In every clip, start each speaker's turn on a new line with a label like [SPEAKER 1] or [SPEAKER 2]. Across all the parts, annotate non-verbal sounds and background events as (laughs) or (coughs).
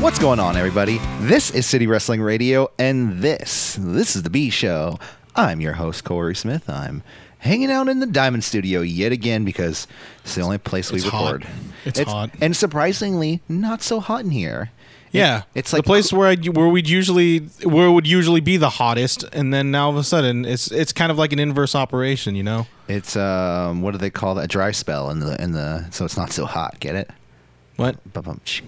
[SPEAKER 1] What's going on, everybody? This is City Wrestling Radio, and this this is the B Show. I'm your host Corey Smith. I'm hanging out in the Diamond Studio yet again because it's the only place we
[SPEAKER 2] It's hot.
[SPEAKER 1] record.
[SPEAKER 2] It's hot.
[SPEAKER 1] and surprisingly, not so hot in here.
[SPEAKER 2] Yeah,
[SPEAKER 1] it's like-
[SPEAKER 2] the place where I where we'd usually where it would usually be the hottest, and then now of a sudden it's it's kind of like an inverse operation, you know?
[SPEAKER 1] It's um, what do they call that? A dry spell in the in the so it's not so hot. Get it?
[SPEAKER 2] What?
[SPEAKER 1] Ba-bum-tsh.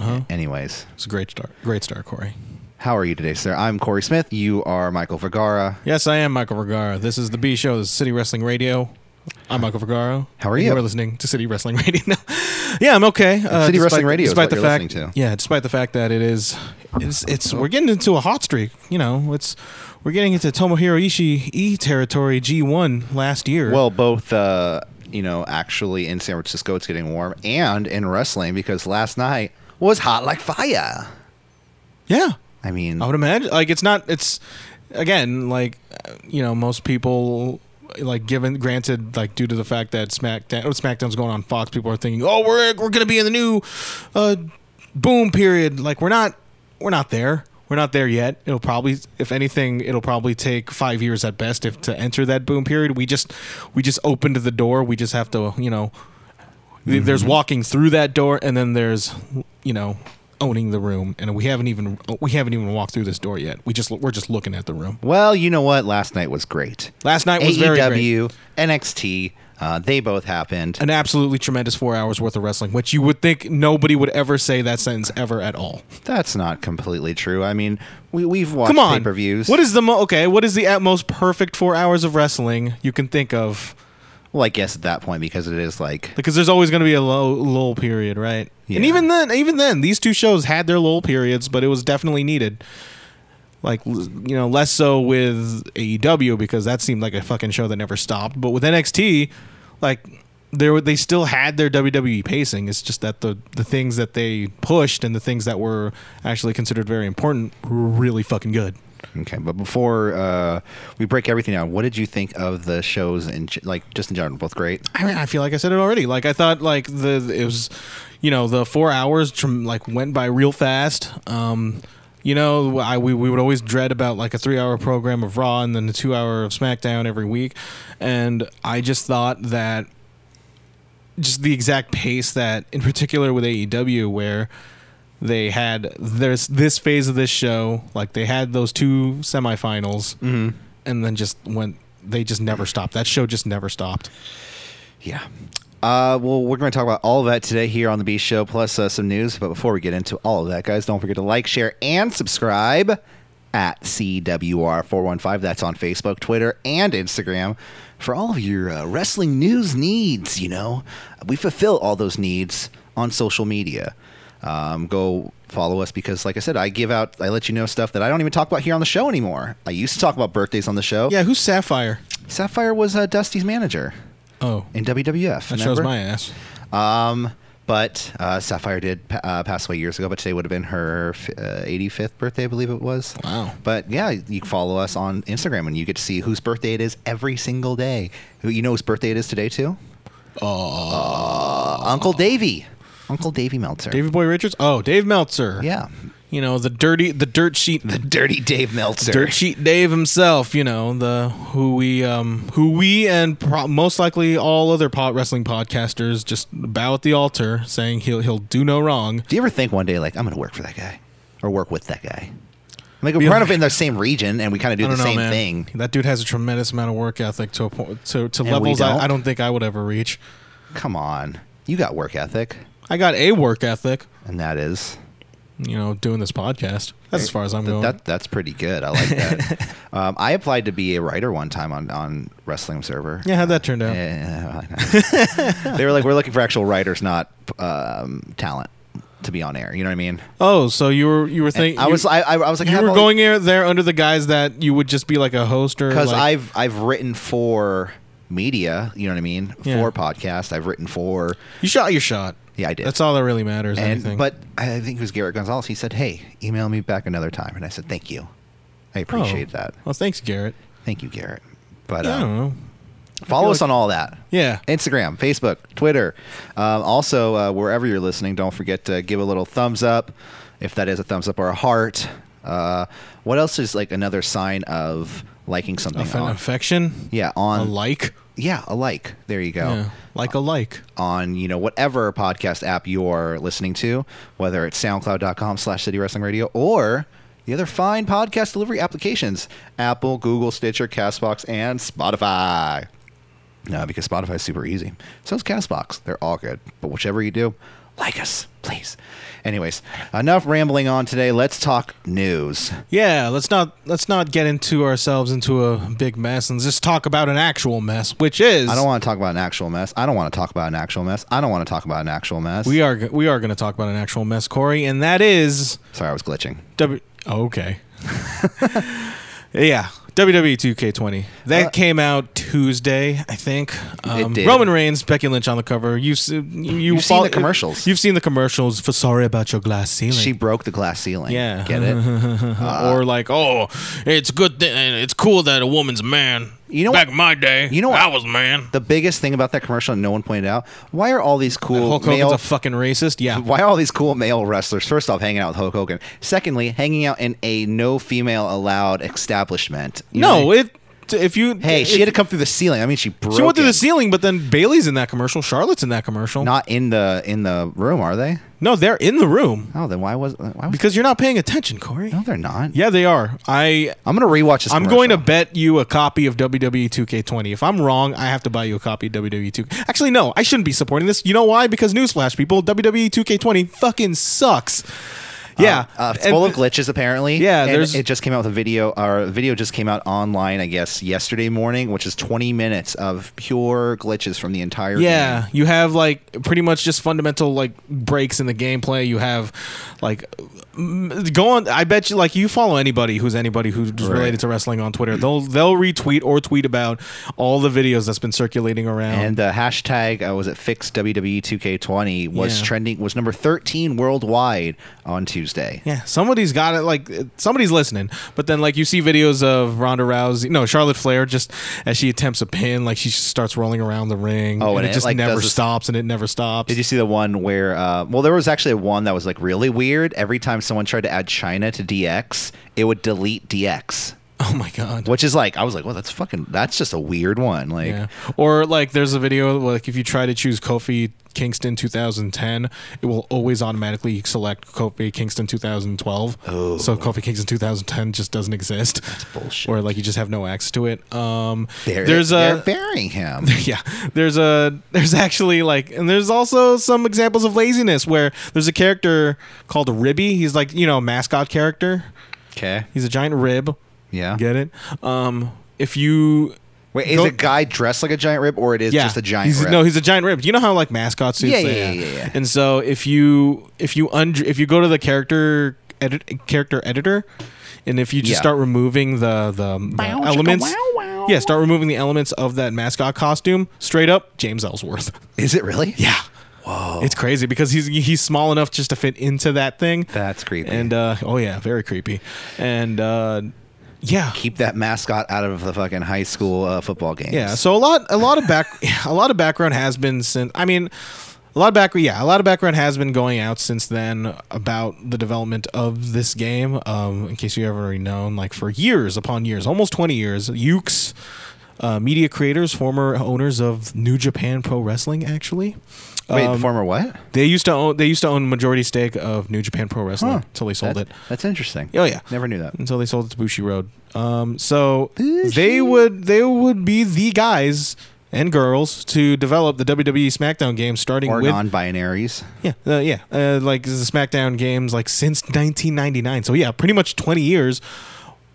[SPEAKER 2] Huh?
[SPEAKER 1] Anyways,
[SPEAKER 2] It's a great start, great start, Corey.
[SPEAKER 1] how are you today, sir? I'm Corey Smith. You are Michael Vergara.
[SPEAKER 2] Yes, I am Michael Vergara. This is the B Show, this is City Wrestling Radio. I'm Michael Vergara.
[SPEAKER 1] How are
[SPEAKER 2] And
[SPEAKER 1] you?
[SPEAKER 2] We're listening to City Wrestling (laughs) Radio. No. yeah, I'm okay. Uh,
[SPEAKER 1] City Wrestling Radio is what
[SPEAKER 2] the
[SPEAKER 1] you're
[SPEAKER 2] fact,
[SPEAKER 1] listening to.
[SPEAKER 2] yeah, despite the fact that it is, it's, it's we're getting into a hot streak. You know, it's we're getting into Tomohiro Ishii E territory G1 last year.
[SPEAKER 1] Well, both, uh, you know, actually in San Francisco, it's getting warm, and in wrestling because last night was hot like fire.
[SPEAKER 2] yeah,
[SPEAKER 1] I mean,
[SPEAKER 2] I would imagine like it's not it's again like uh, you know most people like given granted like due to the fact that SmackDown oh, SmackDown's going on Fox people are thinking oh we're we're gonna be in the new uh, boom period like we're not we're not there we're not there yet it'll probably if anything it'll probably take five years at best if to enter that boom period we just we just opened the door we just have to you know th- there's walking through that door and then there's you know owning the room and we haven't even we haven't even walked through this door yet we just we're just looking at the room
[SPEAKER 1] well, you know what? Last night was great. E
[SPEAKER 2] last night was very great.
[SPEAKER 1] AEW, NXT, uh, they both happened.
[SPEAKER 2] an absolutely tremendous four hours worth of wrestling which you would think nobody would ever say that sentence ever at all
[SPEAKER 1] That's not completely true. I mean, we we've watched
[SPEAKER 2] come on
[SPEAKER 1] pay per views.
[SPEAKER 2] what is the mo- okay what is the at most perfect four hours of wrestling you can think of
[SPEAKER 1] Well, I guess at that point because it is like
[SPEAKER 2] because there's always going to be a low lull period right and
[SPEAKER 1] Yeah.
[SPEAKER 2] even then even then these two shows had their lull periods but it was definitely needed like l- you know less so with AEW because that seemed like a fucking show that never stopped but with NXT like there were- they still had their WWE pacing it's just that the the things that they pushed and the things that were actually considered very important were really fucking good
[SPEAKER 1] okay. But before uh, we break everything down, what did you think of the shows and like just in general? Both great.
[SPEAKER 2] I mean, I feel like I said it already. Like I thought, like the it was, you know, the four hours from like went by real fast. Um, you know, I we, we would always dread about like a three hour program of Raw and then the two hour of SmackDown every week, and I just thought that just the exact pace that, in particular with AEW, where they had there's this phase of this show, like they had those two semifinals, and then just went. They just never stopped. That show just never stopped.
[SPEAKER 1] Yeah. Uh, well, we're going to talk about all of that today here on the B Show, plus uh, some news. But before we get into all of that, guys, don't forget to like, share, and subscribe at CWR415. That's on Facebook, Twitter, and Instagram for all of your uh, wrestling news needs. You know, we fulfill all those needs on social media. Um, go follow us because, like I said, I give out, I let you know stuff that I don't even talk about here on the show anymore. I used to talk about birthdays on the show.
[SPEAKER 2] Yeah, who's Sapphire?
[SPEAKER 1] Sapphire was uh, Dusty's manager
[SPEAKER 2] Oh,
[SPEAKER 1] in WWF.
[SPEAKER 2] that shows
[SPEAKER 1] remember?
[SPEAKER 2] my ass.
[SPEAKER 1] Um, but uh, Sapphire did pa- uh, pass away years ago, but today would have been her f- uh, 85th birthday, I believe it was.
[SPEAKER 2] Wow.
[SPEAKER 1] But yeah, you can follow us on Instagram and you get to see whose birthday it is every single day. Who You know whose birthday it is today, too? Uh, Uncle Davey. Uncle Davey Meltzer.
[SPEAKER 2] David Boy Richards. Oh, Dave Meltzer.
[SPEAKER 1] Yeah.
[SPEAKER 2] You know the dirty, the dirt sheet,
[SPEAKER 1] The
[SPEAKER 2] the
[SPEAKER 1] dirty Dave Meltzer.
[SPEAKER 2] dirt sheet Dave himself. You know the who we, um, who we, and pro- most likely all other pot wrestling podcasters just bow at the altar, saying he'll he'll do no wrong.
[SPEAKER 1] Do you ever think one day, like, I'm going to work for that guy or work with that guy? Like, we're kind of in the same region and we kind of do
[SPEAKER 2] I
[SPEAKER 1] the
[SPEAKER 2] don't know,
[SPEAKER 1] same
[SPEAKER 2] man.
[SPEAKER 1] thing.
[SPEAKER 2] That dude has a tremendous amount of work ethic to a point, to, to
[SPEAKER 1] we
[SPEAKER 2] levels
[SPEAKER 1] don't.
[SPEAKER 2] I, I don't think I would ever reach.
[SPEAKER 1] Come on. You got work ethic,
[SPEAKER 2] I got a work ethic,
[SPEAKER 1] and that is.
[SPEAKER 2] you know, doing this podcast. That's as far as I'm
[SPEAKER 1] Th-
[SPEAKER 2] going.
[SPEAKER 1] That that's pretty good. I like
[SPEAKER 2] (laughs)
[SPEAKER 1] that. um, I applied to be a writer one time on on Wrestling Observer.
[SPEAKER 2] yeah, how'd that turned out? (laughs)
[SPEAKER 1] Yeah, I know. they were like, we're looking for actual writers, not um, talent, to be on air. You know what I mean?
[SPEAKER 2] Oh, so you were you were thinking
[SPEAKER 1] I was I, I I was like,
[SPEAKER 2] you
[SPEAKER 1] have
[SPEAKER 2] were
[SPEAKER 1] all-
[SPEAKER 2] going there there under the guise that you would just be like a host or
[SPEAKER 1] because
[SPEAKER 2] like-
[SPEAKER 1] I've I've written for media. You know what I mean?
[SPEAKER 2] Yeah.
[SPEAKER 1] For podcast, I've written for
[SPEAKER 2] you shot your shot.
[SPEAKER 1] Yeah, I did.
[SPEAKER 2] That's all that really matters.
[SPEAKER 1] and
[SPEAKER 2] anything.
[SPEAKER 1] but I think it was Garrett Gonzalez. He said, hey, email me back another time, and I said, thank you, I
[SPEAKER 2] Oh.
[SPEAKER 1] appreciate that.
[SPEAKER 2] Well, thanks, Garrett.
[SPEAKER 1] Thank you, Garrett. But
[SPEAKER 2] Yeah, I
[SPEAKER 1] um,
[SPEAKER 2] don't know.
[SPEAKER 1] Follow
[SPEAKER 2] feel
[SPEAKER 1] us on
[SPEAKER 2] like-
[SPEAKER 1] all that.
[SPEAKER 2] Yeah.
[SPEAKER 1] Instagram, Facebook, Twitter. Um, also, uh, wherever you're listening, don't forget to give a little thumbs up if that is a thumbs up or a heart. Uh, what else is like another sign of liking something?
[SPEAKER 2] Of an
[SPEAKER 1] on-
[SPEAKER 2] affection.
[SPEAKER 1] yeah, Oh.
[SPEAKER 2] A
[SPEAKER 1] on
[SPEAKER 2] like.
[SPEAKER 1] yeah, a like. There you go.
[SPEAKER 2] Yeah. Like a like.
[SPEAKER 1] On you know whatever podcast app you're listening to, whether it's SoundCloud.com/slash City Wrestling Radio or the other fine podcast delivery applications: Apple, Google, Stitcher, Castbox, and Spotify. No, because Spotify is super easy. So is Castbox. They're all good. But whichever you do, like us, please. Anyways, enough rambling on today. Let's talk news.
[SPEAKER 2] Yeah, let's not let's not get into ourselves into a big mess and just talk about an actual mess, which is
[SPEAKER 1] I don't want to talk about an actual mess. I don't want to talk about an actual mess. I don't want to talk about an actual mess.
[SPEAKER 2] we are g- we are going to talk about an actual mess, Corey, and that is
[SPEAKER 1] Sorry, I was glitching.
[SPEAKER 2] W. Oh, okay. yeah, E WWE 2K20 that
[SPEAKER 1] Uh,
[SPEAKER 2] came out Tuesday, I think. Um,
[SPEAKER 1] did.
[SPEAKER 2] Roman Reigns, Becky Lynch on the cover. You s- you
[SPEAKER 1] You've seen the commercials.
[SPEAKER 2] You've seen the commercials for "Sorry About Your Glass Ceiling."
[SPEAKER 1] She uh, broke the glass ceiling.
[SPEAKER 2] Yeah.
[SPEAKER 1] Get
[SPEAKER 2] (laughs)
[SPEAKER 1] it?
[SPEAKER 2] or like, oh, it's good. Th- it's cool that a woman's man.
[SPEAKER 1] You know
[SPEAKER 2] back
[SPEAKER 1] what-
[SPEAKER 2] in my day,
[SPEAKER 1] you know what-
[SPEAKER 2] I was man.
[SPEAKER 1] the biggest thing about that commercial that no one pointed out, why are all these cool
[SPEAKER 2] Hulk Hogan's
[SPEAKER 1] male
[SPEAKER 2] a fucking racist.
[SPEAKER 1] (laughs)
[SPEAKER 2] Yeah,
[SPEAKER 1] why are all these cool male wrestlers first off hanging out with Hulk Hogan? Secondly, hanging out in a no female allowed establishment. You
[SPEAKER 2] no,
[SPEAKER 1] know,
[SPEAKER 2] it. If you
[SPEAKER 1] Hey,
[SPEAKER 2] if-
[SPEAKER 1] she had to come through the ceiling. I mean, she broke
[SPEAKER 2] she went through
[SPEAKER 1] it.
[SPEAKER 2] the ceiling, but then Bailey's in that commercial. Charlotte's in that commercial.
[SPEAKER 1] Not in the in the room, are they?
[SPEAKER 2] no, they're in the room
[SPEAKER 1] Oh, then why was why was
[SPEAKER 2] because you're not paying attention, Corey.
[SPEAKER 1] No, they're not.
[SPEAKER 2] Yeah, they are. I
[SPEAKER 1] I'm gonna rewatch this.
[SPEAKER 2] I'm going to
[SPEAKER 1] commercial.
[SPEAKER 2] bet you a copy of E WWE 2K20. If I'm wrong, I have to buy you a copy of WWE 2K. Actually, no, I shouldn't be supporting this. You know why? Because newsflash, people, E WWE 2K20 fucking sucks. Yeah,
[SPEAKER 1] Uh, it's
[SPEAKER 2] and-
[SPEAKER 1] full of glitches apparently.
[SPEAKER 2] Yeah,
[SPEAKER 1] and
[SPEAKER 2] there's-
[SPEAKER 1] it just came out with a video. Our video just came out online, I guess, yesterday morning, which is 20 minutes of pure glitches from the entire.
[SPEAKER 2] Yeah, you have like pretty much just fundamental like breaks in the gameplay. You have like m- go on. I bet you like you follow anybody who's anybody who's related to wrestling on Twitter. They'll they'll retweet or tweet about all the videos that's been circulating around.
[SPEAKER 1] And the hashtag uh, was it fixed E WWE 2K20 was
[SPEAKER 2] Yeah.
[SPEAKER 1] trending was number 13 worldwide on Tuesday.
[SPEAKER 2] yeah, somebody's got it. Like somebody's listening. But then, like you see videos of Ronda Rousey, no Charlotte Flair, just as she attempts a pin, like she starts rolling around the ring.
[SPEAKER 1] Oh, and
[SPEAKER 2] it,
[SPEAKER 1] it,
[SPEAKER 2] just
[SPEAKER 1] like,
[SPEAKER 2] never
[SPEAKER 1] does this-
[SPEAKER 2] stops, and it never stops.
[SPEAKER 1] Did you see the one where? Uh, well, there was actually one that was like really weird. Every time someone tried to add China to DX, it would delete DX,
[SPEAKER 2] oh my
[SPEAKER 1] (laughs)
[SPEAKER 2] god!
[SPEAKER 1] which is like I was like, well, that's fucking that's just a weird one. Like,
[SPEAKER 2] Yeah. Or like there's a video like if you try to choose Kofi Kingston 2010, it will always automatically select Kofi Kingston 2012.
[SPEAKER 1] Oh.
[SPEAKER 2] So Kofi Kingston 2010 just doesn't exist. That's
[SPEAKER 1] bullshit.
[SPEAKER 2] Or like you just have no access to it. Um
[SPEAKER 1] they're,
[SPEAKER 2] there's
[SPEAKER 1] they're
[SPEAKER 2] a
[SPEAKER 1] burying him.
[SPEAKER 2] (laughs) yeah, there's a there's actually like and there's also some examples of laziness where there's a character called Ribby. He's like, you know, a mascot character.
[SPEAKER 1] Okay.
[SPEAKER 2] He's a giant rib.
[SPEAKER 1] Yeah.
[SPEAKER 2] Get it? Um if you
[SPEAKER 1] Wait, is
[SPEAKER 2] Go-
[SPEAKER 1] a guy dressed like a giant rib, or it is just a giant
[SPEAKER 2] he's,
[SPEAKER 1] rib?
[SPEAKER 2] No, he's a giant rib. You know how like mascot suits.
[SPEAKER 1] Yeah,
[SPEAKER 2] they-
[SPEAKER 1] yeah, yeah, yeah, yeah.
[SPEAKER 2] And so if you if you und- if you go to the character edit character editor, and if you just
[SPEAKER 1] Yeah.
[SPEAKER 2] start removing the the, the
[SPEAKER 1] Bow, chicka,
[SPEAKER 2] elements,
[SPEAKER 1] wow, wow.
[SPEAKER 2] yeah, start removing the elements of that mascot costume. Straight up, James Ellsworth.
[SPEAKER 1] is it really?
[SPEAKER 2] Yeah.
[SPEAKER 1] Whoa.
[SPEAKER 2] It's crazy because he's he's small enough just to fit into that thing.
[SPEAKER 1] That's creepy.
[SPEAKER 2] And uh, oh yeah, very creepy. And uh, yeah,
[SPEAKER 1] keep that mascot out of the fucking high school uh, football games.
[SPEAKER 2] Yeah, so a lot a lot of back (laughs) a lot of background has been since I mean a lot of back yeah, a lot of background has been going out since then about the development of this game. Um in case you haven't already known, like for years upon years, almost 20 years, Ukes uh, media creators, former owners of New Japan Pro Wrestling actually.
[SPEAKER 1] Wait,
[SPEAKER 2] Um,
[SPEAKER 1] former what?
[SPEAKER 2] they used to own they used to own majority stake of New Japan Pro Wrestling
[SPEAKER 1] Huh.
[SPEAKER 2] until they sold
[SPEAKER 1] That-
[SPEAKER 2] it.
[SPEAKER 1] That's interesting.
[SPEAKER 2] Oh yeah
[SPEAKER 1] Never knew that.
[SPEAKER 2] until they sold it to Bushi Road. Um, so they would they would be the guys and girls to develop the WWE SmackDown game starting
[SPEAKER 1] Or
[SPEAKER 2] with
[SPEAKER 1] non-binaries.
[SPEAKER 2] yeah uh, yeah uh, like the SmackDown games like since 1999. So yeah, pretty much 20 years,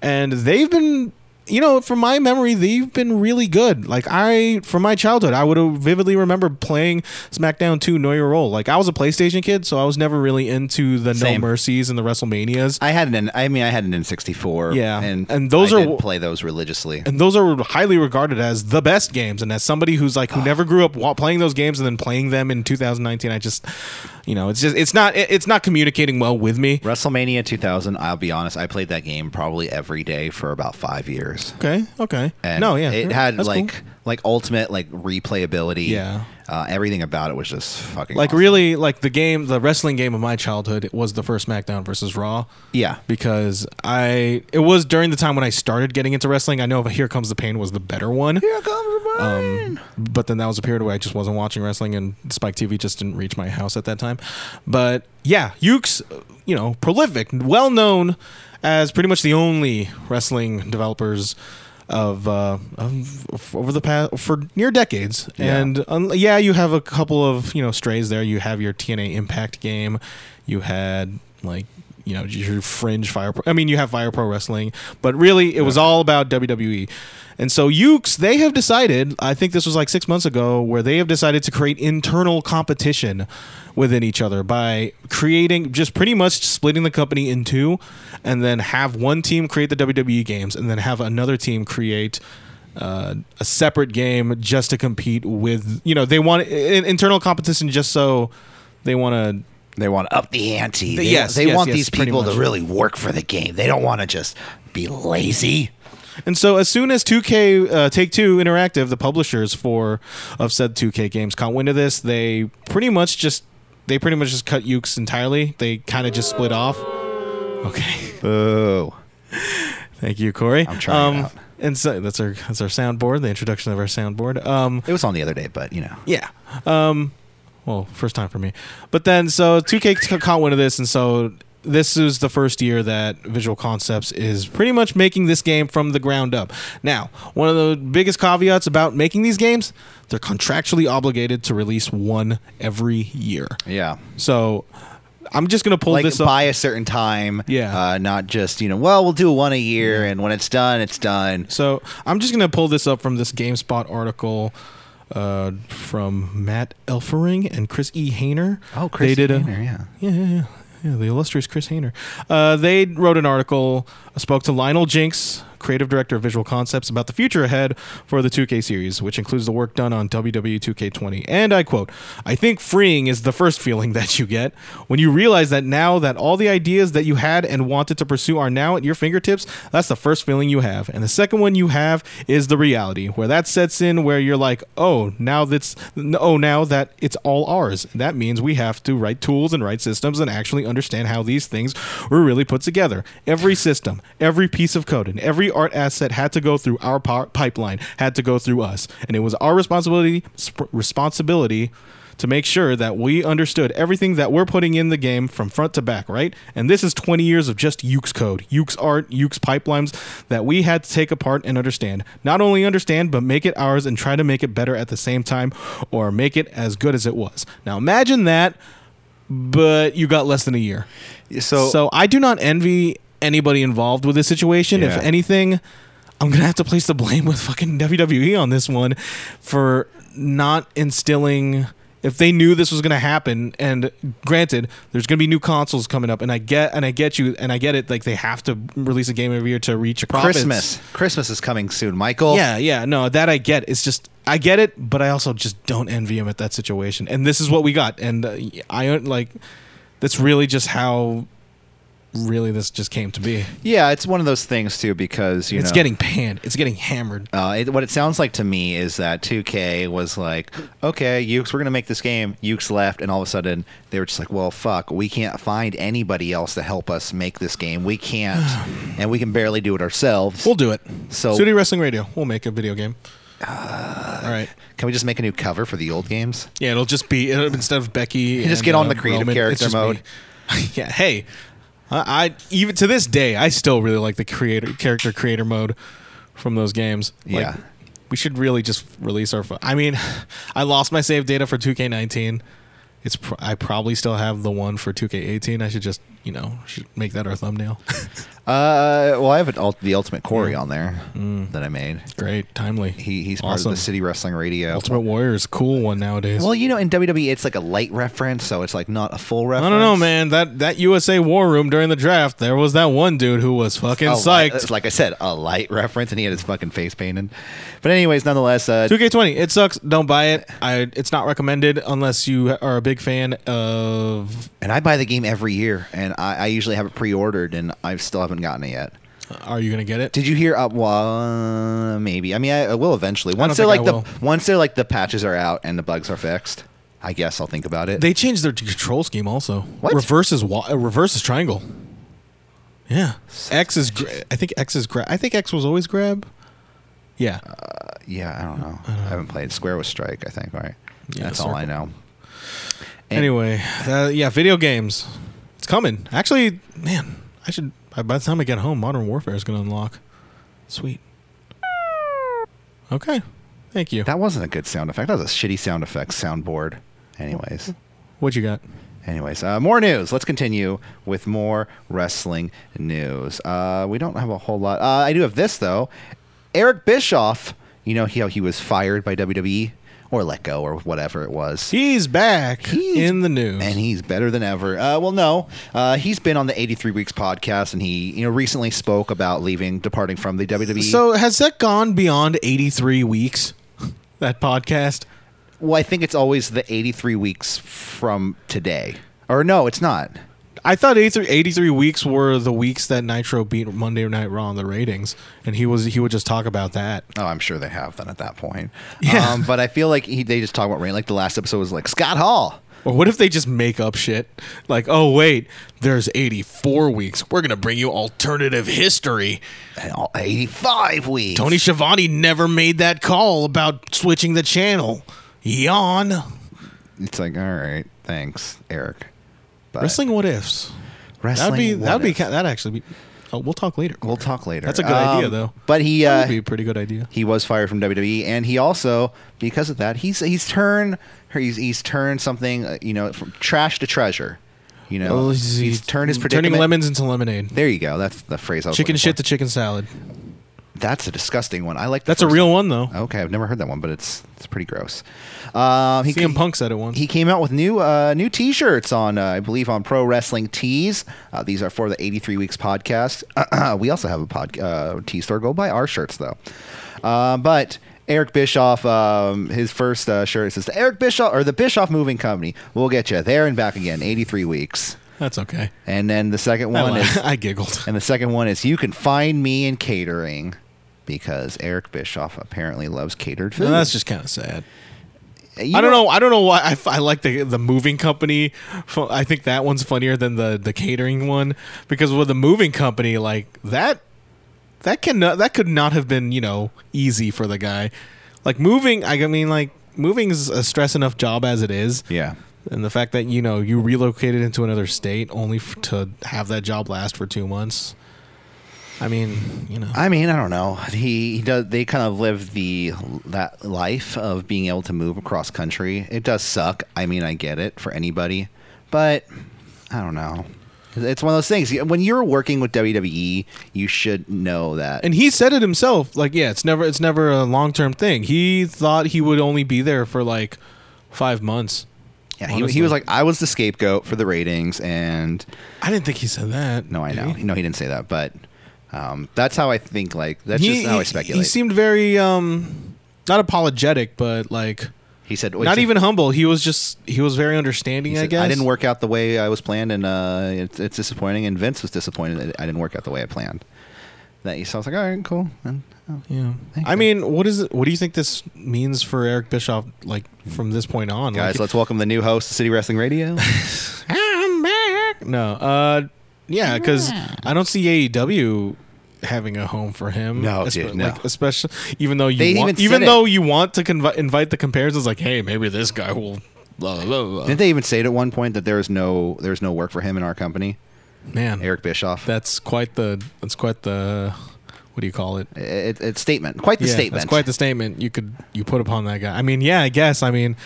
[SPEAKER 2] and they've been. You know, from my memory, they've been really good. Like I, from my childhood, I would have vividly remember playing SmackDown 2 Know Your Role. Like I was a PlayStation kid, so I was never really into the
[SPEAKER 1] Same.
[SPEAKER 2] No Mercies and the WrestleManias.
[SPEAKER 1] I had an. N- I mean, I had an N64.
[SPEAKER 2] Yeah,
[SPEAKER 1] and
[SPEAKER 2] and those
[SPEAKER 1] I
[SPEAKER 2] are
[SPEAKER 1] did
[SPEAKER 2] wh-
[SPEAKER 1] play those religiously.
[SPEAKER 2] and those are highly regarded as the best games and as somebody who's like who never grew up wa- playing those games and then playing them in 2019 i just you know it's just it's not it- it's not communicating well with me
[SPEAKER 1] WrestleMania 2000. I'll be honest. I played that game probably every day for about five years. hours.
[SPEAKER 2] Okay. Okay.
[SPEAKER 1] And
[SPEAKER 2] no. Yeah.
[SPEAKER 1] it
[SPEAKER 2] sure.
[SPEAKER 1] had
[SPEAKER 2] That's cool.
[SPEAKER 1] like like ultimate like replayability.
[SPEAKER 2] Yeah.
[SPEAKER 1] uh, everything about it was just fucking
[SPEAKER 2] like
[SPEAKER 1] awesome.
[SPEAKER 2] really like the game, the wrestling game of my childhood it was the first SmackDown versus Raw.
[SPEAKER 1] Yeah,
[SPEAKER 2] because I it was during the time when I started getting into wrestling. I know Here Comes the Pain was the better one.
[SPEAKER 1] here comes the
[SPEAKER 2] Um, but then that was a period where I just wasn't watching wrestling, and Spike TV just didn't reach my house at that time. But yeah, Yuke's you know prolific, well known as pretty much the only wrestling developers of, uh, of f- over the past for near decades.
[SPEAKER 1] Yeah.
[SPEAKER 2] And un- yeah, you have a couple of you know strays there. You have your TNA Impact game. You had like. You know your fringe fire. Pro- I mean, you have fire pro wrestling, but really, it was all about WWE. And so Ukes, they have decided, I think this was like six months ago, where they have decided to create internal competition within each other by creating just pretty much splitting the company in two and then have one team create the WWE games and then have another team create uh, a separate game just to compete with, you know, they want in- internal competition just so they want to
[SPEAKER 1] They want to up the ante. They,
[SPEAKER 2] yes,
[SPEAKER 1] they
[SPEAKER 2] yes,
[SPEAKER 1] want
[SPEAKER 2] yes,
[SPEAKER 1] these
[SPEAKER 2] pretty
[SPEAKER 1] people to
[SPEAKER 2] much.
[SPEAKER 1] really work for the game. They don't want to just be lazy.
[SPEAKER 2] And so as soon as 2K uh, Take Two Interactive, the publishers for of said 2K games, caught wind of this, they pretty much just they pretty much just cut Ukes entirely. They kind of just split off. Okay, (laughs)
[SPEAKER 1] Boo.
[SPEAKER 2] thank you, Corey. Um,
[SPEAKER 1] I'm trying it out.
[SPEAKER 2] And so that's our that's our soundboard, the introduction of our soundboard. Um,
[SPEAKER 1] It was on the other day, but you know.
[SPEAKER 2] yeah. Um, well, first time for me. But then, so 2K c- caught wind of this, and so this is the first year that Visual Concepts is pretty much making this game from the ground up. Now, one of the biggest caveats about making these games, they're contractually obligated to release one every year.
[SPEAKER 1] Yeah.
[SPEAKER 2] So I'm just going to pull
[SPEAKER 1] Like
[SPEAKER 2] this up.
[SPEAKER 1] by a certain time.
[SPEAKER 2] Yeah.
[SPEAKER 1] Uh, not just, you know, well, we'll do one a year and when it's done, it's done.
[SPEAKER 2] So I'm just gonna pull this up from this GameSpot article uh, from Matt Elfering and Chris E. Hayner.
[SPEAKER 1] Oh, Chris
[SPEAKER 2] they did
[SPEAKER 1] E.
[SPEAKER 2] a-
[SPEAKER 1] Hainer, yeah.
[SPEAKER 2] yeah, yeah, yeah, yeah. The illustrious Chris Hayner. Uh, they wrote an article, uh, spoke to Lionel Jinks, creative director of Visual Concepts, about the future ahead for the 2K series, which includes the work done on E WWE 2K20. And I quote: "I think freeing is the first feeling (laughs) that you get when you realize that now that all the ideas that you had and wanted to pursue are now at your fingertips. That's the first feeling you have, and the second one you have is the reality, where that sets in, where you're like, oh, now that's oh now that it's all ours. That means we have to write tools and write systems and actually understand how these things were really put together. Every system, every piece of code, and every art asset had to go through our power pipeline, had to go through us, and it was our responsibility sp- responsibility." to make sure that we understood everything that we're putting in the game from front to back, right? And this is 20 years of just Ukes code, Ukes art, Ukes pipelines that we had to take apart and understand. Not only understand, but make it ours and try to make it better at the same time or make it as good as it was. Now imagine that, but you got less than a year.
[SPEAKER 1] So,
[SPEAKER 2] So I do not envy anybody involved with this situation.
[SPEAKER 1] Yeah.
[SPEAKER 2] If anything, I'm gonna have to place the blame with fucking WWE on this one for not instilling. If they knew this was gonna happen, and granted, there's gonna be new consoles coming up, and I get and I get you and I get it. Like they have to release a game every year to reach profits.
[SPEAKER 1] Christmas. Christmas is coming soon, Michael.
[SPEAKER 2] Yeah, yeah, no, that I get. It's just I get it, but I also just don't envy him at that situation. And this is what we got, and uh, I don't like. That's really just how, really, this just came to be.
[SPEAKER 1] Yeah, it's one of those things too because, you
[SPEAKER 2] it's
[SPEAKER 1] know.
[SPEAKER 2] getting panned. It's getting hammered.
[SPEAKER 1] Uh, it, what it sounds like to me is that 2K was like, okay, Ukes, we're going to make this game. Ukes left, and all of a sudden they were just like, well, fuck, we can't find anybody else to help us make this game. We
[SPEAKER 2] (sighs)
[SPEAKER 1] can't, and we can barely do it ourselves.
[SPEAKER 2] We'll do it.
[SPEAKER 1] So- Uh,
[SPEAKER 2] Studio Wrestling Radio. We'll make a video game. All right.
[SPEAKER 1] can we just make a new cover for the old games?
[SPEAKER 2] Yeah, it'll just be it'll, instead of Becky. And, um,
[SPEAKER 1] just get on the creative
[SPEAKER 2] it's
[SPEAKER 1] character
[SPEAKER 2] just
[SPEAKER 1] mode.
[SPEAKER 2] me. (laughs) yeah. Hey, I, I even to this day I still really like the creator character creator mode from those games. Like,
[SPEAKER 1] Yeah.
[SPEAKER 2] We should really just release our. Fo- I mean, (laughs) I lost my save data for 2K19. It's pr- I probably still have the one for 2K18. I should just you know should make that
[SPEAKER 1] (laughs)
[SPEAKER 2] our thumbnail.
[SPEAKER 1] Uh, well, I have an ult- the Ultimate Corey on there that I made.
[SPEAKER 2] Great, timely.
[SPEAKER 1] He, he's part of the City Wrestling Radio.
[SPEAKER 2] Ultimate Warrior is a cool one nowadays.
[SPEAKER 1] Well, you know, in WWE, it's like a light reference, so it's like not a full reference.
[SPEAKER 2] I don't know, man. That that USA War Room during the draft, there was that one dude who was fucking
[SPEAKER 1] a light-
[SPEAKER 2] psyched.
[SPEAKER 1] Oh, like I said, a light reference, and he had his fucking face painted. But anyways, nonetheless, uh,
[SPEAKER 2] 2K20, it sucks. Don't buy it. I it's not recommended unless you are a big fan of.
[SPEAKER 1] and I buy the game every year, and I, I usually have it pre-ordered, and I still haven't gotten it yet.
[SPEAKER 2] Are you gonna get it?
[SPEAKER 1] Did you hear? Uh, well, uh, maybe. I mean, I, I will eventually. Once they're
[SPEAKER 2] think
[SPEAKER 1] like
[SPEAKER 2] I
[SPEAKER 1] the
[SPEAKER 2] will.
[SPEAKER 1] once they're like the patches are out and the bugs are fixed, I guess I'll think about it.
[SPEAKER 2] They changed their t- control scheme also.
[SPEAKER 1] What?
[SPEAKER 2] Reverse is wa- uh, reverse is triangle. Yeah. X is gra- I think X is grab. I think X was always grab. Yeah.
[SPEAKER 1] yeah, I don't know. I, haven't played. Square was strike, I think. Right.
[SPEAKER 2] Yeah,
[SPEAKER 1] That's all I know. And-
[SPEAKER 2] anyway, uh, yeah, video games. It's coming. Actually, man, I should by the time I get home, Modern Warfare is going to unlock. Sweet. Okay. Thank you.
[SPEAKER 1] That wasn't a good sound effect. That was a shitty sound effect soundboard. Anyways.
[SPEAKER 2] what you got?
[SPEAKER 1] Anyways, uh, more news. Let's continue with more wrestling news. Uh, we don't have a whole lot. Uh, I do have this though. Eric Bischoff. You know how he was fired by WWE or let go or whatever it was.
[SPEAKER 2] He's back
[SPEAKER 1] He's-
[SPEAKER 2] in the news.
[SPEAKER 1] and he's better than ever. Uh, well, no, uh, he's been on the 83 Weeks podcast, and he you know recently spoke about leaving, departing from the E. WWE.
[SPEAKER 2] so has that gone beyond 83 weeks? (laughs) that podcast?
[SPEAKER 1] well, I think it's always the 83 weeks from today, or no, it's not.
[SPEAKER 2] I thought 83, 83 weeks were the weeks that Nitro beat Monday Night Raw in the ratings, and he was he would just talk about that.
[SPEAKER 1] Oh, I'm sure they have then at that point.
[SPEAKER 2] Yeah.
[SPEAKER 1] Um, but I feel like he, they just talk about rain. Like the last episode was like Scott Hall.
[SPEAKER 2] Or what if they just make up shit? Like, oh wait, there's 84 weeks. We're gonna bring you alternative history.
[SPEAKER 1] and all- 85 weeks.
[SPEAKER 2] Tony Schiavone never made that call about switching the channel. Yawn.
[SPEAKER 1] It's like, all right, thanks, Eric. But
[SPEAKER 2] Wrestling what ifs. That'd
[SPEAKER 1] wrestling
[SPEAKER 2] be
[SPEAKER 1] what Uh,
[SPEAKER 2] that'd be
[SPEAKER 1] if?
[SPEAKER 2] ki- that'd actually be. Oh, we'll talk later.
[SPEAKER 1] We'll talk later.
[SPEAKER 2] That's a good idea, though.
[SPEAKER 1] But he
[SPEAKER 2] That
[SPEAKER 1] uh,
[SPEAKER 2] would be a pretty good idea.
[SPEAKER 1] he was fired from WWE, and he also because of that he's he's turned he's he's turned something uh, you know from trash to treasure. You know, he's, turned his predicament.
[SPEAKER 2] turning lemons into lemonade.
[SPEAKER 1] There you go. That's the phrase I was
[SPEAKER 2] Chicken
[SPEAKER 1] looking
[SPEAKER 2] shit
[SPEAKER 1] for.
[SPEAKER 2] to chicken salad.
[SPEAKER 1] That's a disgusting one. I like. The
[SPEAKER 2] That's a
[SPEAKER 1] first
[SPEAKER 2] real one though.
[SPEAKER 1] one. Okay, I've never heard that one, but it's it's pretty gross. Um, he
[SPEAKER 2] CM Punk said it once.
[SPEAKER 1] He came out with new uh, new T-shirts on, uh, I believe, on Pro Wrestling Tees. Uh, these are for the 83 Weeks podcast. (clears throat) we also have a pod uh, T store. Go buy our shirts though. Uh, but Eric Bischoff, um, his first uh, shirt says the Eric Bischoff or the Bischoff Moving Company. We'll get you there and back again. 83 weeks,
[SPEAKER 2] That's okay.
[SPEAKER 1] and then the second
[SPEAKER 2] (laughs) I,
[SPEAKER 1] one
[SPEAKER 2] la-
[SPEAKER 1] is
[SPEAKER 2] I giggled.
[SPEAKER 1] and the second one is you can find me in catering. Because Eric Bischoff apparently loves catered food.
[SPEAKER 2] And that's just kind of sad.
[SPEAKER 1] You
[SPEAKER 2] I don't know. I don't know why. I, f- I like the the moving company. fu- I think that one's funnier than the the catering one because with the moving company, like that, that can that could not have been you know easy for the guy. Like moving, I mean, like moving's a stress enough job as it is,
[SPEAKER 1] Yeah.
[SPEAKER 2] and the fact that you know you relocated into another state only f- to have that job last for two months. I mean, you know,
[SPEAKER 1] I mean, I don't know. He, he does. They kind of live the that life of being able to move across country. It does suck. I mean, I get it for anybody, but I don't know. It's one of those things. When you're working with WWE, you should know that.
[SPEAKER 2] and he said it himself like yeah it's never it's never a long-term thing he thought he would only be there for like five months
[SPEAKER 1] yeah, he, he
[SPEAKER 2] honestly.
[SPEAKER 1] was like, I was the scapegoat for the ratings, and
[SPEAKER 2] i didn't think he said that
[SPEAKER 1] no, I
[SPEAKER 2] did
[SPEAKER 1] know,
[SPEAKER 2] he?
[SPEAKER 1] no, he didn't say that, but um, that's how I think. Like that's
[SPEAKER 2] He-
[SPEAKER 1] just how
[SPEAKER 2] he-
[SPEAKER 1] I speculate.
[SPEAKER 2] he seemed very um not apologetic but like
[SPEAKER 1] He said,
[SPEAKER 2] not even humble he was just he was very understanding
[SPEAKER 1] He
[SPEAKER 2] i
[SPEAKER 1] said,
[SPEAKER 2] guess
[SPEAKER 1] I didn't work out the way I was planned, and uh, it's, it's disappointing. And Vince was disappointed that I didn't work out the way I planned. That so I was like, all right, cool. And, oh,
[SPEAKER 2] yeah
[SPEAKER 1] Thank
[SPEAKER 2] i
[SPEAKER 1] you.
[SPEAKER 2] mean what is it what do you think this means for eric bischoff like from this point on
[SPEAKER 1] guys,
[SPEAKER 2] like,
[SPEAKER 1] let's welcome the new host, City Wrestling
[SPEAKER 2] (laughs)
[SPEAKER 1] Radio.
[SPEAKER 2] I'm back. No, uh, yeah, because I don't see AEW having a home for him.
[SPEAKER 1] No,
[SPEAKER 2] Espe-
[SPEAKER 1] dude, no.
[SPEAKER 2] Like, especially even though you
[SPEAKER 1] They
[SPEAKER 2] want,
[SPEAKER 1] even
[SPEAKER 2] even
[SPEAKER 1] said
[SPEAKER 2] though you want to convi- invite the comparisons, like, hey, maybe this guy will. Blah, blah, blah, blah.
[SPEAKER 1] Didn't they even say it at one point that there is no there's no work for him in our company?
[SPEAKER 2] Man,
[SPEAKER 1] Eric Bischoff.
[SPEAKER 2] that's quite the that's quite the what do you call it?
[SPEAKER 1] It- it's statement, quite the
[SPEAKER 2] yeah,
[SPEAKER 1] statement.
[SPEAKER 2] That's quite the statement you could you put upon that guy. I mean, yeah, I guess. I mean,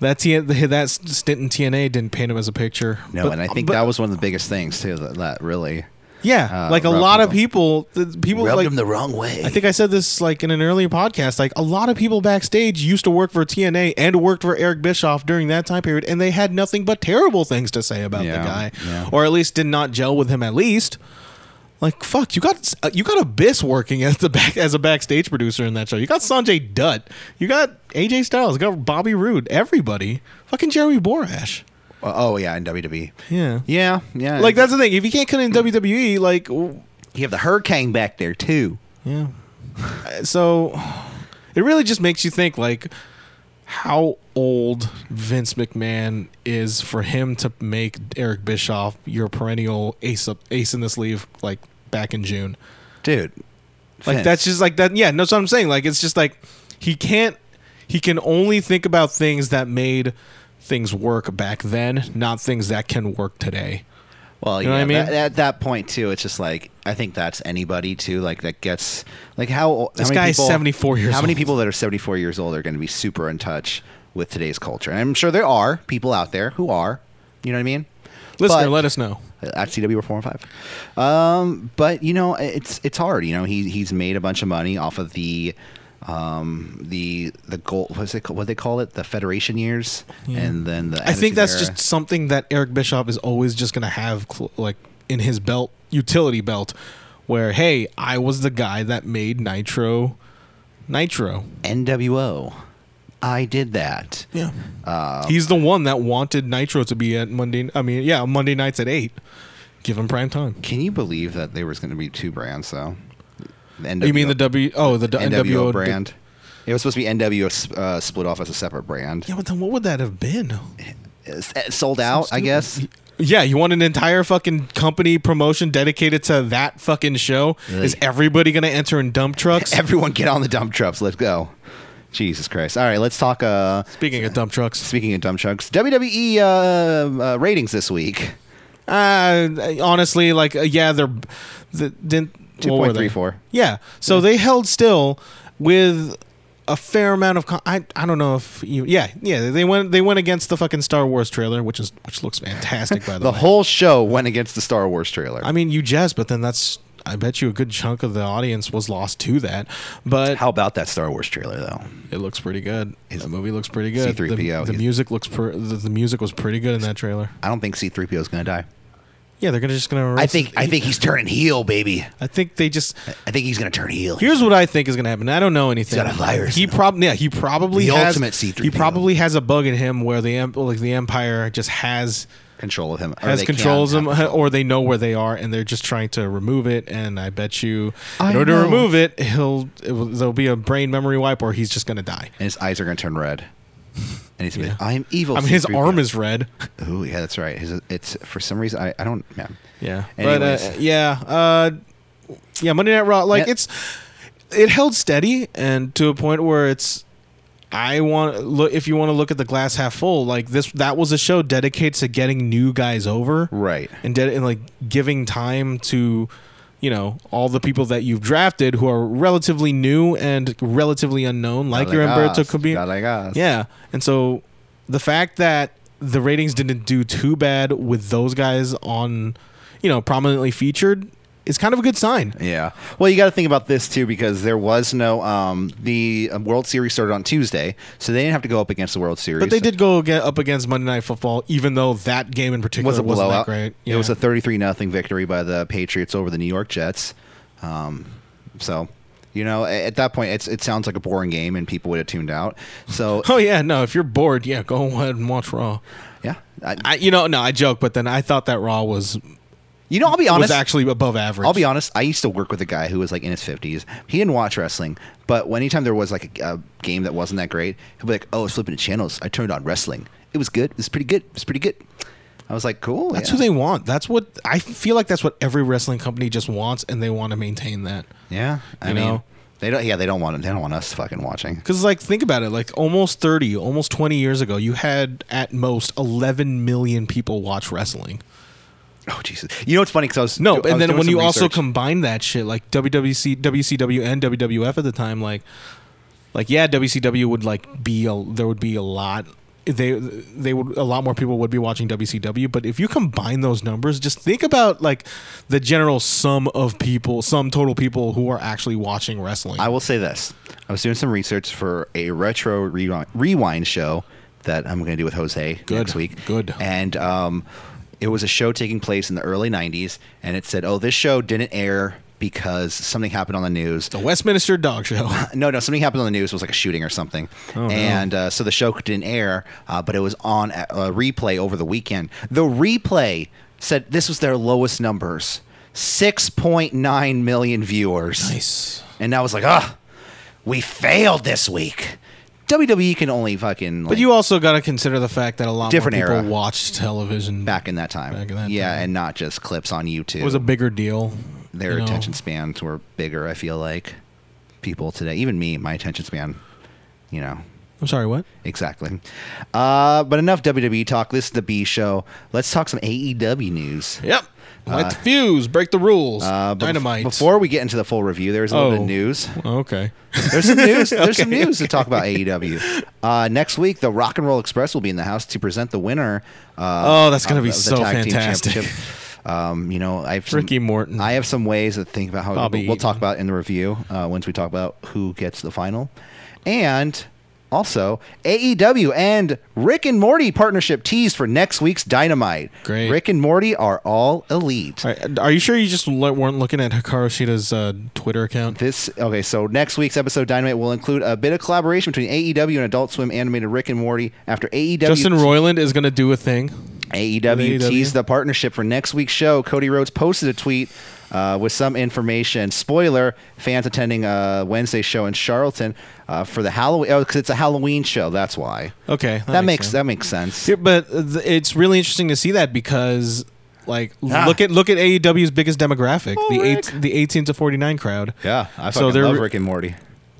[SPEAKER 2] that T- that stint in TNA didn't paint him as a picture.
[SPEAKER 1] no,
[SPEAKER 2] But- uh,
[SPEAKER 1] and I think
[SPEAKER 2] but-
[SPEAKER 1] that was one of the biggest things too. That, that really
[SPEAKER 2] yeah,
[SPEAKER 1] uh,
[SPEAKER 2] like a
[SPEAKER 1] rubbed
[SPEAKER 2] lot
[SPEAKER 1] him
[SPEAKER 2] of people, the, people
[SPEAKER 1] rubbed
[SPEAKER 2] like
[SPEAKER 1] him the wrong way.
[SPEAKER 2] I think I said this like in an earlier podcast. Like a lot of people backstage used to work for TNA and worked for Eric Bischoff during that time period, and they had nothing but terrible things to say about
[SPEAKER 1] Yeah,
[SPEAKER 2] the guy,
[SPEAKER 1] yeah.
[SPEAKER 2] or at least did not gel with him. At least, like fuck, you got uh, you got Abyss working as the back as a backstage producer in that show. You got Sanjay Dutt, you got AJ Styles, you got Bobby Roode, everybody, fucking Jeremy Borash.
[SPEAKER 1] Oh yeah, in WWE.
[SPEAKER 2] Yeah,
[SPEAKER 1] Yeah, yeah.
[SPEAKER 2] E, like that's the thing. If you can't cut in WWE, like w-
[SPEAKER 1] You have the hurricane back there too.
[SPEAKER 2] Yeah. Uh, So it really just makes you think like how old Vince McMahon is for him to make Eric Bischoff your perennial ace up, ace in the sleeve like back in June.
[SPEAKER 1] Dude.
[SPEAKER 2] Like
[SPEAKER 1] Vince.
[SPEAKER 2] that's just like that yeah, that's what I'm saying. Like it's just like he can't he can only think about things that made things work back then, not things that can work today.
[SPEAKER 1] Well,
[SPEAKER 2] You know
[SPEAKER 1] yeah,
[SPEAKER 2] what I mean?
[SPEAKER 1] that- at that point too, it's just like I think that's anybody too. Like that gets like how
[SPEAKER 2] This
[SPEAKER 1] how many
[SPEAKER 2] guy's
[SPEAKER 1] people-
[SPEAKER 2] 74 years
[SPEAKER 1] How many
[SPEAKER 2] old.
[SPEAKER 1] people that are seventy four years old are going to be super in touch with today's culture? And I'm sure there are people out there who are. You know what I mean?
[SPEAKER 2] Listener,
[SPEAKER 1] But-
[SPEAKER 2] let us know.
[SPEAKER 1] at CW four and five. Um, but you know, it's it's hard. You know, he he's made a bunch of money off of the um the the gold what's it called what they call it the federation years and then the
[SPEAKER 2] I think
[SPEAKER 1] Attitude
[SPEAKER 2] that's
[SPEAKER 1] Era.
[SPEAKER 2] just something that Eric Bischoff is always just going to have cl- like in his belt utility belt where hey, I was the guy that made Nitro Nitro.
[SPEAKER 1] NWO I did that
[SPEAKER 2] Yeah. He's the one that wanted Nitro to be at Monday I mean, yeah, Monday nights at 8. Give him prime time.
[SPEAKER 1] Can you believe that there was going to be two brands though? The
[SPEAKER 2] you mean the
[SPEAKER 1] NWO
[SPEAKER 2] W oh, the,
[SPEAKER 1] NWO,
[SPEAKER 2] NWO, d-
[SPEAKER 1] brand? It was supposed to be NWO uh, split off as a separate brand.
[SPEAKER 2] Yeah, but then what would that have been?
[SPEAKER 1] It's- it's sold out, I guess.
[SPEAKER 2] Yeah, you want an entire fucking company promotion dedicated to that fucking show? Is
[SPEAKER 1] Ugh.
[SPEAKER 2] everybody going to enter in dump
[SPEAKER 1] (laughs)
[SPEAKER 2] trucks?
[SPEAKER 1] Everyone get on the dump trucks. Let's go. Jesus Christ. All right, let's talk. Uh,
[SPEAKER 2] Speaking of dump trucks.
[SPEAKER 1] speaking of dump trucks, WWE uh, uh, ratings this week
[SPEAKER 2] Uh, honestly, like uh, yeah, they're the, didn't what were they?
[SPEAKER 1] 2.34.
[SPEAKER 2] Yeah, so they held still with a fair amount of. Con- I I don't know if you. Yeah, yeah, they went they went against the fucking Star Wars trailer, which is which looks
[SPEAKER 1] (laughs)
[SPEAKER 2] fantastic by the,
[SPEAKER 1] The
[SPEAKER 2] way.
[SPEAKER 1] whole show went against the Star Wars trailer.
[SPEAKER 2] I mean, you jazz, but then that's. I bet you a good chunk of the audience was lost to that, but
[SPEAKER 1] How about that Star Wars trailer though?
[SPEAKER 2] it looks pretty good. the movie looks pretty good. The,
[SPEAKER 1] C-3PO,
[SPEAKER 2] the
[SPEAKER 1] he's-
[SPEAKER 2] music looks per, the, the music was pretty good in that trailer.
[SPEAKER 1] I don't think C-3PO is going to die.
[SPEAKER 2] Yeah, they're gonna just gonna.
[SPEAKER 1] I think I think he's turning heel, baby.
[SPEAKER 2] I think they just
[SPEAKER 1] I think he's going to turn heel.
[SPEAKER 2] Here's what I think is going to happen. I don't know anything.
[SPEAKER 1] He's got a virus
[SPEAKER 2] He
[SPEAKER 1] in him.
[SPEAKER 2] probably yeah. He probably
[SPEAKER 1] The
[SPEAKER 2] has
[SPEAKER 1] ultimate C-3PO.
[SPEAKER 2] He probably has a bug in him where the em- like the empire just has
[SPEAKER 1] control of him. or
[SPEAKER 2] has
[SPEAKER 1] they can
[SPEAKER 2] controls
[SPEAKER 1] have
[SPEAKER 2] him, or they know where they are, and they're just trying to remove it. And I bet you,
[SPEAKER 1] I
[SPEAKER 2] in order
[SPEAKER 1] know.
[SPEAKER 2] to remove it, he'll it will, there'll be a brain memory wipe, or he's just going to die.
[SPEAKER 1] and his eyes are going to turn red. And he's like, "I'm evil."
[SPEAKER 2] I mean, his
[SPEAKER 1] C-3PO."
[SPEAKER 2] arm is red.
[SPEAKER 1] Ooh, yeah, that's right. His, it's for some reason I, I don't. Yeah.
[SPEAKER 2] Yeah.
[SPEAKER 1] Anyways,
[SPEAKER 2] But uh, yeah, uh, yeah, Monday Night Raw, like
[SPEAKER 1] Yeah.
[SPEAKER 2] it's it held steady and to a point where it's I want look if you want to look at the glass half full, like this that was a show dedicated to getting new guys over
[SPEAKER 1] right.
[SPEAKER 2] and, ded- and like giving time to you know all the people that you've drafted who are relatively new and relatively unknown, like your
[SPEAKER 1] ah,
[SPEAKER 2] Umberto Cabin.
[SPEAKER 1] Yeah.
[SPEAKER 2] Yeah. And so the fact that the ratings didn't do too bad with those guys on, you know, prominently featured is kind of a good sign.
[SPEAKER 1] Yeah. Well, you got to think about this too because there was no um the um, World Series started on Tuesday, so they didn't have to go up against the World Series.
[SPEAKER 2] But they did go aga up against Monday Night Football, even though that game in
[SPEAKER 1] It
[SPEAKER 2] particular
[SPEAKER 1] was a
[SPEAKER 2] wasn't
[SPEAKER 1] blowout.
[SPEAKER 2] that great.
[SPEAKER 1] It was a 33 nothing victory by the Patriots over the New York Jets. Um, so, you know, a- at that point, it's, it sounds like a boring game, and people would have tuned out. So,
[SPEAKER 2] Oh yeah, no. If you're bored, yeah, go ahead and watch Raw.
[SPEAKER 1] yeah, I,
[SPEAKER 2] I, you know, no, I joke, but then I thought that Raw was
[SPEAKER 1] you know, I'll be honest.
[SPEAKER 2] was actually above average.
[SPEAKER 1] I'll be honest. I used to work with a guy who was like in his fifties. He didn't watch wrestling, but when anytime there was like a, a game that wasn't that great, he'd be like, "Oh, it's flipping the channels. I turned on wrestling. It was good. It was pretty good. It was pretty good." I was like, "Cool."
[SPEAKER 2] That's
[SPEAKER 1] yeah.
[SPEAKER 2] who they want. That's what I feel like. That's what every wrestling company just wants, and they want to maintain that.
[SPEAKER 1] Yeah, I
[SPEAKER 2] You
[SPEAKER 1] mean,
[SPEAKER 2] know?
[SPEAKER 1] they don't. Yeah, they don't want. They don't want us fucking watching.
[SPEAKER 2] Because, like, think about it. Like, almost 30, almost 20 years ago, you had at most 11 million people watch wrestling.
[SPEAKER 1] Oh Jesus! You know what's funny? Because I was
[SPEAKER 2] No,
[SPEAKER 1] I was
[SPEAKER 2] and then
[SPEAKER 1] doing
[SPEAKER 2] when
[SPEAKER 1] some
[SPEAKER 2] you also
[SPEAKER 1] research.
[SPEAKER 2] combine that shit, like WWC, WCW, and WWF at the time, like, like yeah, WCW would like be a, there would be a lot. They they would a lot more people would be watching WCW, but if you combine those numbers, just think about like the general sum of people, sum total people who are actually watching wrestling.
[SPEAKER 1] I will say this: I was doing some research for a retro rewind, rewind show that I'm going to do with Jose
[SPEAKER 2] Good.
[SPEAKER 1] next week.
[SPEAKER 2] Good.
[SPEAKER 1] And um, it was a show taking place in the early '90s, and it said, "Oh, this show didn't air because something happened on the news."
[SPEAKER 2] the Westminster Dog Show.
[SPEAKER 1] No, no, something happened on the news. It was like a shooting or something,
[SPEAKER 2] Oh, no.
[SPEAKER 1] and uh, so the show didn't air, uh, but it was on a, a replay over the weekend. The replay said this was their lowest numbers 6.9 million viewers.
[SPEAKER 2] Nice.
[SPEAKER 1] And I was like, ah, we failed this week. WWE can only fucking.
[SPEAKER 2] But
[SPEAKER 1] like,
[SPEAKER 2] you also got to consider the fact that a lot
[SPEAKER 1] Different
[SPEAKER 2] more people
[SPEAKER 1] era.
[SPEAKER 2] watched television.
[SPEAKER 1] back in that time.
[SPEAKER 2] Back in that
[SPEAKER 1] yeah,
[SPEAKER 2] time.
[SPEAKER 1] and not just clips on YouTube.
[SPEAKER 2] it was a bigger deal.
[SPEAKER 1] Their
[SPEAKER 2] you know.
[SPEAKER 1] attention spans were bigger. I feel like people today, even me, my attention span, you know,
[SPEAKER 2] I'm sorry, what?
[SPEAKER 1] exactly. Uh, but enough WWE talk. This is the B show. Let's talk some AEW news.
[SPEAKER 2] Yep. Light the fuse, break the rules.
[SPEAKER 1] Uh, but bef-
[SPEAKER 2] Dynamite.
[SPEAKER 1] Before we get into the full review, there's a little bit
[SPEAKER 2] Oh.
[SPEAKER 1] of news.
[SPEAKER 2] Okay.
[SPEAKER 1] There's some
[SPEAKER 2] (laughs)
[SPEAKER 1] news. There's some news to talk about AEW. Uh, next week, the Rock and Roll Express will be in the house to present the winner. Uh,
[SPEAKER 2] Oh, that's gonna
[SPEAKER 1] of
[SPEAKER 2] be
[SPEAKER 1] the
[SPEAKER 2] so
[SPEAKER 1] tag team
[SPEAKER 2] fantastic.
[SPEAKER 1] championship. Um, you know, I've some-
[SPEAKER 2] Ricky Morton.
[SPEAKER 1] I have some ways to think about how
[SPEAKER 2] Bobby
[SPEAKER 1] we'll, we'll talk
[SPEAKER 2] Eaton.
[SPEAKER 1] about in the review uh, once we talk about who gets the final, and also AEW and Rick and Morty partnership teased for next week's Dynamite.
[SPEAKER 2] Great.
[SPEAKER 1] Rick and Morty are all elite.
[SPEAKER 2] (laughs) All right, Are you sure you just le- weren't looking at Hikaru Shida's uh, Twitter account?
[SPEAKER 1] This okay, so next week's episode of Dynamite will include a bit of collaboration between AEW and Adult Swim animated Rick and Morty after E AEW
[SPEAKER 2] Justin Roiland is going to do a thing.
[SPEAKER 1] AEW
[SPEAKER 2] AEW.
[SPEAKER 1] E teased the partnership for next week's show. Cody Rhodes posted a tweet uh, with some information. Spoiler: fans attending uh, Wednesday's show in Charlton uh, for the Halloween. Oh, because it's a Halloween show. That's why.
[SPEAKER 2] Okay,
[SPEAKER 1] That, makes that makes sense.
[SPEAKER 2] Yeah, but th- it's really interesting to see that because, like,
[SPEAKER 1] Ah.
[SPEAKER 2] look at look at AEW's biggest demographic,
[SPEAKER 1] Oh,
[SPEAKER 2] the
[SPEAKER 1] Rick.
[SPEAKER 2] eight, the eighteen to forty nine crowd.
[SPEAKER 1] Yeah, I
[SPEAKER 2] So
[SPEAKER 1] fucking
[SPEAKER 2] they're-
[SPEAKER 1] love Rick and Morty.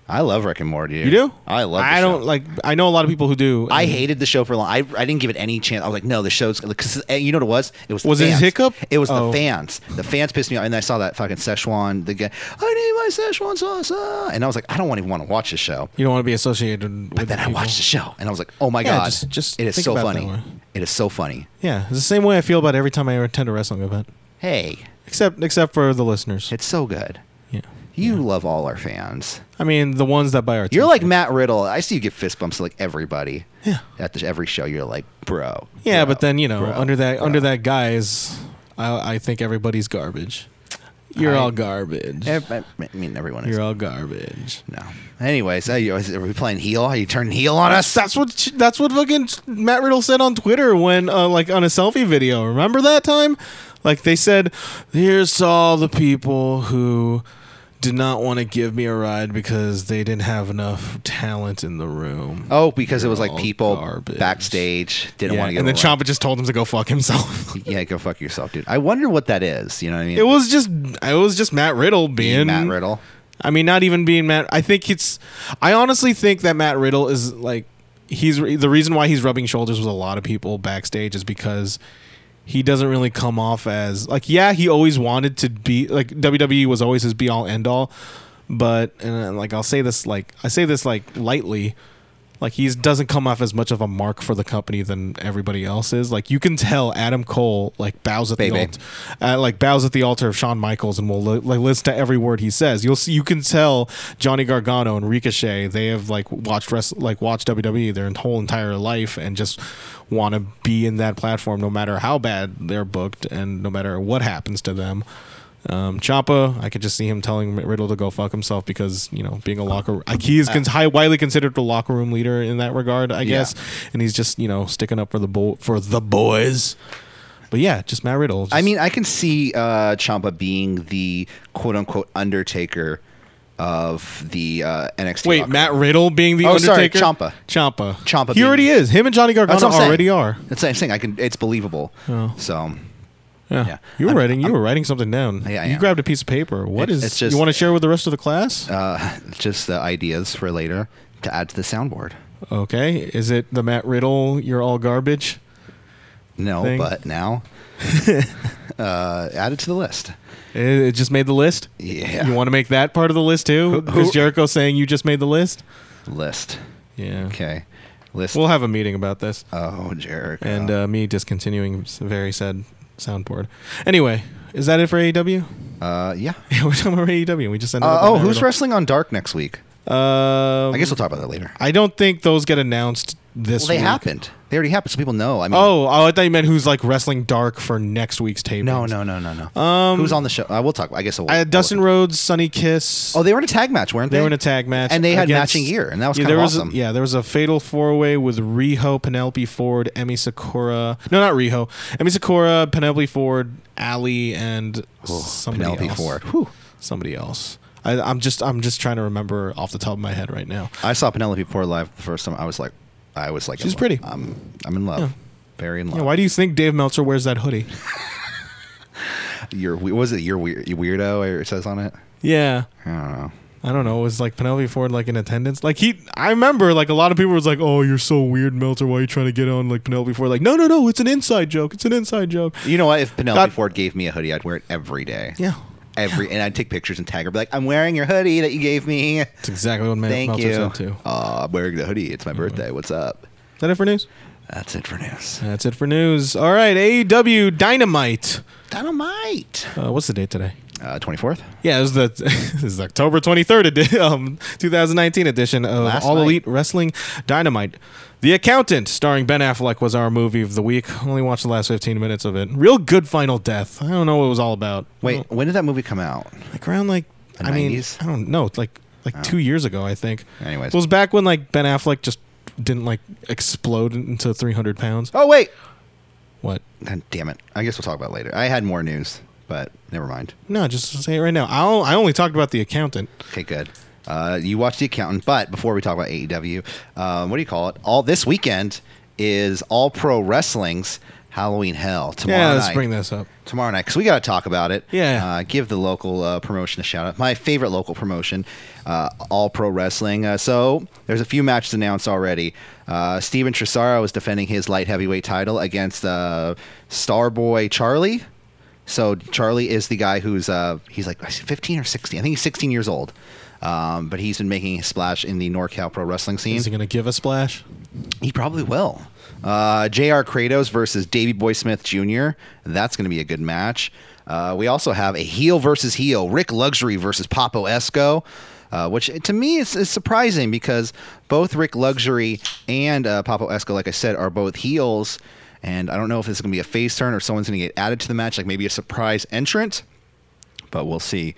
[SPEAKER 1] I love Rick and Morty. dude.
[SPEAKER 2] You do?
[SPEAKER 1] I love. The
[SPEAKER 2] I
[SPEAKER 1] show.
[SPEAKER 2] don't like. I know a lot of people who do.
[SPEAKER 1] I
[SPEAKER 2] and-
[SPEAKER 1] hated the show for a long. I, I didn't give it any chance. I was like, no, the show's because you know what it was. It was the
[SPEAKER 2] Was it
[SPEAKER 1] fans.
[SPEAKER 2] Hiccup?
[SPEAKER 1] It was
[SPEAKER 2] Oh.
[SPEAKER 1] the fans. The fans pissed me off, and I saw that fucking Szechuan. The guy, I need my Szechuan sauce, ah," and I was like, I don't want even want to watch this show.
[SPEAKER 2] You don't want to be associated. with
[SPEAKER 1] But then I
[SPEAKER 2] people.
[SPEAKER 1] watched the show, and I was like, oh my
[SPEAKER 2] Yeah,
[SPEAKER 1] god,
[SPEAKER 2] just- just
[SPEAKER 1] it is
[SPEAKER 2] think
[SPEAKER 1] so
[SPEAKER 2] about it
[SPEAKER 1] funny.
[SPEAKER 2] that way.
[SPEAKER 1] It is so funny.
[SPEAKER 2] Yeah, it's the same way I feel about every time I attend a wrestling event,
[SPEAKER 1] Hey,
[SPEAKER 2] except except for the listeners.
[SPEAKER 1] it's so good.
[SPEAKER 2] Yeah,
[SPEAKER 1] You love all our fans.
[SPEAKER 2] I mean the ones that buy our.
[SPEAKER 1] You're
[SPEAKER 2] t-shirts.
[SPEAKER 1] like Matt Riddle. I see you get fist bumps to like everybody.
[SPEAKER 2] Yeah.
[SPEAKER 1] At the, every show, you're like, bro.
[SPEAKER 2] Yeah,
[SPEAKER 1] bro,
[SPEAKER 2] but then you know,
[SPEAKER 1] bro,
[SPEAKER 2] under that
[SPEAKER 1] bro."
[SPEAKER 2] under that guise, I, I think everybody's garbage. You're
[SPEAKER 1] I-
[SPEAKER 2] all garbage.
[SPEAKER 1] Ev- Eh, I mean, everyone is
[SPEAKER 2] You're all garbage.
[SPEAKER 1] No. Anyways, are, you, are we playing heel? Are you turning heel on us?
[SPEAKER 2] That's what sh- that's what fucking Matt Riddle said on Twitter when uh, like on a selfie video. Remember that time? Like they said, "Here's to all the people who did not want to give me a ride because they didn't have enough talent in the room."
[SPEAKER 1] Oh, because it was
[SPEAKER 2] You're
[SPEAKER 1] like
[SPEAKER 2] all
[SPEAKER 1] people
[SPEAKER 2] garbage.
[SPEAKER 1] backstage didn't
[SPEAKER 2] yeah,
[SPEAKER 1] want to get
[SPEAKER 2] and then
[SPEAKER 1] over-
[SPEAKER 2] Champa just told him to go fuck himself.
[SPEAKER 1] Yeah, go fuck yourself, dude. I wonder what that is. You know what I mean?
[SPEAKER 2] it was just it was just Matt Riddle being
[SPEAKER 1] Matt Riddle.
[SPEAKER 2] I mean, not even being Matt. I think it's. I honestly think that Matt Riddle is like he's the reason why he's rubbing shoulders with a lot of people backstage is because he doesn't really come off as like yeah he always wanted to be like WWE was always his be all end all, but and uh, like I'll say this like I say this like lightly. Like he's doesn't come off as much of a mark for the company than everybody else is. Like you can tell Adam Cole like bows at the
[SPEAKER 1] Baby.
[SPEAKER 2] altar, uh, like bows at the altar of Shawn Michaels and will li- like listen to every word he says. You'll see, you can tell Johnny Gargano and Ricochet they have like watched rest like watched WWE their whole entire life and just want to be in that platform no matter how bad they're booked and no matter what happens to them. Um, Champa, I could just see him telling Riddle to go fuck himself because you know
[SPEAKER 1] Uh,
[SPEAKER 2] being a locker, like he is cons- high, widely considered the locker room leader in that regard, I guess, and he's just you know sticking up for the bo- for the boys. But yeah, just Matt Riddle.
[SPEAKER 1] I
[SPEAKER 2] just-
[SPEAKER 1] mean, I can see uh, Champa being the quote unquote Undertaker of the uh, NXT.
[SPEAKER 2] Wait,
[SPEAKER 1] locker
[SPEAKER 2] Matt
[SPEAKER 1] room.
[SPEAKER 2] Riddle being the
[SPEAKER 1] Oh, sorry,
[SPEAKER 2] Undertaker?
[SPEAKER 1] Ciampa.
[SPEAKER 2] Champa.
[SPEAKER 1] Ciampa
[SPEAKER 2] He
[SPEAKER 1] being- Oh,
[SPEAKER 2] already is. Him and Johnny Gargano
[SPEAKER 1] That's what I'm saying.
[SPEAKER 2] already are.
[SPEAKER 1] That's what I'm saying. I can. It's believable.
[SPEAKER 2] Oh.
[SPEAKER 1] So
[SPEAKER 2] Yeah.
[SPEAKER 1] Yeah.
[SPEAKER 2] You were
[SPEAKER 1] I'm-
[SPEAKER 2] writing. You were writing something down.
[SPEAKER 1] Yeah, I
[SPEAKER 2] you
[SPEAKER 1] am.
[SPEAKER 2] grabbed a piece of paper. What
[SPEAKER 1] It-
[SPEAKER 2] is?
[SPEAKER 1] it's just-
[SPEAKER 2] you want to share with the rest of the class?
[SPEAKER 1] uh, (laughs) just the ideas for later to add to the soundboard.
[SPEAKER 2] okay. Is it the Matt Riddle? You're all garbage.
[SPEAKER 1] No,
[SPEAKER 2] Thing.
[SPEAKER 1] but
[SPEAKER 2] (laughs)
[SPEAKER 1] now uh, add it to the list.
[SPEAKER 2] It, it just made the list.
[SPEAKER 1] Yeah.
[SPEAKER 2] You want to make that part of the list too?
[SPEAKER 1] Who-
[SPEAKER 2] Because
[SPEAKER 1] who-
[SPEAKER 2] Jericho's saying you just made the list.
[SPEAKER 1] list.
[SPEAKER 2] Yeah.
[SPEAKER 1] Okay. List.
[SPEAKER 2] We'll have a meeting about this
[SPEAKER 1] oh, Jericho.
[SPEAKER 2] and uh, me discontinuing s- very sad soundboard. Anyway, is that it for AEW?
[SPEAKER 1] Uh, yeah.
[SPEAKER 2] (laughs) Yeah, we're talking about AEW. We just ended
[SPEAKER 1] Uh,
[SPEAKER 2] up.
[SPEAKER 1] oh,
[SPEAKER 2] on Matt
[SPEAKER 1] who's
[SPEAKER 2] Riddle.
[SPEAKER 1] wrestling on Dark next week?
[SPEAKER 2] Um,
[SPEAKER 1] I guess we'll talk about that later.
[SPEAKER 2] I don't think those get announced this
[SPEAKER 1] Well, they
[SPEAKER 2] week.
[SPEAKER 1] happened. They already happened. So people know. I mean,
[SPEAKER 2] Oh, oh, I thought you meant who's like wrestling dark for next week's taping.
[SPEAKER 1] no, no, no, no, no. Um, Who's on the show? I will talk. I guess we'll,
[SPEAKER 2] I had Dustin Rhodes, Sunny Kiss.
[SPEAKER 1] Oh, they were in a tag match, weren't they?
[SPEAKER 2] They were in a tag match,
[SPEAKER 1] and they had
[SPEAKER 2] against-
[SPEAKER 1] matching gear, and that was
[SPEAKER 2] yeah,
[SPEAKER 1] kind
[SPEAKER 2] there
[SPEAKER 1] of
[SPEAKER 2] was
[SPEAKER 1] awesome.
[SPEAKER 2] A, yeah, there was a fatal four way with Riho, Penelope Ford, Emmy Sakura. No, not Riho. Emmy Sakura, Penelope Ford, Ali, and somebody
[SPEAKER 1] Penelope
[SPEAKER 2] else.
[SPEAKER 1] Ford. Whew.
[SPEAKER 2] Somebody else. I, I'm just I'm just trying to remember off the top of my head right now.
[SPEAKER 1] I saw Penelope Ford live the first time. I was like, I was like, in
[SPEAKER 2] She's
[SPEAKER 1] love.
[SPEAKER 2] pretty.
[SPEAKER 1] I'm, I'm in love. Very in love.
[SPEAKER 2] Yeah, why do you think Dave Meltzer wears that
[SPEAKER 1] (laughs)
[SPEAKER 2] hoodie?
[SPEAKER 1] Your was it your weird your weirdo? It says on it.
[SPEAKER 2] Yeah.
[SPEAKER 1] I don't know.
[SPEAKER 2] I don't know. It was like Penelope Ford like in attendance. Like he, I remember like a lot of people was like, "Oh, you're so weird, Meltzer. Why are you trying to get on like Penelope Ford?" Like, no, no, no. It's an inside joke. It's an inside joke.
[SPEAKER 1] You know what? If Penelope
[SPEAKER 2] God-
[SPEAKER 1] Ford gave me a hoodie, I'd wear it every day.
[SPEAKER 2] Yeah.
[SPEAKER 1] Every and I'd take pictures and tag her, be like, "I'm wearing your hoodie that you gave me."
[SPEAKER 2] That's exactly what
[SPEAKER 1] (laughs)
[SPEAKER 2] Mel-
[SPEAKER 1] Thank
[SPEAKER 2] Meltzer
[SPEAKER 1] you.
[SPEAKER 2] said too.
[SPEAKER 1] Aw, I'm wearing the hoodie. It's my birthday. What's up?
[SPEAKER 2] Is that it for news?
[SPEAKER 1] That's it for news.
[SPEAKER 2] That's it for news. All right, AEW Dynamite.
[SPEAKER 1] Dynamite.
[SPEAKER 2] Uh, what's the date today?
[SPEAKER 1] Uh, 24th.
[SPEAKER 2] Yeah, it was the (laughs) this is October 23rd, edi- (laughs) um, 2019 edition of
[SPEAKER 1] Last
[SPEAKER 2] All
[SPEAKER 1] night.
[SPEAKER 2] Elite Wrestling Dynamite. The Accountant, starring Ben Affleck, was our movie of the week. Only watched the last 15 minutes of it. Real good final death. I don't know what it was all about.
[SPEAKER 1] Wait,
[SPEAKER 2] Well,
[SPEAKER 1] when did that movie come out?
[SPEAKER 2] like around like
[SPEAKER 1] The
[SPEAKER 2] I mean
[SPEAKER 1] 90s?
[SPEAKER 2] I don't know, it's like like two years ago I think.
[SPEAKER 1] Anyways.
[SPEAKER 2] it was back when like Ben Affleck just didn't like explode into 300 pounds.
[SPEAKER 1] Oh wait.
[SPEAKER 2] What?
[SPEAKER 1] God damn it. I guess we'll talk about it later. I had more news, but never mind.
[SPEAKER 2] No, just say it right now. I'll, I only talked about the accountant.
[SPEAKER 1] Okay, good. Uh, you watched The Accountant, but before we talk about AEW, um, what do you call it? All this weekend is All Pro Wrestling's Halloween Hell tomorrow
[SPEAKER 2] Yeah,
[SPEAKER 1] night.
[SPEAKER 2] let's bring this up.
[SPEAKER 1] tomorrow night because we got to talk about it.
[SPEAKER 2] Yeah.
[SPEAKER 1] Uh, give the local uh, promotion a shout out. My favorite local promotion, uh, All Pro Wrestling. Uh, so there's a few matches announced already. Uh, Steven Tresaro is defending his light heavyweight title against uh, Starboy Charlie. So Charlie is the guy who's uh, he's like 15 or 16. I think he's 16 years old. Um, but he's been making a splash in the NorCal pro wrestling scene.
[SPEAKER 2] Is he going to give a splash?
[SPEAKER 1] He probably will. Uh, J.R. Kratos versus Davey Boy Smith Jr. That's going to be a good match. Uh, we also have a heel versus heel, Rick Luxury versus Papo Esco, uh, which to me is, is surprising because both Rick Luxury and uh, Papo Esco, like I said, are both heels. And I don't know if this is going to be a face turn or someone's going to get added to the match, like maybe a surprise entrant but we'll see.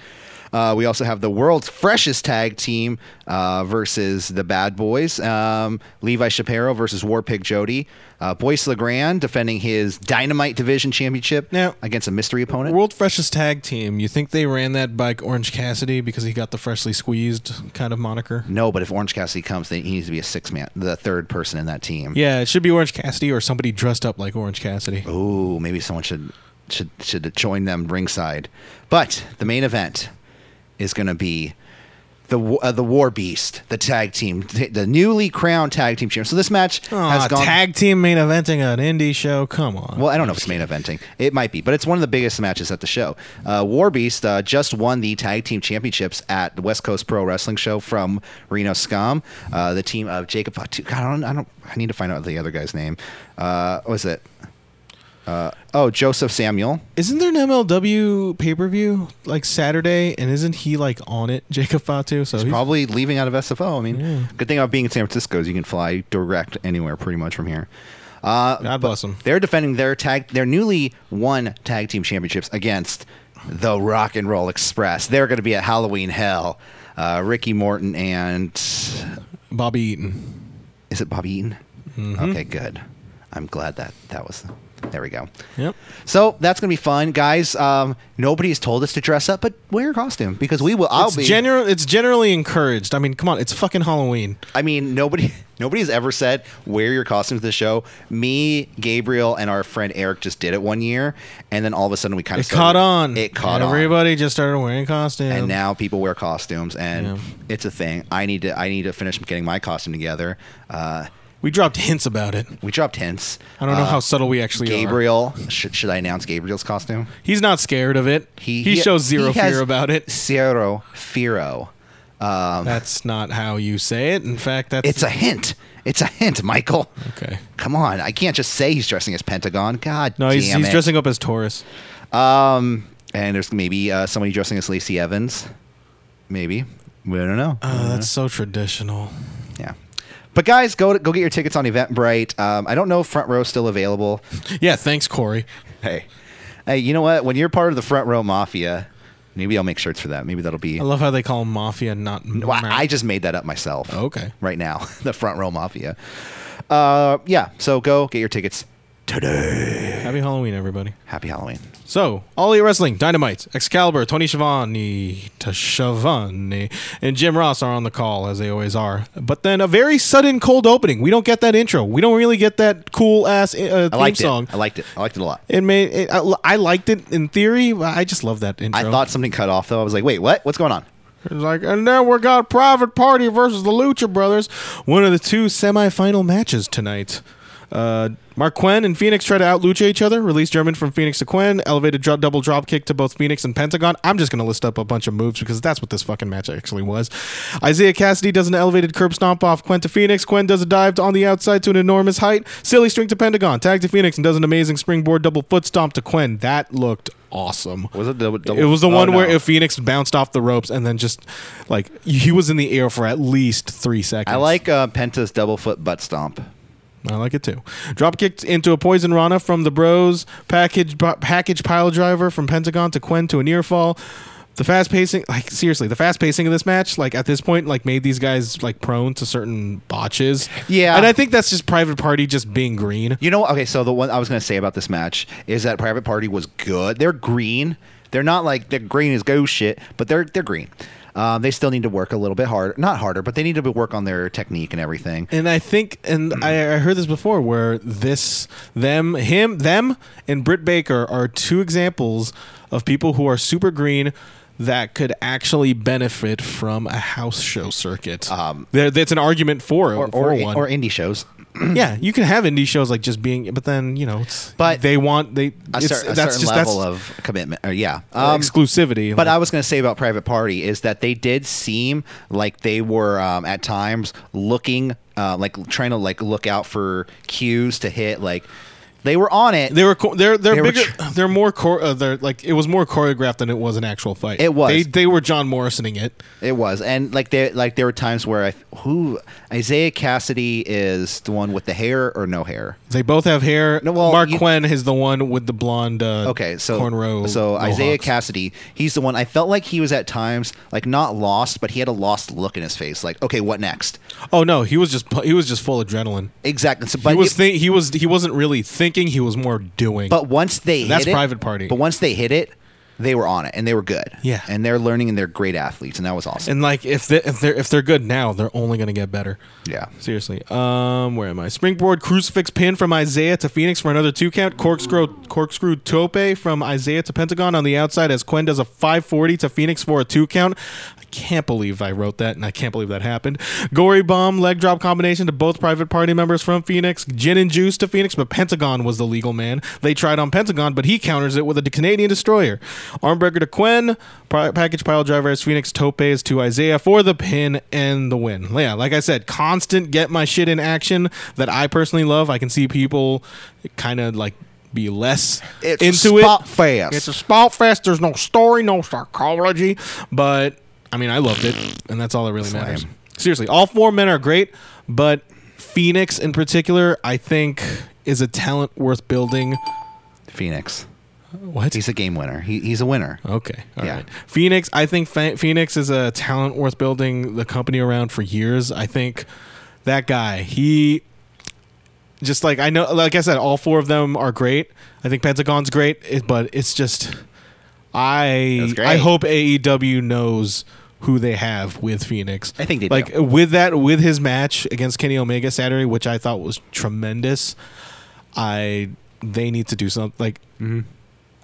[SPEAKER 1] Uh, we also have the world's freshest tag team uh, versus the Bad Boys. Um, Levi Shapiro versus War Pig Jody. Uh, Boyce LeGrand defending his Dynamite Division Championship
[SPEAKER 2] Now-
[SPEAKER 1] against a mystery opponent.
[SPEAKER 2] World Freshest Tag Team. You think they ran that by Orange Cassidy because he got the freshly squeezed kind of moniker?
[SPEAKER 1] No, but if Orange Cassidy comes, then he needs to be a six man, the third person in that team.
[SPEAKER 2] Yeah, it should be Orange Cassidy or somebody dressed up like Orange Cassidy.
[SPEAKER 1] Ooh, maybe someone should should should join them ringside. But the main event is going to be the wa- uh, the War Beast, the tag team, t- the newly crowned tag team champion. So this match has
[SPEAKER 2] Aw,
[SPEAKER 1] gone.
[SPEAKER 2] Ah, tag team main eventing an indie show. Come on.
[SPEAKER 1] well, I don't know if it's main eventing. It might be, but it's one of the biggest matches at the show. Uh, War Beast uh, just won the tag team championships at the West Coast Pro Wrestling Show from Reno Scum. Uh, the team of Jacob Fatu. God, I don't, I don't. I need to find out the other guy's name. Uh, what was it? Uh, oh, Joseph Samuel.
[SPEAKER 2] Isn't there an MLW pay per view like Saturday? And isn't he like on it, (laughs) Jacob Fatu? So he's,
[SPEAKER 1] probably leaving out of SFO. I mean, good thing about being in San Francisco is you can fly direct anywhere pretty much from here. Uh,
[SPEAKER 2] God bless him.
[SPEAKER 1] they're defending their tag, their newly won tag team championships against the Rock and Roll Express. They're going to be at Halloween Hell. Uh, Ricky Morton and
[SPEAKER 2] Bobby Eaton.
[SPEAKER 1] is it Bobby Eaton?
[SPEAKER 2] Mm-hmm.
[SPEAKER 1] Okay, good. I'm glad that that was. There we go.
[SPEAKER 2] Yep.
[SPEAKER 1] So that's gonna be fun, guys. Um, nobody's told us to dress up, but wear your costume because we will. I'll
[SPEAKER 2] It's,
[SPEAKER 1] be.
[SPEAKER 2] general, it's generally encouraged. I mean, come on. It's fucking Halloween.
[SPEAKER 1] I mean, nobody (laughs) nobody's ever said wear your costume to the show. Me, Gabriel, and our friend Eric just did it one year, and then all of a sudden we kind of
[SPEAKER 2] It caught on.
[SPEAKER 1] It caught on.
[SPEAKER 2] Everybody just started wearing costumes.
[SPEAKER 1] And now people wear costumes, and
[SPEAKER 2] Yeah.
[SPEAKER 1] it's a thing. I need to I need to finish getting my costume together. Uh,
[SPEAKER 2] we dropped hints about it.
[SPEAKER 1] we dropped hints.
[SPEAKER 2] I don't know
[SPEAKER 1] Uh,
[SPEAKER 2] how subtle we actually are.
[SPEAKER 1] Gabriel, should, should I announce Gabriel's costume?
[SPEAKER 2] He's not scared of it. He, he, shows zero
[SPEAKER 1] he has
[SPEAKER 2] fear about it.
[SPEAKER 1] Zero fearo. Um,
[SPEAKER 2] That's not how you say it. In fact, that's
[SPEAKER 1] it's a hint. It's a hint, Michael.
[SPEAKER 2] okay.
[SPEAKER 1] Come on, I can't just say he's dressing as Pentagon. God
[SPEAKER 2] No, he's,
[SPEAKER 1] damn
[SPEAKER 2] he's
[SPEAKER 1] it.
[SPEAKER 2] dressing up as Taurus.
[SPEAKER 1] Um, and there's maybe uh, somebody dressing as Lacey Evans. Maybe we don't know.
[SPEAKER 2] Uh.
[SPEAKER 1] Mm-hmm.
[SPEAKER 2] Oh, that's so traditional.
[SPEAKER 1] yeah, But guys, go to, go get your tickets on Eventbrite. Um, I don't know if front row still available.
[SPEAKER 2] Yeah, thanks, Corey.
[SPEAKER 1] Hey, hey, you know what? When you're part of the front row mafia, maybe I'll make shirts for that. Maybe that'll be.
[SPEAKER 2] I love how they call him Mafia, not
[SPEAKER 1] Well, I I just made that up myself.
[SPEAKER 2] Okay.
[SPEAKER 1] Right now, (laughs) the front row mafia. Uh, yeah. So go get your tickets today.
[SPEAKER 2] Happy Halloween, everybody.
[SPEAKER 1] Happy Halloween.
[SPEAKER 2] So, All Elite Wrestling, Dynamite, Excalibur, Tony Schiavone, Ta- Schiavone, and Jim Ross are on the call as they always are. But then a very sudden cold opening. We don't get that intro. We don't really get that cool ass uh,
[SPEAKER 1] I
[SPEAKER 2] theme
[SPEAKER 1] liked
[SPEAKER 2] song.
[SPEAKER 1] it. I liked it. I liked it a lot.
[SPEAKER 2] It made it, I, I liked it in theory. but I just love that intro.
[SPEAKER 1] I thought something cut off though. I was like, wait, what? What's going on?
[SPEAKER 2] It's like, and now we got Private Party versus the Lucha Brothers, one of the two semifinal matches tonight. Uh, Mark Quinn and Phoenix try to out lucha each other. Release German from Phoenix to Quinn. Elevated drop, double drop kick to both Phoenix and Pentagon. I'm just gonna list up a bunch of moves because that's what this fucking match actually was. Isaiah Cassidy does an elevated curb stomp off Quinn to Phoenix. Quinn does a dive to- on the outside to an enormous height. Silly string to Pentagon. Tag to Phoenix and does an amazing springboard double foot stomp to Quinn. That looked awesome.
[SPEAKER 1] Was it double- double-
[SPEAKER 2] It was the
[SPEAKER 1] oh,
[SPEAKER 2] one where
[SPEAKER 1] no.
[SPEAKER 2] if Phoenix bounced off the ropes and then just like he was in the air for at least three seconds.
[SPEAKER 1] I like uh, Penta's double foot butt stomp.
[SPEAKER 2] I like it too. Drop kicked into a poison Rana from the Bros. Package package pile driver from Pentagon to Quen to a near fall. The fast pacing, like seriously, the fast pacing of this match, like at this point, like made these guys like prone to certain botches.
[SPEAKER 1] Yeah.
[SPEAKER 2] and I think that's just Private Party just being green.
[SPEAKER 1] You know, okay, so the one I was going to say about this match is that Private Party was good. They're green. They're not like they're green as go shit, but they're they're green. Um, they still need to work a little bit harder, not harder, but they need to be- work on their technique and everything.
[SPEAKER 2] And I think, and
[SPEAKER 1] Hmm.
[SPEAKER 2] I, I heard this before, where this, them, him, them, and Britt Baker are two examples of people who are super green that could actually benefit from a house show circuit. Um, there, that's an argument for
[SPEAKER 1] Or
[SPEAKER 2] for
[SPEAKER 1] or,
[SPEAKER 2] one.
[SPEAKER 1] or indie shows.
[SPEAKER 2] (clears throat) yeah, you can have indie shows like just being, but then you know, it's,
[SPEAKER 1] But
[SPEAKER 2] they want they
[SPEAKER 1] A,
[SPEAKER 2] it's-
[SPEAKER 1] cer- a certain level of commitment. Or, yeah. Um,
[SPEAKER 2] exclusivity.
[SPEAKER 1] But
[SPEAKER 2] like-
[SPEAKER 1] I was going to say about Private Party is that they did seem like they were um, at times looking, uh, like trying to like look out for cues to hit. Like they were on it.
[SPEAKER 2] They were co- they're they're
[SPEAKER 1] They were
[SPEAKER 2] bigger they're more chor- uh, they're like it was more choreographed than it was an actual fight.
[SPEAKER 1] It was.
[SPEAKER 2] they, they were John Morrisoning it.
[SPEAKER 1] It was, and like there, like there were times where I who Isaiah Cassidy is the one with the hair or no hair.
[SPEAKER 2] They both have hair.
[SPEAKER 1] No, well,
[SPEAKER 2] Mark
[SPEAKER 1] you-
[SPEAKER 2] Quinn is the one with the blonde. Uh,
[SPEAKER 1] Okay, so
[SPEAKER 2] cornrow.
[SPEAKER 1] so Isaiah
[SPEAKER 2] mohawks.
[SPEAKER 1] Cassidy, he's the one. I felt like he was at times like not lost, but he had a lost look in his face. Like, okay, what next?
[SPEAKER 2] Oh no, he was just he was just full adrenaline.
[SPEAKER 1] Exactly. So,
[SPEAKER 2] He
[SPEAKER 1] but
[SPEAKER 2] was thi- he was he wasn't really thinking. He was more doing.
[SPEAKER 1] but once they
[SPEAKER 2] That's
[SPEAKER 1] hit it-
[SPEAKER 2] private party.
[SPEAKER 1] But once they hit it, they were on it and they were good.
[SPEAKER 2] Yeah.
[SPEAKER 1] and they're learning and they're great athletes, and that was awesome.
[SPEAKER 2] and like if they, if they're if they're good now, they're only gonna get better.
[SPEAKER 1] yeah.
[SPEAKER 2] Seriously. Um, where am I? Springboard crucifix pin from Isaiah to Phoenix for another two count. Corkscrew corkscrew tope from Isaiah to Pentagon on the outside as Quen does a 540 to Phoenix for a two count. I can't believe I wrote that, and I can't believe that happened. Gory bomb leg drop combination to both private party members from Phoenix. Gin and juice to Phoenix, but Pentagon was the legal man. They tried on Pentagon, but he counters it with a Canadian destroyer. Armbreaker to Quen. Pri- package pile driver as Phoenix Topes to Isaiah for the pin and the win. Yeah, like I said, constant get my shit in action that I personally love. I can see people kind of like be less
[SPEAKER 1] It's
[SPEAKER 2] into
[SPEAKER 1] a spot
[SPEAKER 2] it.
[SPEAKER 1] fest.
[SPEAKER 2] It's a spot fest. There's no story, no psychology, but I mean, I loved it, and that's all that really matters.
[SPEAKER 1] lame.
[SPEAKER 2] Seriously, all four men are great, but Phoenix in particular, I think, is a talent worth building.
[SPEAKER 1] Phoenix.
[SPEAKER 2] What?
[SPEAKER 1] He's a game winner. He, he's a winner.
[SPEAKER 2] Okay. all right.
[SPEAKER 1] Yeah.
[SPEAKER 2] Phoenix, I think Phe- Phoenix is a talent worth building the company around for years. I think that guy, he just like I know like I said all four of them are great. I think Pentagon's great, it- but it's just I
[SPEAKER 1] That's great.
[SPEAKER 2] I hope AEW knows who they have with Phoenix.
[SPEAKER 1] I think they
[SPEAKER 2] like
[SPEAKER 1] do.
[SPEAKER 2] with that with his match against Kenny Omega Saturday, which I thought was tremendous. I they need to do something like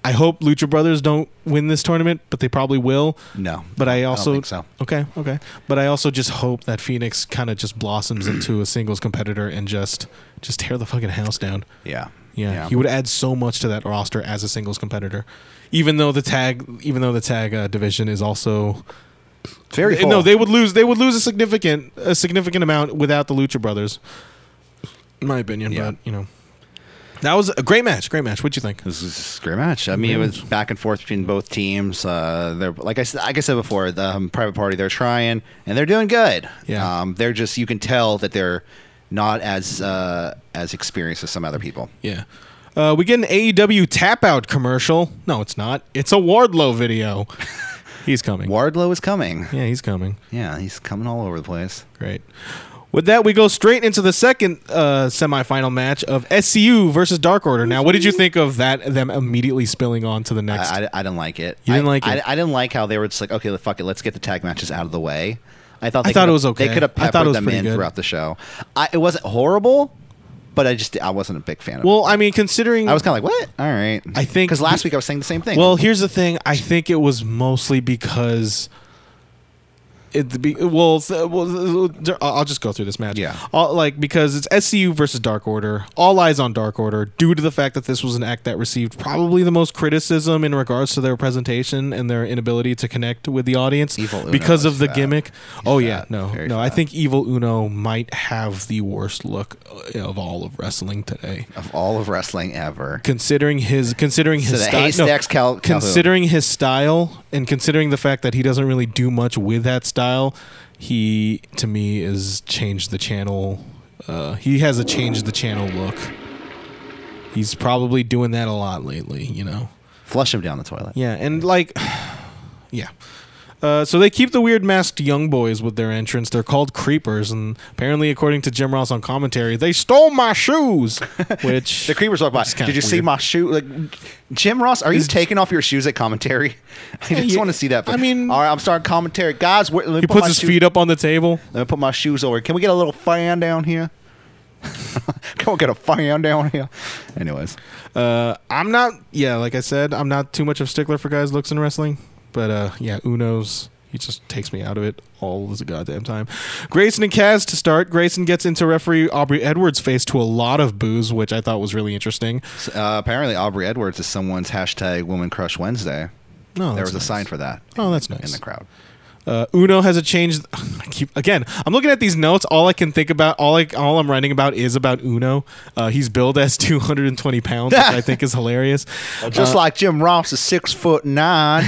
[SPEAKER 2] I hope Lucha Brothers don't win this tournament, but they probably will.
[SPEAKER 1] No,
[SPEAKER 2] But I
[SPEAKER 1] don't
[SPEAKER 2] also
[SPEAKER 1] think so.
[SPEAKER 2] okay, okay. But I also just hope that Phoenix kind of
[SPEAKER 1] (clears throat)
[SPEAKER 2] just blossoms into a singles competitor and just just tear the fucking house down.
[SPEAKER 1] Yeah.
[SPEAKER 2] Yeah, he would add so much to that roster as a singles competitor, even though the tag even though the tag uh, division is also
[SPEAKER 1] Very
[SPEAKER 2] They- no they would lose they would lose a significant a significant amount without the Lucha Brothers. In my opinion,
[SPEAKER 1] Yeah.
[SPEAKER 2] but you know. That was a great match. Great match. What'd you think?
[SPEAKER 1] This is a great match. I mean, it was back and forth between both teams. Uh, they're like I said, like I said before, the um, private party they're trying and they're doing good.
[SPEAKER 2] Yeah.
[SPEAKER 1] um, they're just you can tell that they're not as uh, as experienced as some other people.
[SPEAKER 2] Yeah. Uh, we get an AEW tap out commercial. No, it's not. It's a
[SPEAKER 1] (laughs)
[SPEAKER 2] Wardlow video. he's coming.
[SPEAKER 1] Wardlow is coming.
[SPEAKER 2] yeah, he's coming.
[SPEAKER 1] Yeah, he's coming all over the place.
[SPEAKER 2] Great. With that, we go straight into the second uh, semifinal match of SCU versus Dark Order. Now, what did you think of that? Them immediately spilling on to the next.
[SPEAKER 1] I, I, I didn't like it.
[SPEAKER 2] You didn't
[SPEAKER 1] I-
[SPEAKER 2] like
[SPEAKER 1] I,
[SPEAKER 2] it?
[SPEAKER 1] I, didn't like how they were just like, okay, fuck it, let's get the tag matches out of the way. I thought
[SPEAKER 2] I
[SPEAKER 1] they
[SPEAKER 2] thought
[SPEAKER 1] coulda-
[SPEAKER 2] it was okay.
[SPEAKER 1] They could have
[SPEAKER 2] I thought it
[SPEAKER 1] peppered
[SPEAKER 2] was
[SPEAKER 1] them
[SPEAKER 2] pretty
[SPEAKER 1] in
[SPEAKER 2] good.
[SPEAKER 1] throughout the show. I, it wasn't horrible, but I just I wasn't a big fan of it.
[SPEAKER 2] well, I mean, considering
[SPEAKER 1] I was kind of like, what? All right.
[SPEAKER 2] I think-
[SPEAKER 1] because last week I was saying the same thing.
[SPEAKER 2] Well, here's the thing. I think it was mostly because it be well. s- well s- I'll I'll just go through this match.
[SPEAKER 1] Yeah.
[SPEAKER 2] All, like because it's SCU versus Dark Order. All eyes on Dark Order due to the fact that this was an act that received probably the most criticism in regards to their presentation and their inability to connect with the audience
[SPEAKER 1] Evil Uno
[SPEAKER 2] because of
[SPEAKER 1] is
[SPEAKER 2] the
[SPEAKER 1] fat.
[SPEAKER 2] gimmick. oh yeah,
[SPEAKER 1] fat,
[SPEAKER 2] no,
[SPEAKER 1] very
[SPEAKER 2] no. I
[SPEAKER 1] fat.
[SPEAKER 2] think Evil Uno might have the worst look uh, of all of wrestling today
[SPEAKER 1] of all of wrestling ever.
[SPEAKER 2] considering his considering his
[SPEAKER 1] the
[SPEAKER 2] style
[SPEAKER 1] haystacks Cal- Calhoun.
[SPEAKER 2] considering his style and considering the fact that he doesn't really do much with that style he to me is changed the channel uh, he has a change the channel look he's probably doing that a lot lately you know
[SPEAKER 1] Flush him down the toilet.
[SPEAKER 2] yeah, and like, (sighs) yeah. Uh, so they keep the weird masked young boys with their entrance. They're called creepers, and apparently, according to Jim Ross on commentary, they stole
[SPEAKER 1] (laughs)
[SPEAKER 2] my shoes. Which
[SPEAKER 1] The creepers walk by.
[SPEAKER 2] It's
[SPEAKER 1] Did you
[SPEAKER 2] kinda
[SPEAKER 1] see
[SPEAKER 2] weird.
[SPEAKER 1] my shoe? Like, Jim Ross, are you taking off your shoes at commentary? (laughs) I just
[SPEAKER 2] yeah.
[SPEAKER 1] want to see that.
[SPEAKER 2] I mean-
[SPEAKER 1] all right, I'm starting commentary, guys. Where, let me
[SPEAKER 2] He
[SPEAKER 1] put
[SPEAKER 2] puts
[SPEAKER 1] my
[SPEAKER 2] his
[SPEAKER 1] shoe-
[SPEAKER 2] feet up on the table.
[SPEAKER 1] Let me put my shoes over. Can we get a little fan down here? (laughs) Can we get a fan down here? Anyways,
[SPEAKER 2] Uh, I'm not, yeah, like I said, I'm not too much of a stickler for guys' looks in wrestling, but uh, yeah, Uno's. He just takes me out of it all the goddamn time. Grayson and Kaz to start. Grayson gets into referee Aubrey Edwards' face to a lot of booze, which I thought was really interesting.
[SPEAKER 1] So, uh, apparently Aubrey Edwards is someone's hashtag Woman Crush Wednesday.
[SPEAKER 2] No,
[SPEAKER 1] there
[SPEAKER 2] that's
[SPEAKER 1] was a
[SPEAKER 2] nice.
[SPEAKER 1] sign for that.
[SPEAKER 2] Oh, that's
[SPEAKER 1] in
[SPEAKER 2] nice.
[SPEAKER 1] the crowd.
[SPEAKER 2] Uh, Uno has a change. (sighs) I keep again. I'm looking at these notes. All I can think about, all I, all I'm writing about is about Uno. Uh, he's billed as (laughs) 220 pounds, which I think is hilarious. uh,
[SPEAKER 1] Just like Jim Ross is six foot
[SPEAKER 2] (laughs)
[SPEAKER 1] nine.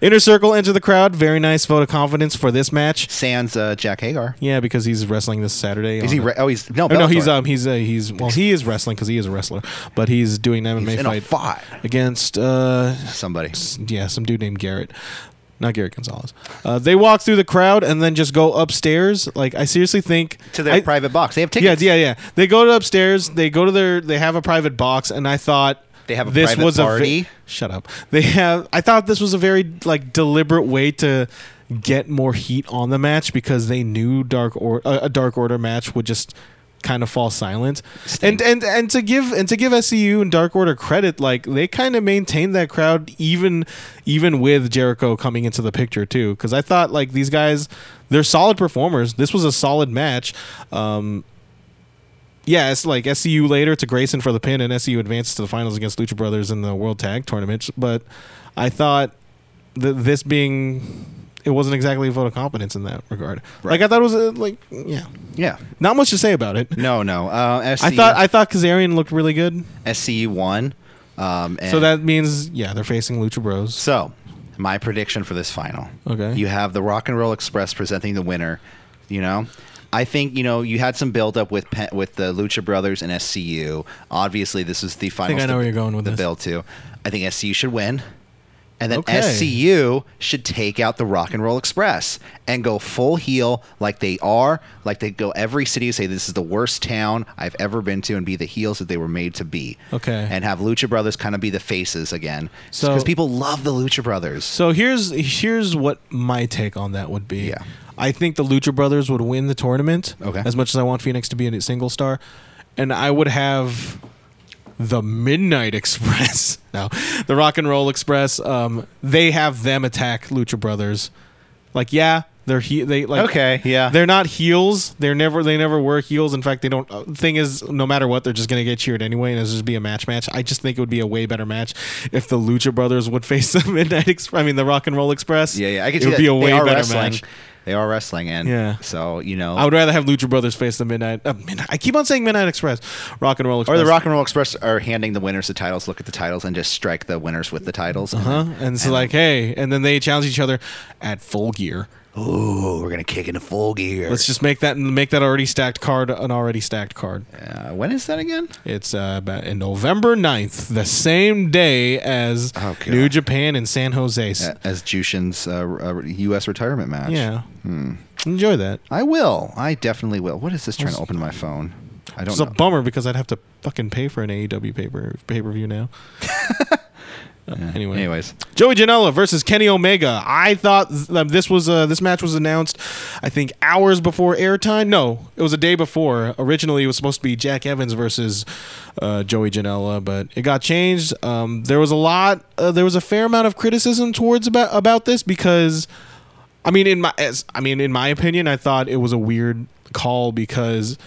[SPEAKER 2] Inner Circle enter the crowd. Very nice vote of confidence for this match.
[SPEAKER 1] Sans uh, Jack Hagar.
[SPEAKER 2] Yeah, because he's wrestling this Saturday.
[SPEAKER 1] Is
[SPEAKER 2] on
[SPEAKER 1] he?
[SPEAKER 2] the-
[SPEAKER 1] Re- oh, he's no.
[SPEAKER 2] Oh, no, he's
[SPEAKER 1] Bellator.
[SPEAKER 2] um, he's uh, he's well, he is wrestling because he is a wrestler, but he's doing an MMA
[SPEAKER 1] He's in a
[SPEAKER 2] fight
[SPEAKER 1] fight.
[SPEAKER 2] against uh,
[SPEAKER 1] Somebody.
[SPEAKER 2] yeah, some dude named Garrett. Not Garrett Gonzalez. Uh, they walk through the crowd and then just go upstairs. Like I seriously think
[SPEAKER 1] To their
[SPEAKER 2] I-
[SPEAKER 1] private box. They have
[SPEAKER 2] Yeah,
[SPEAKER 1] tickets.
[SPEAKER 2] yeah, yeah. They go to upstairs. They go to their. They have a private box, and I thought
[SPEAKER 1] They have a
[SPEAKER 2] this
[SPEAKER 1] private
[SPEAKER 2] was a ve-
[SPEAKER 1] party?
[SPEAKER 2] shut up. They have. I thought this was a very like deliberate way to get more heat on the match because they knew dark or uh, a dark order match would just kind of fall silent. And and and to give and to give SCU and Dark Order credit, like they kind of maintained that crowd even even with Jericho coming into the picture too. Because I thought like these guys, they're solid performers. This was a solid match. Um, yeah, it's like SCU later to Grayson for the pin, and SCU advances to the finals against Lucha Brothers in the World Tag Tournament. But I thought th- this being it wasn't exactly a vote of confidence in that regard. Like I thought it was a, like yeah,
[SPEAKER 1] Yeah.
[SPEAKER 2] not much to say about it.
[SPEAKER 1] No, no. Uh, SCU,
[SPEAKER 2] I thought I thought Kazarian looked really good,
[SPEAKER 1] SCU won. Um, and
[SPEAKER 2] so that means yeah they're facing Lucha Bros.
[SPEAKER 1] So, my prediction for this final.
[SPEAKER 2] Okay.
[SPEAKER 1] You have the Rock and Roll Express presenting the winner. You know, I think you know you had some build up with Pe- with the Lucha Brothers and SCU. Obviously, this is the final.
[SPEAKER 2] I know where you're going with
[SPEAKER 1] the
[SPEAKER 2] this.
[SPEAKER 1] build to. I think SCU should win, and then
[SPEAKER 2] Okay.
[SPEAKER 1] SCU should take out the Rock and Roll Express and go full heel like they are, like they go every city say this is the worst town I've ever been to, and be the heels that they were made to be.
[SPEAKER 2] Okay.
[SPEAKER 1] And have Lucha Brothers kind of be the faces again.
[SPEAKER 2] So-
[SPEAKER 1] because people love the Lucha Brothers.
[SPEAKER 2] So here's here's what my take on that would be.
[SPEAKER 1] Yeah.
[SPEAKER 2] I think the Lucha Brothers would win the tournament.
[SPEAKER 1] Okay.
[SPEAKER 2] As much as I want Phoenix to be a single star, and I would have the Midnight (laughs) Express. no, the Rock and Roll Express. Um, they have them attack Lucha Brothers. Like yeah, they're he they like
[SPEAKER 1] Okay, yeah.
[SPEAKER 2] they're not heels. They're never they never were heels. In fact, they don't. uh, Thing is, no matter what, they're just gonna get cheered anyway, and it's just be a match match. I just think it would be a way better match if the (laughs) Lucha Brothers would face the Midnight Express. I mean, the Rock and Roll Express.
[SPEAKER 1] Yeah, yeah, I could
[SPEAKER 2] It
[SPEAKER 1] see
[SPEAKER 2] would
[SPEAKER 1] that.
[SPEAKER 2] be a
[SPEAKER 1] They
[SPEAKER 2] way
[SPEAKER 1] are
[SPEAKER 2] better
[SPEAKER 1] wrestling.
[SPEAKER 2] match.
[SPEAKER 1] They are wrestling, and
[SPEAKER 2] Yeah.
[SPEAKER 1] so you know,
[SPEAKER 2] I would rather have Lucha Brothers face the Midnight. Uh, Midnight I keep on saying Midnight Express, Rock and Roll
[SPEAKER 1] or
[SPEAKER 2] Express,
[SPEAKER 1] the Rock and Roll Express are handing the winners the titles. Look at the titles and just strike the winners with the titles. and
[SPEAKER 2] huh? And it's like, hey, and then they challenge each other at full gear.
[SPEAKER 1] Oh, we're gonna kick into full gear.
[SPEAKER 2] Let's just make that make that already stacked card an already stacked card.
[SPEAKER 1] Uh, when is that again?
[SPEAKER 2] It's uh, about in November 9th, the same day as
[SPEAKER 1] Oh, God.
[SPEAKER 2] New Japan in San Jose.
[SPEAKER 1] Uh, As Jushin's uh, uh, U.S. retirement match.
[SPEAKER 2] yeah,
[SPEAKER 1] Hmm.
[SPEAKER 2] enjoy that.
[SPEAKER 1] I will. I definitely will. What is this trying to open my phone? I don't
[SPEAKER 2] It's
[SPEAKER 1] know.
[SPEAKER 2] a bummer because I'd have to fucking pay for an AEW paper pay per
[SPEAKER 1] (laughs)
[SPEAKER 2] view now. Uh, Anyway,
[SPEAKER 1] Anyways,
[SPEAKER 2] Joey Janela versus Kenny Omega. I thought th- that this was uh, this match was announced, I think hours before airtime. No, it was a day before. Originally, it was supposed to be Jack Evans versus uh, Joey Janela, but it got changed. Um, there was a lot. Uh, there was a fair amount of criticism towards about about this because, I mean, in my as, I mean, in my opinion, I thought it was a weird call because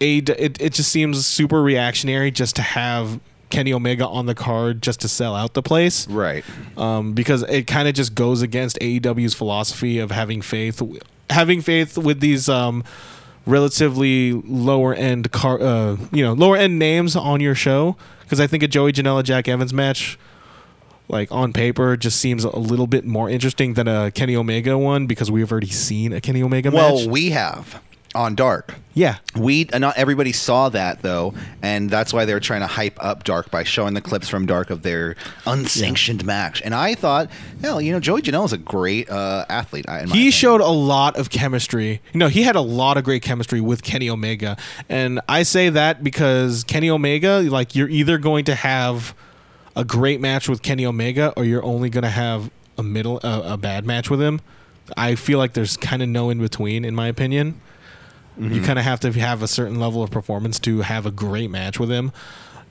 [SPEAKER 2] a it, it just seems super reactionary just to have Kenny Omega on the card just to sell out the place
[SPEAKER 1] right.
[SPEAKER 2] um, because it kind of just goes against AEW's philosophy of having faith, having faith with these um, relatively lower end car, uh, you know, lower end names on your show. Because I think a Joey Janela Jack Evans match, like on paper, just seems a little bit more interesting than a Kenny Omega one because we've already seen a Kenny Omega match.
[SPEAKER 1] Well, we have on Dark.
[SPEAKER 2] yeah,
[SPEAKER 1] We uh, not everybody saw that though, and that's why they were trying to hype up Dark by showing the clips from Dark of their unsanctioned match. And I thought, hell, you know, Joey Janela is a great uh, athlete. I- In my
[SPEAKER 2] he
[SPEAKER 1] opinion.
[SPEAKER 2] showed a lot of chemistry. You know, he had a lot of great chemistry with Kenny Omega, and I say that because Kenny Omega, like you're either going to have a great match with Kenny Omega, or you're only going to have a middle uh, a bad match with him. I feel like there's kind of no in between, in my opinion.
[SPEAKER 1] Mm-hmm.
[SPEAKER 2] You kind of have to have a certain level of performance to have a great match with him.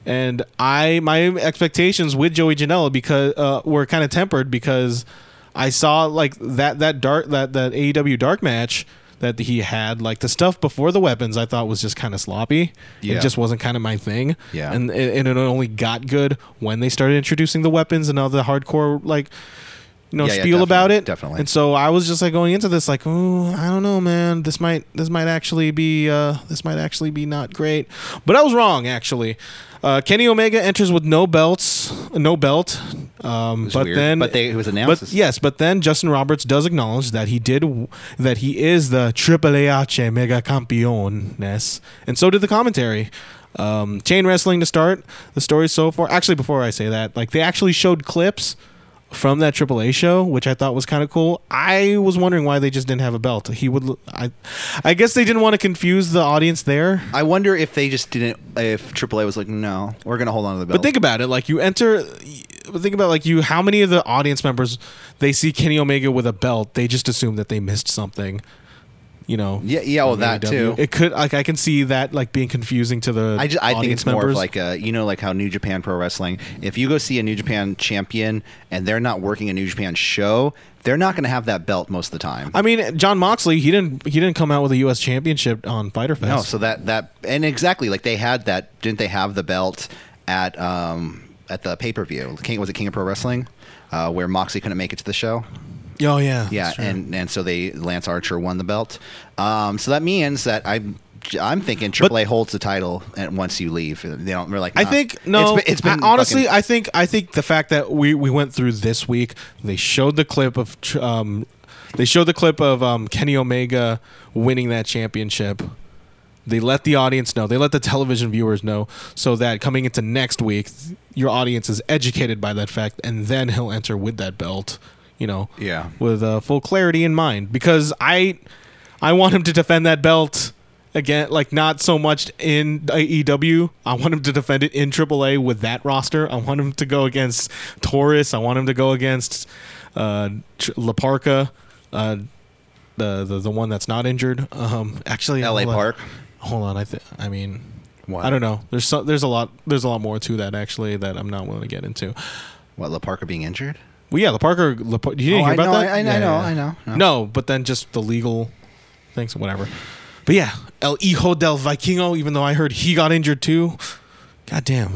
[SPEAKER 2] And I my expectations with Joey Janela because uh, were kind of tempered because I saw like that that dark that that AEW dark match that he had like the stuff before the weapons I thought was just kind of sloppy.
[SPEAKER 1] Yeah.
[SPEAKER 2] It just wasn't kind of my thing.
[SPEAKER 1] Yeah.
[SPEAKER 2] And and it only got good when they started introducing the weapons and all the hardcore like you know
[SPEAKER 1] Yeah, yeah,
[SPEAKER 2] spiel about
[SPEAKER 1] definitely,
[SPEAKER 2] it.
[SPEAKER 1] definitely.
[SPEAKER 2] And so I was just like going into this like, oh, I don't know, man. This might this might actually be uh, this might actually be not great. But I was wrong actually. Uh, Kenny Omega enters with no belts, no belt. Um,
[SPEAKER 1] was
[SPEAKER 2] but
[SPEAKER 1] weird,
[SPEAKER 2] then,
[SPEAKER 1] but they- it was announced
[SPEAKER 2] But
[SPEAKER 1] as-
[SPEAKER 2] yes, but then Justin Roberts does acknowledge that he did w- that he is the Triple H Mega Campeones, and so did the commentary. Um, chain wrestling to start the story so far. Actually, before I say that, like they actually showed clips from that AAA show, which I thought was kind of cool. I was wondering why they just didn't have a belt. He would, l- I, I guess they didn't want to confuse the audience there.
[SPEAKER 1] I wonder if they just didn't. If AAA was like, no, we're gonna hold on to the belt.
[SPEAKER 2] But think about it, like you enter. but Think about like you. How many of the audience members they see Kenny Omega with a belt? They just assume that they missed something. You know.
[SPEAKER 1] Yeah, yeah, well,
[SPEAKER 2] from
[SPEAKER 1] that
[SPEAKER 2] AEW.
[SPEAKER 1] too.
[SPEAKER 2] It could like I can see that like being confusing to the.
[SPEAKER 1] I, just, I think
[SPEAKER 2] audience
[SPEAKER 1] it's more
[SPEAKER 2] members.
[SPEAKER 1] of like a, you know like how New Japan Pro Wrestling. If you go see a New Japan champion and they're not working a New Japan show, they're not going to have that belt most of the time.
[SPEAKER 2] I mean, John Moxley, he didn't he didn't come out with a U.S. championship on Fighter Fest.
[SPEAKER 1] no, so that that and exactly like they had that. Didn't they have the belt at um at the pay per view? King was it King of Pro Wrestling, uh, where Moxie couldn't make it to the show.
[SPEAKER 2] oh yeah,
[SPEAKER 1] Yeah,
[SPEAKER 2] that's true.
[SPEAKER 1] and and so they Lance Archer won the belt. Um, so that means that I'm. I'm thinking AAA holds the title, and once you leave, uh, they don't. They're like,
[SPEAKER 2] I
[SPEAKER 1] nah.
[SPEAKER 2] think no.
[SPEAKER 1] It's been, it's been
[SPEAKER 2] I- honestly.
[SPEAKER 1] fucking-
[SPEAKER 2] I think I think the fact that we we went through this week, they showed the clip of tr- um, they showed the clip of um, Kenny Omega winning that championship. They let the audience know. They let the television viewers know, so that coming into next week, your audience is educated by that fact, and then he'll enter with that belt. You know,
[SPEAKER 1] Yeah.
[SPEAKER 2] with uh, full clarity in mind because I I want him to defend that belt again like not so much in AEW I want him to defend it in AAA with that roster I want him to go against Taurus I want him to go against uh Tr- Laparca uh the, the the one that's not injured um actually
[SPEAKER 1] LA
[SPEAKER 2] hold on.
[SPEAKER 1] Park.
[SPEAKER 2] hold on I think I mean
[SPEAKER 1] What?
[SPEAKER 2] I don't know there's so, there's a lot there's a lot more to that actually that I'm not willing to get into
[SPEAKER 1] What LaParca being injured?
[SPEAKER 2] well, yeah, the Parker. La, you
[SPEAKER 1] Oh,
[SPEAKER 2] didn't hear
[SPEAKER 1] I
[SPEAKER 2] about
[SPEAKER 1] know,
[SPEAKER 2] that?
[SPEAKER 1] I- I
[SPEAKER 2] Yeah,
[SPEAKER 1] know,
[SPEAKER 2] yeah,
[SPEAKER 1] I know, no.
[SPEAKER 2] yeah. No, but then just the legal things, whatever. But yeah, El Hijo del Vikingo. Even though I heard he got injured too. God damn.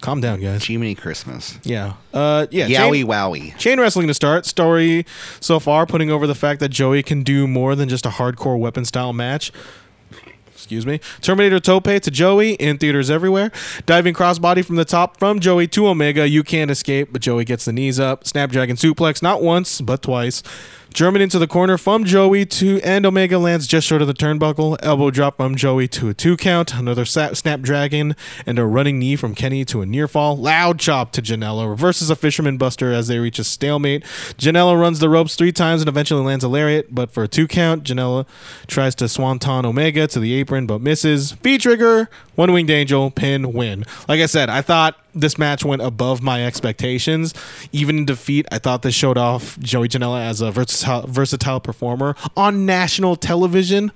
[SPEAKER 2] Calm down, guys.
[SPEAKER 1] Jiminy Christmas.
[SPEAKER 2] Yeah. Uh, yeah.
[SPEAKER 1] Yowie
[SPEAKER 2] Chain,
[SPEAKER 1] wowie.
[SPEAKER 2] chain wrestling to start. Story so far putting over the fact that Joey can do more than just a hardcore weapon style match. Excuse me. Terminator tope to Joey in theaters everywhere. Diving crossbody from the top from Joey to Omega. You can't escape, but Joey gets the knees up. Snapdragon suplex not once but twice. German into the corner from Joey to and Omega lands just short of the turnbuckle. Elbow drop from Joey to a two count. Another sa- snapdragon and a running knee from Kenny to a near fall. Loud chop to Janela reverses a fisherman buster as they reach a stalemate. Janela runs the ropes three times and eventually lands a lariat, but for a two count, Janela tries to swanton Omega to the apron but misses. V trigger, one winged angel, pin, win. Like I said, I thought this match went above my expectations. Even in defeat, I thought this showed off Joey Janela as a versatile, versatile performer on national television.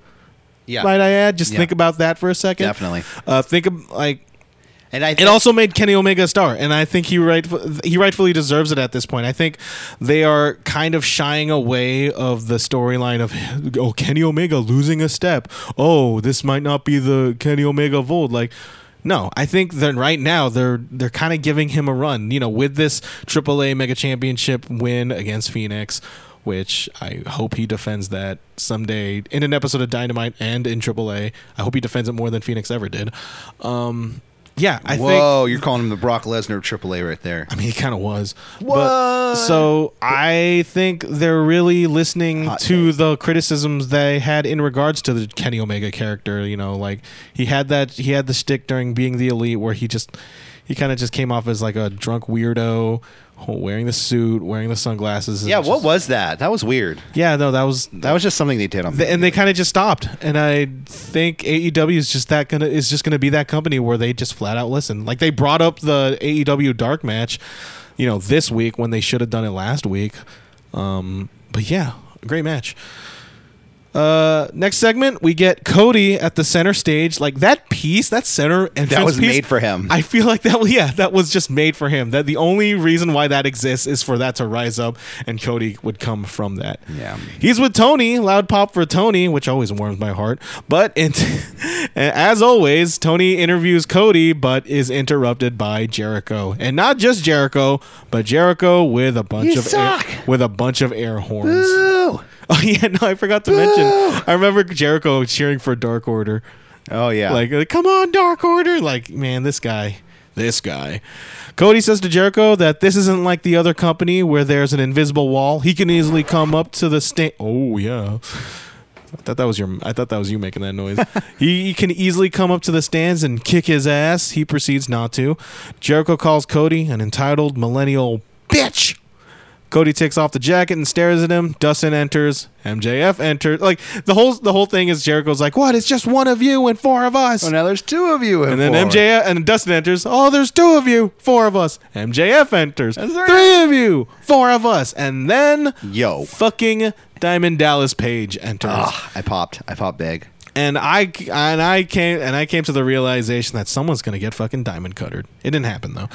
[SPEAKER 1] Yeah.
[SPEAKER 2] Might I add? Just
[SPEAKER 1] Yeah.
[SPEAKER 2] think about that for a second.
[SPEAKER 1] Definitely.
[SPEAKER 2] Uh, think of like
[SPEAKER 1] And I
[SPEAKER 2] it also made Kenny Omega a star, and I think he right he rightfully deserves it at this point. I think they are kind of shying away of the storyline of (laughs) oh Kenny Omega losing a step. Oh, this might not be the Kenny Omega of old. Like, no, I think that right now they're they're kind of giving him a run. You know, with this AAA Mega Championship win against Phoenix. Which I hope he defends that someday in an episode of Dynamite and in AAA. I hope he defends it more than Phoenix ever did. Um, yeah, I think
[SPEAKER 1] Whoa, you're calling him the Brock Lesnar of AAA right there.
[SPEAKER 2] I mean, he kind of was.
[SPEAKER 1] What?
[SPEAKER 2] But, so I think they're really listening
[SPEAKER 1] Hot
[SPEAKER 2] to the criticisms they had in regards to the Kenny Omega character. You know, like he had that he had the stick during being the elite where he just he kind of just came off as like a drunk weirdo, wearing the suit, wearing the sunglasses. and
[SPEAKER 1] Yeah,
[SPEAKER 2] just-
[SPEAKER 1] what was that? That was weird.
[SPEAKER 2] Yeah, no, that was that
[SPEAKER 1] That was just something they did on
[SPEAKER 2] Th- and they kind of just stopped. And I think AEW is just that gonna is just gonna be that company where they just flat out listen. Like they brought up the AEW dark match, you know, this week when they should have done it last week. Um, but yeah, great match. Uh, next segment, we get Cody at the center stage. Like that piece, that center and
[SPEAKER 1] was made for him.
[SPEAKER 2] I feel like that. (laughs) Yeah, that was just made for him. That the only reason why that exists is for that to rise up, and Cody would come from that.
[SPEAKER 1] Yeah.
[SPEAKER 2] He's with Tony. Loud pop for Tony, which always warms my heart. But it, (laughs) as always, Tony interviews Cody, but is interrupted by Jericho, and not just Jericho, but Jericho with a bunch
[SPEAKER 1] You
[SPEAKER 2] of air,
[SPEAKER 1] suck.
[SPEAKER 2] with a bunch of air horns. (laughs)
[SPEAKER 1] Ooh.
[SPEAKER 2] Oh yeah, no, I forgot to mention. I remember Jericho cheering for Dark Order.
[SPEAKER 1] Oh yeah.
[SPEAKER 2] (laughs) Like, uh, come on, Dark Order. Like, man, this guy. This guy. Cody says to Jericho that this isn't like the other company where there's an invisible wall. He can easily come up to the stand. Oh yeah. I thought that was your. I thought that was you making that noise. he, he can easily come up to the stands and kick his ass. He proceeds not to. Jericho calls Cody an entitled millennial bitch. Cody takes off the jacket and stares at him. Dustin enters. MJF enters. Like the whole the whole thing is Jericho's like, "What? It's just one of you and four of us."
[SPEAKER 1] oh, now there's two of you.
[SPEAKER 2] And then MJF and Dustin enters. Oh, there's two of you, four of us. MJF enters.
[SPEAKER 1] three.
[SPEAKER 2] Three of you, four of us. And then
[SPEAKER 1] Yo.
[SPEAKER 2] fucking Diamond Dallas Page enters.
[SPEAKER 1] Ah, I popped. I popped big.
[SPEAKER 2] And I and I came and I came to the realization that someone's gonna get fucking diamond cuttered. It didn't happen though.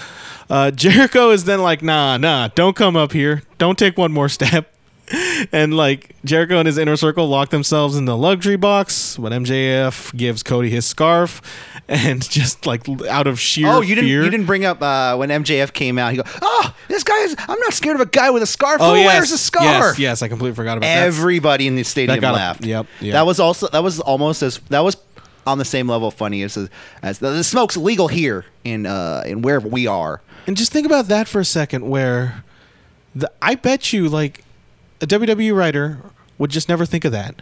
[SPEAKER 2] Uh, (laughs) Jericho is then like, nah, nah, don't come up here. Don't take one more step. (laughs) And like Jericho and his inner circle lock themselves in the luxury box, but MJF gives Cody his scarf, (laughs) and just like out of sheer
[SPEAKER 1] Oh, you didn't.
[SPEAKER 2] fear-
[SPEAKER 1] You didn't bring up uh, when MJF came out. He go, oh, this guy is. I'm not scared of a guy with a scarf.
[SPEAKER 2] Oh
[SPEAKER 1] Who
[SPEAKER 2] yes,
[SPEAKER 1] wears a scarf?
[SPEAKER 2] Yes, yes, I completely forgot about that.
[SPEAKER 1] Everybody in the stadium
[SPEAKER 2] That got a-
[SPEAKER 1] laughed.
[SPEAKER 2] yep, yep.
[SPEAKER 1] That was also. That was almost as. That was on the same level of funny as as the, the smoke's legal here in uh in wherever we are.
[SPEAKER 2] And just think about that for a second, where the, I bet you, like, a WWE writer would just never think of that,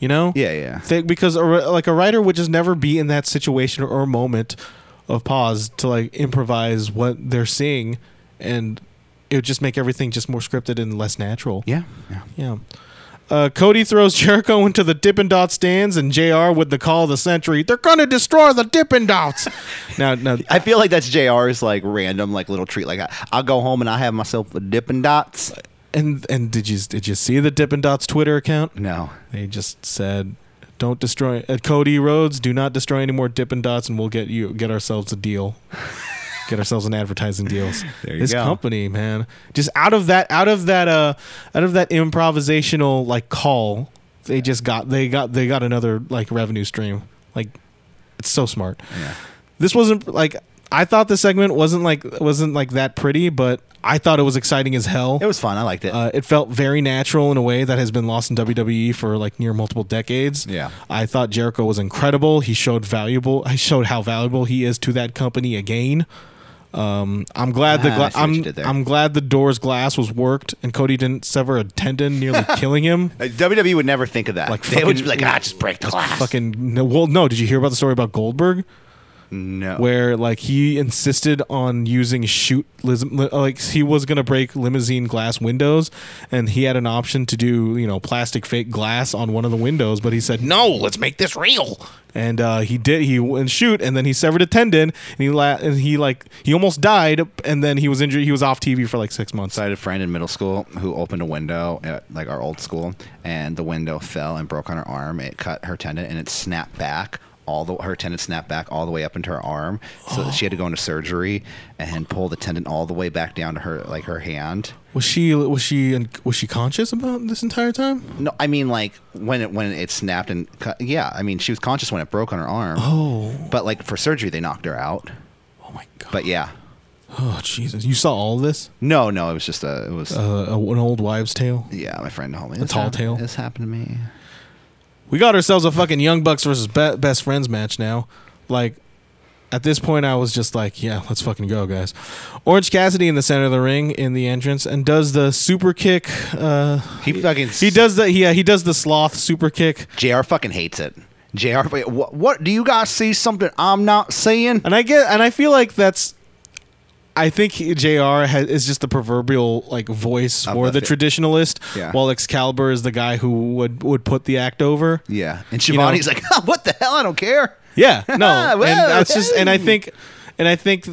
[SPEAKER 2] you know?
[SPEAKER 1] Yeah, yeah.
[SPEAKER 2] Think, because, a, wri- like, a writer would just never be in that situation or moment of pause to, like, improvise what they're seeing. And it would just make everything just more scripted and less natural.
[SPEAKER 1] Yeah. Yeah.
[SPEAKER 2] Yeah. Uh, Cody throws Jericho into the Dippin' Dot stands, and JR with the call of the century, they're going to destroy the Dippin'
[SPEAKER 1] (laughs)
[SPEAKER 2] Dots. now, now,
[SPEAKER 1] I feel like that's JR's like random like little treat. Like I, I'll go home and I have myself a Dippin' Dots.
[SPEAKER 2] And and did you did you see the Dippin' Dots Twitter account?
[SPEAKER 1] No.
[SPEAKER 2] They just said, "Don't destroy at Cody Rhodes. Do not destroy any more Dippin' Dots, and we'll get you get ourselves
[SPEAKER 1] (laughs)
[SPEAKER 2] a deal, get ourselves an advertising deal."
[SPEAKER 1] There you
[SPEAKER 2] this
[SPEAKER 1] go.
[SPEAKER 2] company, man, just out of that out of that uh out of that improvisational like call, they just got they got they got another like revenue stream. Like, it's so smart
[SPEAKER 1] Yeah.
[SPEAKER 2] this wasn't like I thought the segment wasn't like wasn't like that pretty, but I thought it was exciting as hell.
[SPEAKER 1] It was fun. I liked it.
[SPEAKER 2] Uh, it felt very natural in a way that has been lost in WWE for like near multiple decades.
[SPEAKER 1] Yeah.
[SPEAKER 2] I thought Jericho was incredible. He showed valuable. I showed how valuable he is to that company again. Um, I'm glad the
[SPEAKER 1] Ah, I
[SPEAKER 2] gla-
[SPEAKER 1] see what you
[SPEAKER 2] I'm
[SPEAKER 1] did there.
[SPEAKER 2] I'm glad the door's glass was worked and Cody didn't sever a tendon,
[SPEAKER 1] (laughs)
[SPEAKER 2] nearly killing him.
[SPEAKER 1] Uh, WWE would never think of that. (laughs)
[SPEAKER 2] Like
[SPEAKER 1] they would
[SPEAKER 2] fucking-
[SPEAKER 1] just be like, ah, just break the glass.
[SPEAKER 2] Fucking no, well, no. Did you hear about the story about Goldberg?
[SPEAKER 1] no.
[SPEAKER 2] where like he insisted on using shoot lis- li- like he was going to break limousine glass windows and he had an option to do you know plastic fake glass on one of the windows but he said no let's make this real and uh, he did he went shoot and then he severed a tendon and he la- and he like he almost died and then he was injured he was off TV for like 6 months
[SPEAKER 1] So I had a friend in middle school who opened a window at like our old school, and the window fell and broke on her arm. It cut her tendon, and it snapped back. All the her tendon snapped back all the way up into her arm, so she had to go into surgery and pull the tendon all the way back down to her like her hand.
[SPEAKER 2] was she was she was she conscious about this entire time
[SPEAKER 1] No, I mean like when it when it snapped and cut. Yeah, I mean she was conscious when it broke on her arm.
[SPEAKER 2] Oh.
[SPEAKER 1] but like for surgery they knocked her out.
[SPEAKER 2] oh my god
[SPEAKER 1] But yeah,
[SPEAKER 2] oh jesus you saw all this
[SPEAKER 1] no, no, it was just a it was
[SPEAKER 2] uh, an old wives tale
[SPEAKER 1] yeah. My friend told me this
[SPEAKER 2] tall
[SPEAKER 1] happened-
[SPEAKER 2] tale?
[SPEAKER 1] This happened to me.
[SPEAKER 2] we got ourselves a fucking Young Bucks versus Be- Best Friends match now. Like, at this point, I was just like, yeah, let's fucking go, guys. Orange Cassidy in the center of the ring in the entrance and does the super kick. Uh,
[SPEAKER 1] He fucking
[SPEAKER 2] he does the yeah he does the sloth super kick,
[SPEAKER 1] JR fucking hates it. JR, fucking- what, what do you guys see something I'm not seeing?
[SPEAKER 2] and I get and I feel like that's. I think he- Jr. Has, is just the proverbial like voice
[SPEAKER 1] Of
[SPEAKER 2] or
[SPEAKER 1] the
[SPEAKER 2] the
[SPEAKER 1] fi-
[SPEAKER 2] traditionalist,
[SPEAKER 1] Yeah.
[SPEAKER 2] while Excalibur is the guy who would would put the act over.
[SPEAKER 1] Yeah, and
[SPEAKER 2] You know-
[SPEAKER 1] Shivani's like, (laughs) what the hell? I don't care. (laughs)
[SPEAKER 2] Yeah, no, and
[SPEAKER 1] Ah, Whoa,
[SPEAKER 2] that's just, and I
[SPEAKER 1] hey.
[SPEAKER 2] think, and I think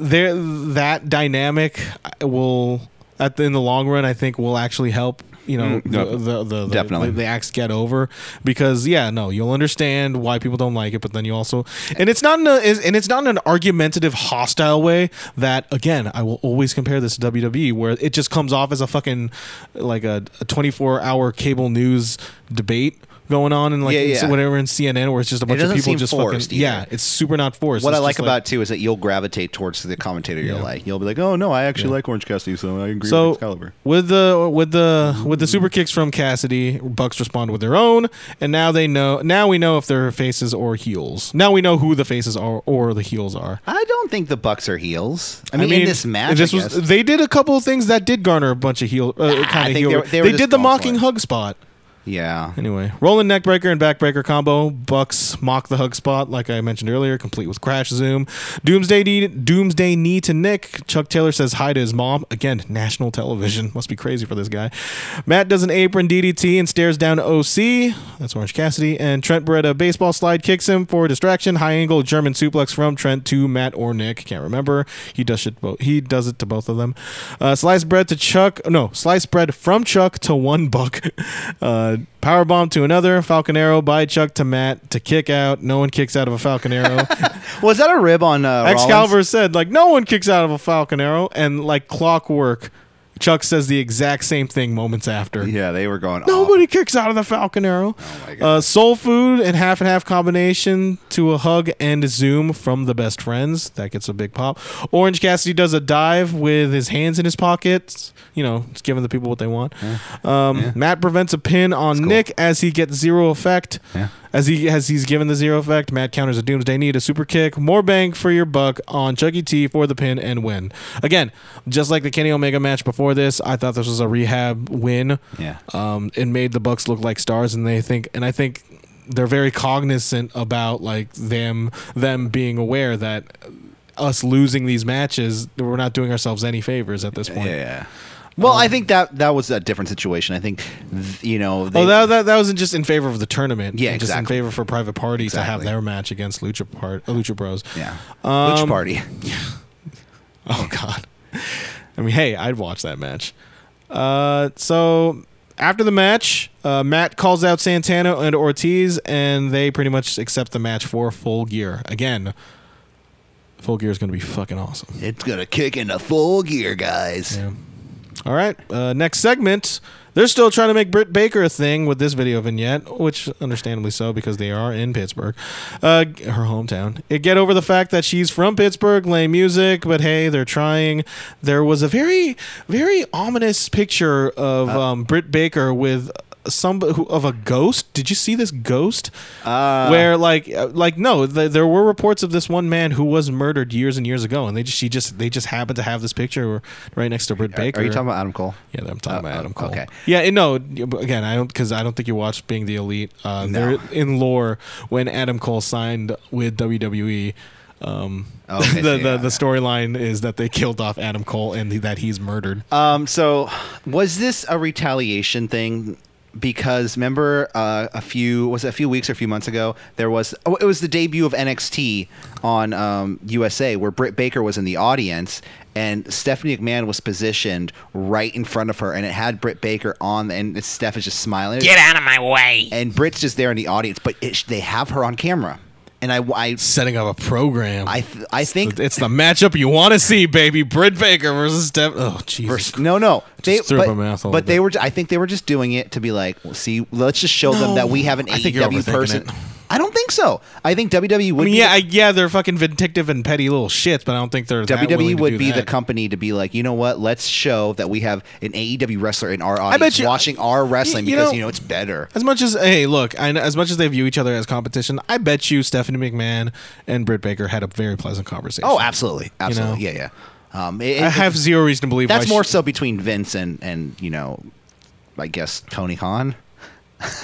[SPEAKER 2] there that dynamic will at the, in the long run, I think will actually help. You know,
[SPEAKER 1] Mm, no,
[SPEAKER 2] the, the, the,
[SPEAKER 1] definitely.
[SPEAKER 2] the the acts get over because yeah, no, you'll understand why people don't like it, but then you also, and it's not in a, is- and it's not in an argumentative, hostile way. That again, I will always compare this to WWE, where it just comes off as a fucking like a, a twenty four hour cable news debate going on, and like
[SPEAKER 1] Yeah, yeah.
[SPEAKER 2] whatever in CNN, where it's just a bunch of
[SPEAKER 1] doesn't
[SPEAKER 2] people
[SPEAKER 1] seem
[SPEAKER 2] just
[SPEAKER 1] forced
[SPEAKER 2] fucking yeah
[SPEAKER 1] either.
[SPEAKER 2] it's super not forced
[SPEAKER 1] What
[SPEAKER 2] It's
[SPEAKER 1] I like
[SPEAKER 2] just
[SPEAKER 1] about it too is that you'll gravitate towards the commentator. You're
[SPEAKER 2] Yeah.
[SPEAKER 1] like, you'll be like, oh no, I actually like Orange Cassidy, so I agree
[SPEAKER 2] so
[SPEAKER 1] with Excalibur.
[SPEAKER 2] with the with the with the super kicks from Cassidy Bucks respond with their own and now they know now we know if they're faces or heels now we know who the faces are or the heels are
[SPEAKER 1] I don't think the Bucks are heels. I mean, in this match,
[SPEAKER 2] this
[SPEAKER 1] I
[SPEAKER 2] was
[SPEAKER 1] guess.
[SPEAKER 2] they did a couple of things that did garner a bunch of heel uh, kind of
[SPEAKER 1] think
[SPEAKER 2] heel
[SPEAKER 1] they were- they were just
[SPEAKER 2] did the
[SPEAKER 1] going for
[SPEAKER 2] mocking
[SPEAKER 1] it.
[SPEAKER 2] hug spot
[SPEAKER 1] yeah.
[SPEAKER 2] Anyway, rolling neckbreaker and backbreaker combo. Bucks mock the hug spot, like I mentioned earlier, complete with crash zoom. Doomsday knee, doomsday knee to Nick. Chuck Taylor says hi to his mom. Again, national television. Must be crazy for this guy. Matt does an apron DDT and stares down OC. That's Orange Cassidy. And Trent Beretta baseball slide kicks him for a distraction. High angle German suplex from Trent to Matt or Nick. Can't remember. He does shit. Bo- he does it to both of them. Uh, slice bread to Chuck. No, slice bread from Chuck to one buck. (laughs) Uh, power bomb to another. Falcon arrow by Chuck to Matt to kick out. No one kicks out of a Falcon arrow.
[SPEAKER 1] Was that a rib on
[SPEAKER 2] (laughs)
[SPEAKER 1] uh, Rollins?
[SPEAKER 2] Excalibur said like no one kicks out of a Falcon arrow, and like clockwork, Chuck says the exact same thing moments after.
[SPEAKER 1] Yeah, they were going. off.
[SPEAKER 2] Nobody kicks out of the Falcon Arrow.
[SPEAKER 1] Oh my God.
[SPEAKER 2] uh, soul food and half and half combination to a hug and a zoom from the best friends. That gets a big pop. Orange Cassidy does a dive with his hands in his pockets. You know, it's giving the people what they want. Um, Matt prevents a pin on Nick as he gets zero effect.
[SPEAKER 1] Yeah.
[SPEAKER 2] As he as he's given the zero effect, Matt counters a doomsday knee, a super kick, more bang for your buck on Chucky T for the pin and win. Again, just like the Kenny Omega match before this, I thought this was a rehab win. (laughs)
[SPEAKER 1] Yeah.
[SPEAKER 2] Um, it made the Bucks look like stars, and they think, and I think they're very cognizant about like them them being aware that us losing these matches, we're not doing ourselves any favors at this point. Um,
[SPEAKER 1] Yeah. Well, I think that that was a different situation. I think, th- you know, they,
[SPEAKER 2] Oh, that, that, that wasn't just in favor of the tournament.
[SPEAKER 1] Yeah,
[SPEAKER 2] just
[SPEAKER 1] exactly.
[SPEAKER 2] in favor for Private Party to have
[SPEAKER 1] Exactly.
[SPEAKER 2] their match against Lucha Part, uh, Lucha Bros.
[SPEAKER 1] yeah. Which
[SPEAKER 2] Um,
[SPEAKER 1] party? (laughs)
[SPEAKER 2] (laughs) Oh God. I mean, hey, I'd watch that match. Uh, so after the match, uh, Matt calls out Santana and Ortiz, and they pretty much accept the match for Full Gear again. Full Gear is going to be fucking awesome.
[SPEAKER 1] It's gonna kick into full gear, guys.
[SPEAKER 2] Yeah. All right. Uh, next segment. They're still trying to make Britt Baker a thing with this video vignette, which understandably so because they are in Pittsburgh, uh, her hometown. It get over the fact that she's from Pittsburgh, lame music, but hey, they're trying. There was a very, very ominous picture of
[SPEAKER 1] Uh,
[SPEAKER 2] um, Britt Baker with some who- of a ghost. Did you see this ghost?
[SPEAKER 1] Uh,
[SPEAKER 2] where like uh, like no th- there were reports of this one man who was murdered years and years ago and they just she just they just happened to have this picture right next to Britt Baker
[SPEAKER 1] Are you talking about Adam Cole?
[SPEAKER 2] yeah I'm talking
[SPEAKER 1] Oh,
[SPEAKER 2] about
[SPEAKER 1] oh,
[SPEAKER 2] Adam Cole
[SPEAKER 1] okay.
[SPEAKER 2] yeah and no but again I don't because I don't think you watched Being the Elite uh there in lore when Adam Cole signed with WWE um
[SPEAKER 1] Oh, Okay, so
[SPEAKER 2] (laughs) the, the
[SPEAKER 1] yeah,
[SPEAKER 2] the storyline is that they killed off Adam Cole and that he's murdered
[SPEAKER 1] Um, so was this a retaliation thing? Because remember, uh, a few was it a few weeks or a few months ago, there was oh, it was the debut of NXT on um, USA where Britt Baker was in the audience and Stephanie McMahon was positioned right in front of her and it had Britt Baker on and Steph is just smiling
[SPEAKER 3] Get out of my way.
[SPEAKER 1] and Britt's just there in the audience, but it, they have her on camera and I I
[SPEAKER 2] setting up a program
[SPEAKER 1] I, th- I think
[SPEAKER 2] it's the matchup you want to see baby Britt Baker versus Steph oh Jesus
[SPEAKER 1] Vers- no, no. They,
[SPEAKER 2] threw up
[SPEAKER 1] but,
[SPEAKER 2] my mouth a little
[SPEAKER 1] but they
[SPEAKER 2] bit.
[SPEAKER 1] were. I think they were just doing it to be like, well, see, let's just show them that we have an
[SPEAKER 2] I think you're
[SPEAKER 1] AEW
[SPEAKER 2] overthinking
[SPEAKER 1] person.
[SPEAKER 2] it.
[SPEAKER 1] I don't think so. I think WWE would.
[SPEAKER 2] I mean,
[SPEAKER 1] be
[SPEAKER 2] yeah, I, yeah, they're fucking vindictive and petty little shits, but I don't think they're that willing
[SPEAKER 1] WWE
[SPEAKER 2] to do
[SPEAKER 1] E would be the
[SPEAKER 2] that.
[SPEAKER 1] company to be like, you know what? Let's show that we have an AEW wrestler in our audience
[SPEAKER 2] bet you-
[SPEAKER 1] watching our wrestling
[SPEAKER 2] you
[SPEAKER 1] because
[SPEAKER 2] know-
[SPEAKER 1] you know it's better.
[SPEAKER 2] As much as hey, look, I know, as much as they view each other as competition, I bet you Stephanie McMahon and Britt Baker had a very pleasant conversation.
[SPEAKER 1] Oh, absolutely, absolutely,
[SPEAKER 2] know.
[SPEAKER 1] yeah, yeah. Um, it-
[SPEAKER 2] I
[SPEAKER 1] it-
[SPEAKER 2] have zero reason to believe
[SPEAKER 1] that's
[SPEAKER 2] why
[SPEAKER 1] more
[SPEAKER 2] She,
[SPEAKER 1] so between Vince and and you know, I guess Tony Khan.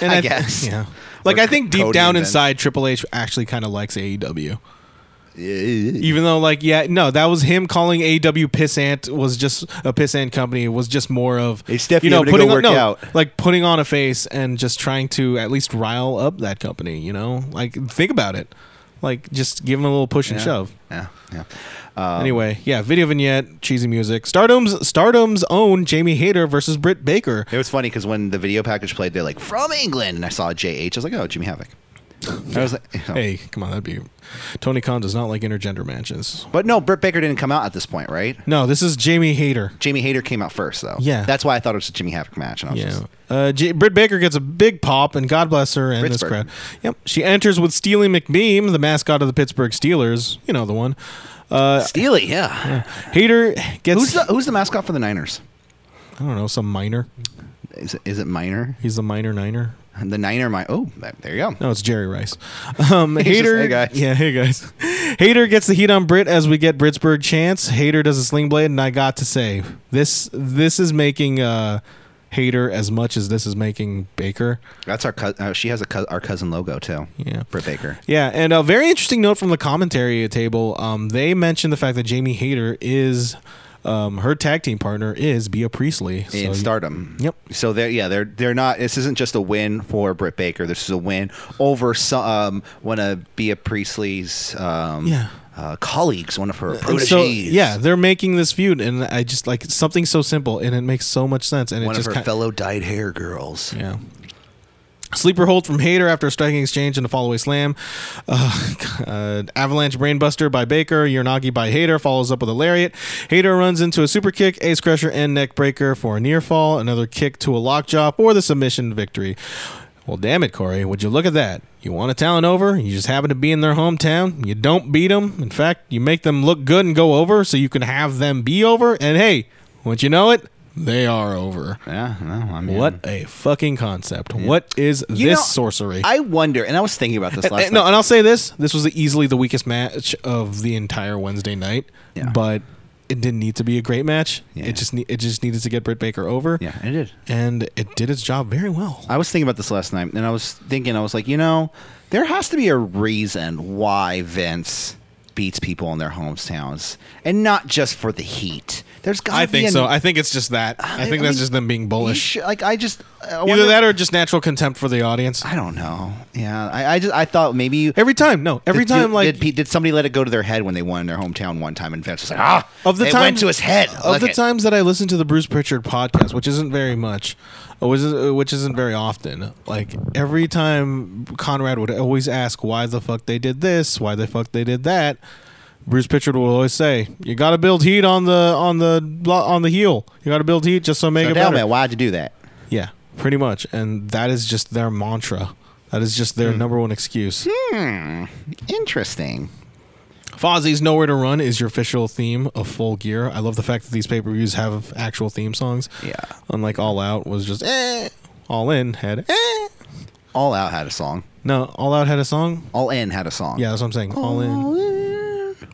[SPEAKER 2] and
[SPEAKER 1] I
[SPEAKER 2] th-
[SPEAKER 1] guess.
[SPEAKER 2] yeah. Like I think deep
[SPEAKER 1] Cody
[SPEAKER 2] down
[SPEAKER 1] and Vince.
[SPEAKER 2] inside, Triple H actually kind of likes AEW. Even though, like, yeah, no, that was him calling E AEW pissant was just a pissant company was just more of
[SPEAKER 1] Hey, Stephanie,
[SPEAKER 2] you know
[SPEAKER 1] I'm gonna
[SPEAKER 2] putting
[SPEAKER 1] go
[SPEAKER 2] on-
[SPEAKER 1] work
[SPEAKER 2] no,
[SPEAKER 1] out.
[SPEAKER 2] like putting on a face and just trying to at least rile up that company. You know, like think about it, like just give him a little push and
[SPEAKER 1] Yeah.
[SPEAKER 2] shove.
[SPEAKER 1] Yeah, yeah. Um,
[SPEAKER 2] Anyway, yeah, video vignette, cheesy music. Stardom's Stardom's own Jamie Hayter versus Britt Baker.
[SPEAKER 1] It was funny because when the video package played, they're like from England, and I saw JH. I was like, oh, Jimmy Havoc. I was like, (laughs) oh.
[SPEAKER 2] Hey, come on, that'd be Tony Khan does not like intergender matches.
[SPEAKER 1] but no, Britt Baker didn't come out at this point, right?
[SPEAKER 2] No, this is Jamie Hayter.
[SPEAKER 1] Jamie Hayter came out first, though.
[SPEAKER 2] Yeah.
[SPEAKER 1] that's why I thought it was a Jimmy Havoc match. And I was
[SPEAKER 2] Yeah.
[SPEAKER 1] just,
[SPEAKER 2] Uh, J- Britt Baker gets a big pop, and God bless her and this
[SPEAKER 1] Pittsburgh.
[SPEAKER 2] crowd. Yep. She enters with Steely McBeam, the mascot of the Pittsburgh Steelers. You know the one. Uh,
[SPEAKER 1] Steely, yeah.
[SPEAKER 2] Hater gets.
[SPEAKER 1] Who's the Who's the mascot for the Niners?
[SPEAKER 2] I don't know. Some minor.
[SPEAKER 1] Is it, is it Miner?
[SPEAKER 2] He's the minor niner.
[SPEAKER 1] The Niner, my oh, that- there you go.
[SPEAKER 2] No, it's Jerry Rice. (laughs) Um,
[SPEAKER 1] just,
[SPEAKER 2] Hater,
[SPEAKER 1] "Hey, guys."
[SPEAKER 2] yeah, hey guys. Hater gets the heat on Brit as we get Britsburg chance. Hater does a sling blade, and I got to say, this this is making uh, Hater as much as this is making Baker.
[SPEAKER 1] That's our cou- uh, she has a cou- our cousin logo too.
[SPEAKER 2] Yeah.
[SPEAKER 1] Britt Baker.
[SPEAKER 2] Yeah, and a very interesting note from the commentary table. Um, they mentioned the fact that Jamie Hayter is um, her tag team partner is Bea Priestley. So
[SPEAKER 1] in Stardom.
[SPEAKER 2] Yep.
[SPEAKER 1] So they're yeah they're they're not. This isn't just a win for Britt Baker. This is a win over some um, one of Bea Priestley's um,
[SPEAKER 2] Yeah.
[SPEAKER 1] uh, colleagues, one of her
[SPEAKER 2] and
[SPEAKER 1] proteges.
[SPEAKER 2] so yeah, they're making this feud, and I just like something so simple, and it makes so much sense, and
[SPEAKER 1] one
[SPEAKER 2] it
[SPEAKER 1] of
[SPEAKER 2] just
[SPEAKER 1] her
[SPEAKER 2] kind
[SPEAKER 1] fellow dyed hair girls.
[SPEAKER 2] yeah. Sleeper hold from Hayter after a striking exchange and a follow away slam. Uh, (laughs) uh, avalanche brainbuster by Baker. Yurnagi by Hayter follows up with a lariat. Hayter runs into a super kick, ace crusher, and neck breaker for a near fall. Another kick to a lockjaw for the submission victory. Well, damn it, Corey. Would you look at that? You want a talent over? You just happen to be in their hometown. You don't beat them. In fact, you make them look good and go over so you can have them be over. And hey, once you know it, they are over.
[SPEAKER 1] Yeah, no, I mean,
[SPEAKER 2] What a fucking concept. What is
[SPEAKER 1] You
[SPEAKER 2] this
[SPEAKER 1] know,
[SPEAKER 2] sorcery?
[SPEAKER 1] I wonder, and I was thinking about this last
[SPEAKER 2] And- (laughs) eh, no,
[SPEAKER 1] night.
[SPEAKER 2] and I'll say this: this was the, easily the weakest match of the entire Wednesday night.
[SPEAKER 1] Yeah.
[SPEAKER 2] But it didn't need to be a great match.
[SPEAKER 1] Yeah.
[SPEAKER 2] It just ne- it just needed to get Britt Baker over.
[SPEAKER 1] Yeah, I did.
[SPEAKER 2] And it did its job very well.
[SPEAKER 1] I was thinking about this last night, and I was thinking, I was like, you know, there has to be a reason why Vince beats people in their hometowns, and not just for the heat. There's got.
[SPEAKER 2] I think
[SPEAKER 1] an,
[SPEAKER 2] so. I think it's just that. I,
[SPEAKER 1] I
[SPEAKER 2] think that's
[SPEAKER 1] mean,
[SPEAKER 2] just them being
[SPEAKER 1] You
[SPEAKER 2] bullish.
[SPEAKER 1] should, like I just I
[SPEAKER 2] Either
[SPEAKER 1] wonder-
[SPEAKER 2] that or just natural contempt for the audience.
[SPEAKER 1] I don't know. Yeah, I, I just I thought maybe you-
[SPEAKER 2] Every time, no, every
[SPEAKER 1] did,
[SPEAKER 2] time,
[SPEAKER 1] did-
[SPEAKER 2] like
[SPEAKER 1] did, Pe- did somebody let it go to their head when they won in their hometown one time, and Vince was like, ah,
[SPEAKER 2] of the
[SPEAKER 1] it
[SPEAKER 2] time
[SPEAKER 1] went to his head.
[SPEAKER 2] of
[SPEAKER 1] Look
[SPEAKER 2] the
[SPEAKER 1] it.
[SPEAKER 2] times that I listen to the Bruce Pritchard podcast, which isn't very much, uh, which is uh, which isn't very often. Like every time, Conrad would always ask why the fuck they did this, why the fuck they did that. Bruce Pritchard will always say, "You got to build heat on the on the blo- on the heel. You got to build heat just so make
[SPEAKER 1] So
[SPEAKER 2] it
[SPEAKER 1] tell
[SPEAKER 2] better."
[SPEAKER 1] me, why'd you do that?
[SPEAKER 2] Yeah, pretty much, and that is just their mantra. That is just
[SPEAKER 1] Mm.
[SPEAKER 2] their number one excuse.
[SPEAKER 1] Interesting.
[SPEAKER 2] Fozzie's "Nowhere to Run" is your official theme of Full Gear. I love the fact that these pay per views have actual theme songs.
[SPEAKER 1] Yeah.
[SPEAKER 2] unlike All Out was just eh, All In had eh.
[SPEAKER 1] All Out had a song.
[SPEAKER 2] No, All Out had a song.
[SPEAKER 1] All In had a song.
[SPEAKER 2] Yeah, that's what I'm saying. All In.
[SPEAKER 1] All in.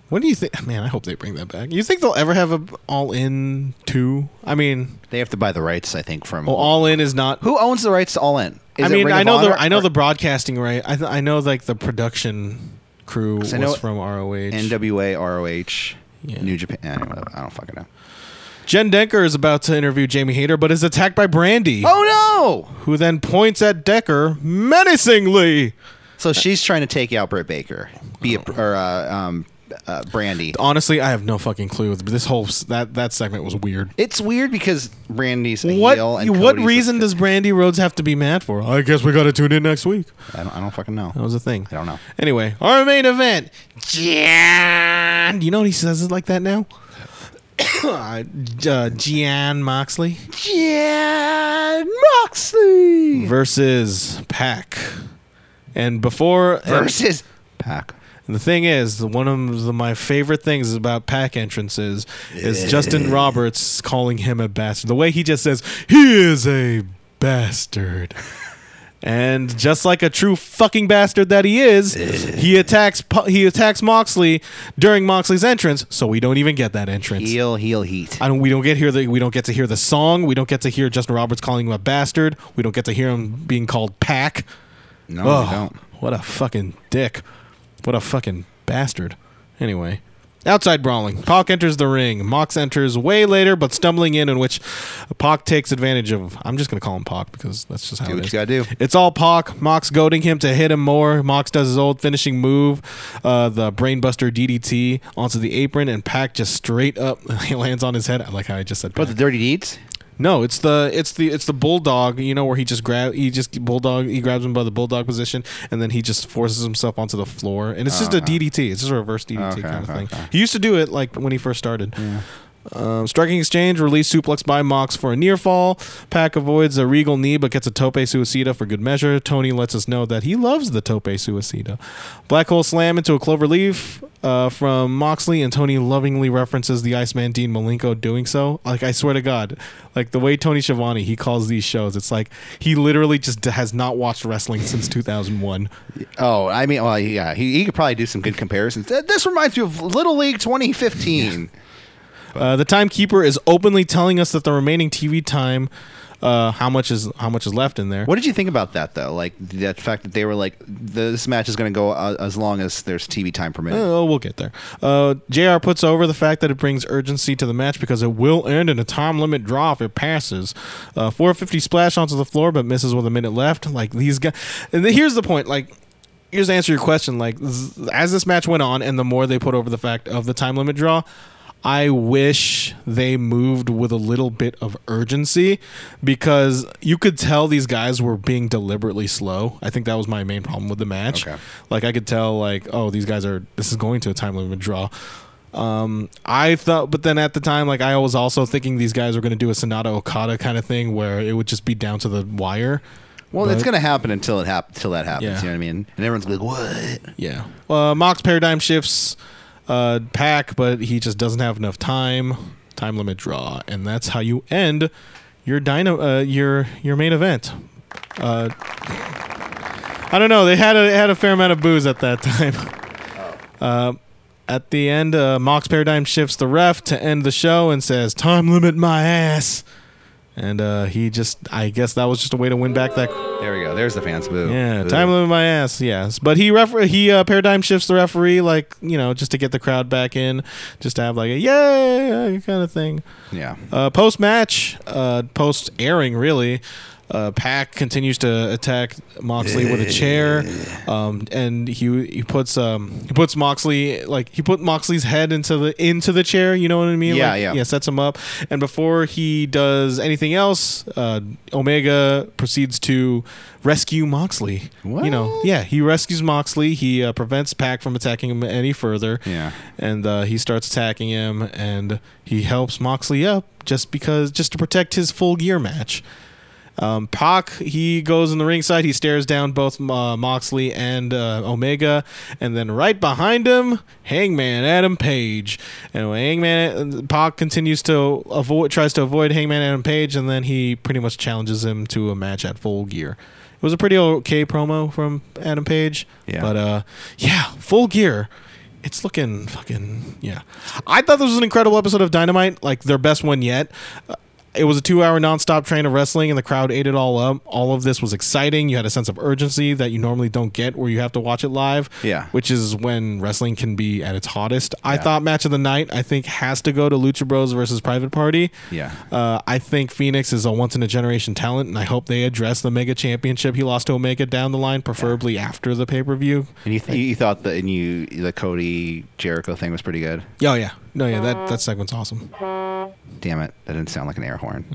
[SPEAKER 2] When do you think? Man, I hope they bring that back. You think they'll ever have a All In two? I mean,
[SPEAKER 1] They have to buy the rights, I think, from
[SPEAKER 2] well, All In is not.
[SPEAKER 1] who owns the rights to All In. Is
[SPEAKER 2] I
[SPEAKER 1] it
[SPEAKER 2] mean,
[SPEAKER 1] Ring
[SPEAKER 2] I
[SPEAKER 1] of
[SPEAKER 2] know
[SPEAKER 1] Honor
[SPEAKER 2] the I know
[SPEAKER 1] or
[SPEAKER 2] the broadcasting right. I, th- I know like the production crew was
[SPEAKER 1] I know-
[SPEAKER 2] from ROH.
[SPEAKER 1] NWA, ROH,
[SPEAKER 2] Yeah.
[SPEAKER 1] New Japan. I don't- I don't fucking know.
[SPEAKER 2] Jen Denker is about to interview Jamie Hayter, but is attacked by Brandy,
[SPEAKER 1] Oh no!
[SPEAKER 2] who then points at Decker menacingly.
[SPEAKER 1] So she's trying to take out Britt Baker, be a, or uh, um, uh, Brandy.
[SPEAKER 2] Honestly, I have no fucking clue. This whole s- that that segment was weird.
[SPEAKER 1] It's weird because Brandy's a
[SPEAKER 2] What
[SPEAKER 1] heel. And
[SPEAKER 2] what
[SPEAKER 1] Cody's a-
[SPEAKER 2] reason does Brandy Rhodes have to be mad for? I guess we got to tune in next week.
[SPEAKER 1] I don't, I don't fucking know.
[SPEAKER 2] That was a thing.
[SPEAKER 1] I don't know.
[SPEAKER 2] Anyway, our main event. Jan. You know he says it like that now? (coughs) uh, uh, Gian Moxley
[SPEAKER 1] Jan Moxley
[SPEAKER 2] versus Pack. And before.
[SPEAKER 1] versus Pack.
[SPEAKER 2] and the thing is, one of the, my favorite things about Pack entrances is Justin Roberts calling him a bastard. The way he just says, he is a bastard. And just like a true fucking bastard that he is, he attacks Pu- he attacks Moxley during Moxley's entrance, so we don't even get that entrance.
[SPEAKER 1] Heel, heel, heat.
[SPEAKER 2] I don't. We don't get hear the. We don't get to hear the song. We don't get to hear Justin Roberts calling him a bastard. We don't get to hear him being called pack.
[SPEAKER 1] No,
[SPEAKER 2] Oh,
[SPEAKER 1] I don't.
[SPEAKER 2] what a fucking dick! What a fucking bastard! Anyway, outside brawling. Pac enters the ring. Mox enters way later, but stumbling in, in which Pac takes advantage of. I'm just gonna call him Pac because that's just how
[SPEAKER 1] Do
[SPEAKER 2] it
[SPEAKER 1] what you
[SPEAKER 2] is.
[SPEAKER 1] gotta do.
[SPEAKER 2] It's all Pac. Mox goading him to hit him more. Mox does his old finishing move, uh, the brainbuster DDT onto the apron, and Pac just straight up (laughs) he lands on his head. I like how I just said.
[SPEAKER 1] What
[SPEAKER 2] Pac.
[SPEAKER 1] the dirty deeds?
[SPEAKER 2] No, it's the it's the it's the bulldog. You know where he just grab he just bulldog he grabs him by the bulldog position and then he just forces himself onto the floor and it's just a DDT. It's just a reverse DDT
[SPEAKER 1] Oh, Okay,
[SPEAKER 2] kind of
[SPEAKER 1] okay,
[SPEAKER 2] thing.
[SPEAKER 1] okay.
[SPEAKER 2] He used to do it like when he first started. Um, striking exchange, release suplex by Mox for a near fall. Pack avoids a regal knee but gets a tope suicida for good measure. Tony lets us know that he loves the tope suicida. Black hole slam into a clover leaf uh, from Moxley, and Tony lovingly references the Iceman Dean Malenko doing so. Like, I swear to God, like the way Tony Schiavone, he calls these shows, it's like he literally just has not watched wrestling since 2001.
[SPEAKER 1] Oh, I mean, well, yeah, he, he could probably do some good comparisons. Th- This reminds me of Little League 2015.
[SPEAKER 2] Uh, the timekeeper is openly telling us that the remaining TV time, uh, how much is how much is left in there.
[SPEAKER 1] What did you think about that though? Like the fact that they were like, this match is going to go uh, as long as there's TV time permitted.
[SPEAKER 2] Oh, we'll get there. Uh, JR puts over the fact that it brings urgency to the match because it will end in a time limit draw if it passes. Uh, 450 splash onto the floor, but misses with a minute left. Like these guys. And the- here's the point. Like, here's the answer to your question. Like, z- as this match went on, and the more they put over the fact of the time limit draw, I wish they moved with a little bit of urgency because you could tell these guys were being deliberately slow. I think that was my main problem with the match.
[SPEAKER 1] Okay.
[SPEAKER 2] Like I could tell, like, oh, these guys are. This is going to a time limit draw. Um, I thought, but then at the time, like, I was also thinking these guys were going to do a Sonata Okada kind of thing where it would just be down to the wire.
[SPEAKER 1] well, it's
[SPEAKER 2] but-
[SPEAKER 1] going to happen until it happens. Until that happens,
[SPEAKER 2] Yeah.
[SPEAKER 1] you know what I mean? And everyone's like, what?
[SPEAKER 2] Yeah. Uh, Mox paradigm shifts uh, pack, but he just doesn't have enough time. Time limit draw, and that's how you end your dyno uh, your your main event. Uh, I don't know. They had a had a fair amount of booze at that (laughs) time. Uh, at the end, uh, Mox paradigm shifts the ref to end the show and says, "Time limit my ass." And uh, he just, I guess that was just a way to win back that.
[SPEAKER 1] There we go. There's the fans boo.
[SPEAKER 2] Yeah,
[SPEAKER 1] Boo.
[SPEAKER 2] time limit my ass. Yes, but he refer- he uh, paradigm shifts the referee like you know just to get the crowd back in, just to have like a yay kind of thing.
[SPEAKER 1] Yeah.
[SPEAKER 2] Uh, post match, uh, post airing really. Uh, Pack continues to attack Moxley with a chair, um, and he he puts um he puts Moxley like he put Moxley's head into the into the chair. You know what I mean?
[SPEAKER 1] Yeah,
[SPEAKER 2] Like,
[SPEAKER 1] yeah.
[SPEAKER 2] Yeah, sets him up, and before he does anything else, uh, Omega proceeds to rescue Moxley. You know,
[SPEAKER 1] What?
[SPEAKER 2] yeah, he rescues Moxley. He uh, prevents Pack from attacking him any further
[SPEAKER 1] Yeah.
[SPEAKER 2] and uh, he starts attacking him and he helps moxley up just because just to protect his full gear match um, Pac, he goes in the ringside. He stares down both uh, Moxley and uh, Omega, and then right behind him, Hangman Adam Page. And when Hangman Pac continues to avoid, tries to avoid Hangman Adam Page, and then he pretty much challenges him to a match at Full Gear. It was a pretty okay promo from Adam Page,
[SPEAKER 1] Yeah.
[SPEAKER 2] but uh, yeah, Full Gear. It's looking fucking yeah. I thought this was an incredible episode of Dynamite, like their best one yet. Uh, It was a two-hour nonstop train of wrestling, and the crowd ate it all up. All of this was exciting. You had a sense of urgency that you normally don't get, where you have to watch it live.
[SPEAKER 1] Yeah.
[SPEAKER 2] which is when wrestling can be at its hottest. I
[SPEAKER 1] Yeah.
[SPEAKER 2] thought match of the night. I think has to go to Lucha Bros versus Private Party.
[SPEAKER 1] Yeah.
[SPEAKER 2] Uh, I think Phoenix is a once in a generation talent, and I hope they address the Mega Championship he lost to Omega down the line, preferably after the pay per view.
[SPEAKER 1] And you, th- you thought that and you the Cody Jericho thing was pretty good.
[SPEAKER 2] Oh yeah, no yeah, that that segment's awesome.
[SPEAKER 1] Damn it, that didn't sound like an air horn.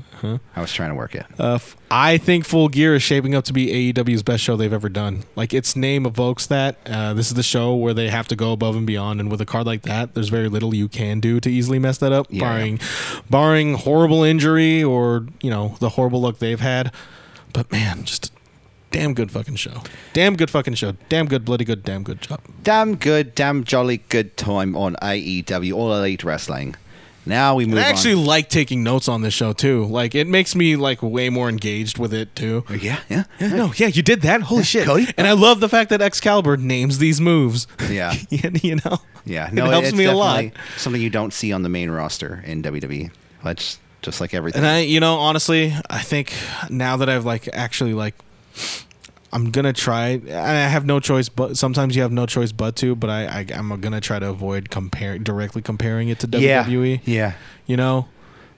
[SPEAKER 1] I was trying to work it.
[SPEAKER 2] Uh, f- I think Full Gear is shaping up to be AEW's best show they've ever done. Like its name evokes that. Uh, this is the show where they have to go above and beyond, and with a card like that, there's very little you can do to easily mess that up,
[SPEAKER 1] Yeah.
[SPEAKER 2] barring, barring horrible injury or you know the horrible luck they've had. But man, just a damn good fucking show. Damn good fucking show. Damn good bloody good. Damn good job.
[SPEAKER 1] Damn good, damn jolly good time on IEW All Elite Wrestling. Now we move
[SPEAKER 2] And I actually
[SPEAKER 1] on.
[SPEAKER 2] like taking notes on this show too. Like it makes me like way more engaged with it too.
[SPEAKER 1] Oh, Yeah, yeah.
[SPEAKER 2] Yeah, no, yeah, you did that. Holy shit.
[SPEAKER 1] Cody?
[SPEAKER 2] And I love the fact that Excalibur names these moves.
[SPEAKER 1] Yeah.
[SPEAKER 2] (laughs) you you know?
[SPEAKER 1] Yeah,
[SPEAKER 2] it helps
[SPEAKER 1] it's
[SPEAKER 2] me a lot.
[SPEAKER 1] definitely Something you don't see on the main roster in WWE. That's just like everything.
[SPEAKER 2] And I, you know, honestly, I think now that I've like actually like, I'm gonna try. and I have no choice, but sometimes you have no choice but to. But I, I I'm gonna try to avoid comparing directly comparing it to WWE.
[SPEAKER 1] Yeah,
[SPEAKER 2] You know,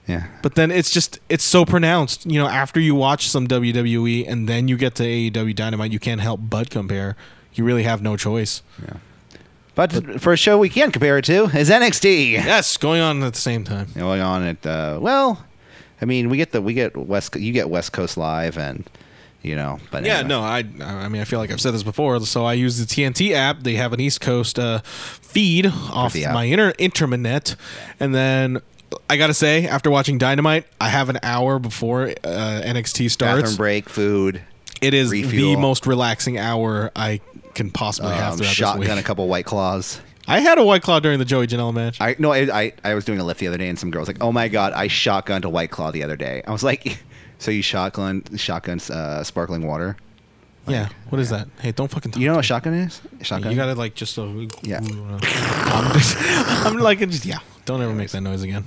[SPEAKER 1] yeah,
[SPEAKER 2] But then it's just it's so pronounced. You know, after you watch some WWE and then you get to AEW Dynamite, you can't help but compare. You really have no choice.
[SPEAKER 1] yeah. But, for a show we can compare it to is NXT.
[SPEAKER 2] Yes, going on at the same time.
[SPEAKER 1] Going on at uh, well, I mean we get the we get West you get West Coast Live and you know but
[SPEAKER 2] Yeah,
[SPEAKER 1] anyway.
[SPEAKER 2] no, I I mean I feel like I've said this before, so I use the TNT app. They have an East Coast uh, feed off
[SPEAKER 1] the app.
[SPEAKER 2] my inner internet, and then I gotta say, after watching Dynamite, I have an hour before uh, NXT starts.
[SPEAKER 1] bathroom break food.
[SPEAKER 2] It is
[SPEAKER 1] refuel.
[SPEAKER 2] the most relaxing hour I can possibly have
[SPEAKER 1] Um,
[SPEAKER 2] throughout this
[SPEAKER 1] shotgun
[SPEAKER 2] week.
[SPEAKER 1] a couple white claws.
[SPEAKER 2] I had a white claw during the Joey Janela match.
[SPEAKER 1] I no, I, I I was doing a lift the other day, and some girl was like, "Oh my god, I shotgunned a white claw the other day." I was like, (laughs) "So you shotgun shotgun uh, sparkling water?
[SPEAKER 2] yeah. What is that? Hey, don't fucking talk.
[SPEAKER 1] You know
[SPEAKER 2] to
[SPEAKER 1] what shotgun is?
[SPEAKER 2] me.
[SPEAKER 1] Shotgun.
[SPEAKER 2] you gotta like just. Uh,
[SPEAKER 1] Yeah.
[SPEAKER 2] (laughs) I'm, just, I'm like, just, yeah. Don't ever make that noise again.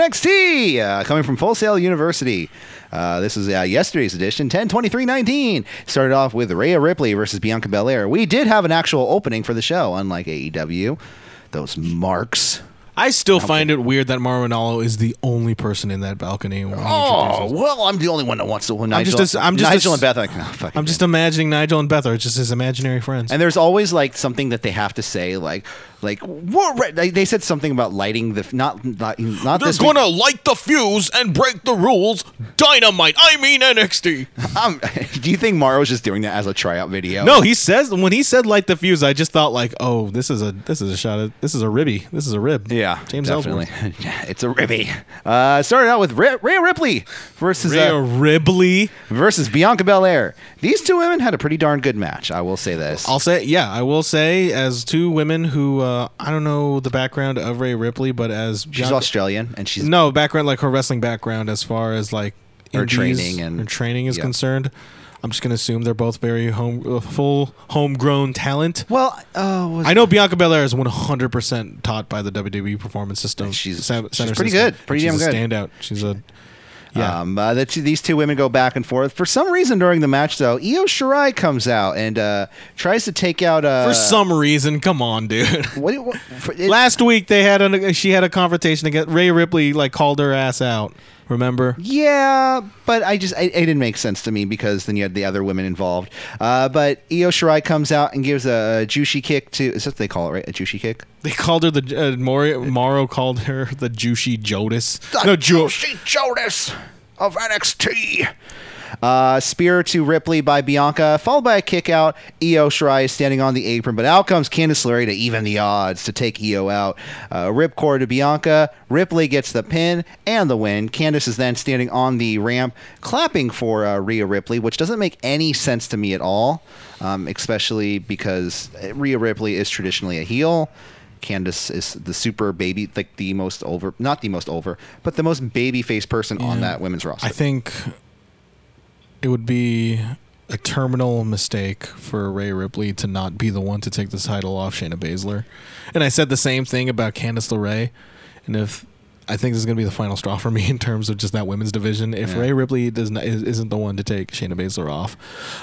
[SPEAKER 1] NXT uh, coming from Full Sail University. Uh, this is uh, yesterday's edition, 10 23 19. Started off with Rhea Ripley versus Bianca Belair. We did have an actual opening for the show, unlike AEW. Those marks.
[SPEAKER 2] I still find it weird that Marwanalo is the only person in that balcony. when he
[SPEAKER 1] Oh,
[SPEAKER 2] introduces-
[SPEAKER 1] well, I'm the only one that wants to. Well, Nigel,
[SPEAKER 2] just a- I'm just a-
[SPEAKER 1] Nigel and Beth. are Like, no, fucking
[SPEAKER 2] I'm just imagining Nigel and Beth are just his imaginary friends.
[SPEAKER 1] And there's always like something that they have to say, like, like what? Re-? They, they said something about lighting the f- not not, not this. week-
[SPEAKER 2] light the fuse and break the rules. Dynamite. I mean NXT.
[SPEAKER 1] Um, (laughs) do you think Mario's just doing that as a tryout video?
[SPEAKER 2] No, he says when he said light the fuse, I just thought like, oh, this is a this is a shot at this is a ribby. This is a rib.
[SPEAKER 1] Yeah,
[SPEAKER 2] James
[SPEAKER 1] definitely. (laughs)
[SPEAKER 2] Ellsworth.
[SPEAKER 1] it's a ribby. Uh, started out with Rhea, Rhea Ripley versus
[SPEAKER 2] Rhea
[SPEAKER 1] uh,
[SPEAKER 2] Ribley.
[SPEAKER 1] versus Bianca Belair. These two women had a pretty darn good match. I will say this.
[SPEAKER 2] I'll say, yeah, I will say, as two women who uh, I don't know the background of Ray Ripley, but as
[SPEAKER 1] she's Australian and she's
[SPEAKER 2] no background like her wrestling background as far as like
[SPEAKER 1] Her
[SPEAKER 2] indies
[SPEAKER 1] training and-
[SPEAKER 2] her training is
[SPEAKER 1] yeah.
[SPEAKER 2] concerned. I'm just gonna assume they're both very home uh, full homegrown talent.
[SPEAKER 1] well. Uh, was,
[SPEAKER 2] I know Bianca Belair is 100% taught by the WWE performance system.
[SPEAKER 1] She's-
[SPEAKER 2] Sa-
[SPEAKER 1] she's
[SPEAKER 2] center
[SPEAKER 1] pretty
[SPEAKER 2] system.
[SPEAKER 1] good. Pretty
[SPEAKER 2] she's
[SPEAKER 1] damn
[SPEAKER 2] a
[SPEAKER 1] good.
[SPEAKER 2] Standout. She's a yeah.
[SPEAKER 1] Um, uh, the two, these two women go back and forth. For some reason during the match, though, Io Shirai comes out and uh, tries to take out. Uh,
[SPEAKER 2] for some reason, come on, dude. (laughs)
[SPEAKER 1] what, what, for, it-
[SPEAKER 2] Last week they had a she had a confrontation against Ray Ripley. Like called her ass out. Remember?
[SPEAKER 1] Yeah, but I just I, it didn't make sense to me because then you had the other women involved. Uh, but Io Shirai comes out and gives a, juicy kick to is that what they call it right? A juicy kick.
[SPEAKER 2] They called her the uh, Mori- Morrow called her the Juicy Jodis.
[SPEAKER 1] Uh,
[SPEAKER 2] no, Ju-
[SPEAKER 1] Jonas of NXT. Uh, spear to Ripley by Bianca, followed by a kick out. Io Shirai is standing on the apron, but out comes Candice LeRae to even the odds to take Io out. Uh, ripcord to Bianca. Ripley gets the pin and the win. Candice is then standing on the ramp, clapping for uh, Rhea Ripley, which doesn't make any sense to me at all, um, especially because Rhea Ripley is traditionally a heel. Candace is the super baby, like the most over, not the most over, but the most baby face person on that women's roster.
[SPEAKER 2] I think it would be a terminal mistake for Ray Ripley to not be the one to take the title off Shayna Baszler. And I said the same thing about Candice LeRae. And if I think this is going to be the final straw for me (laughs) in terms of just that women's division, if
[SPEAKER 1] Yeah.
[SPEAKER 2] Ray Ripley does not is- isn't the one to take Shayna Baszler off,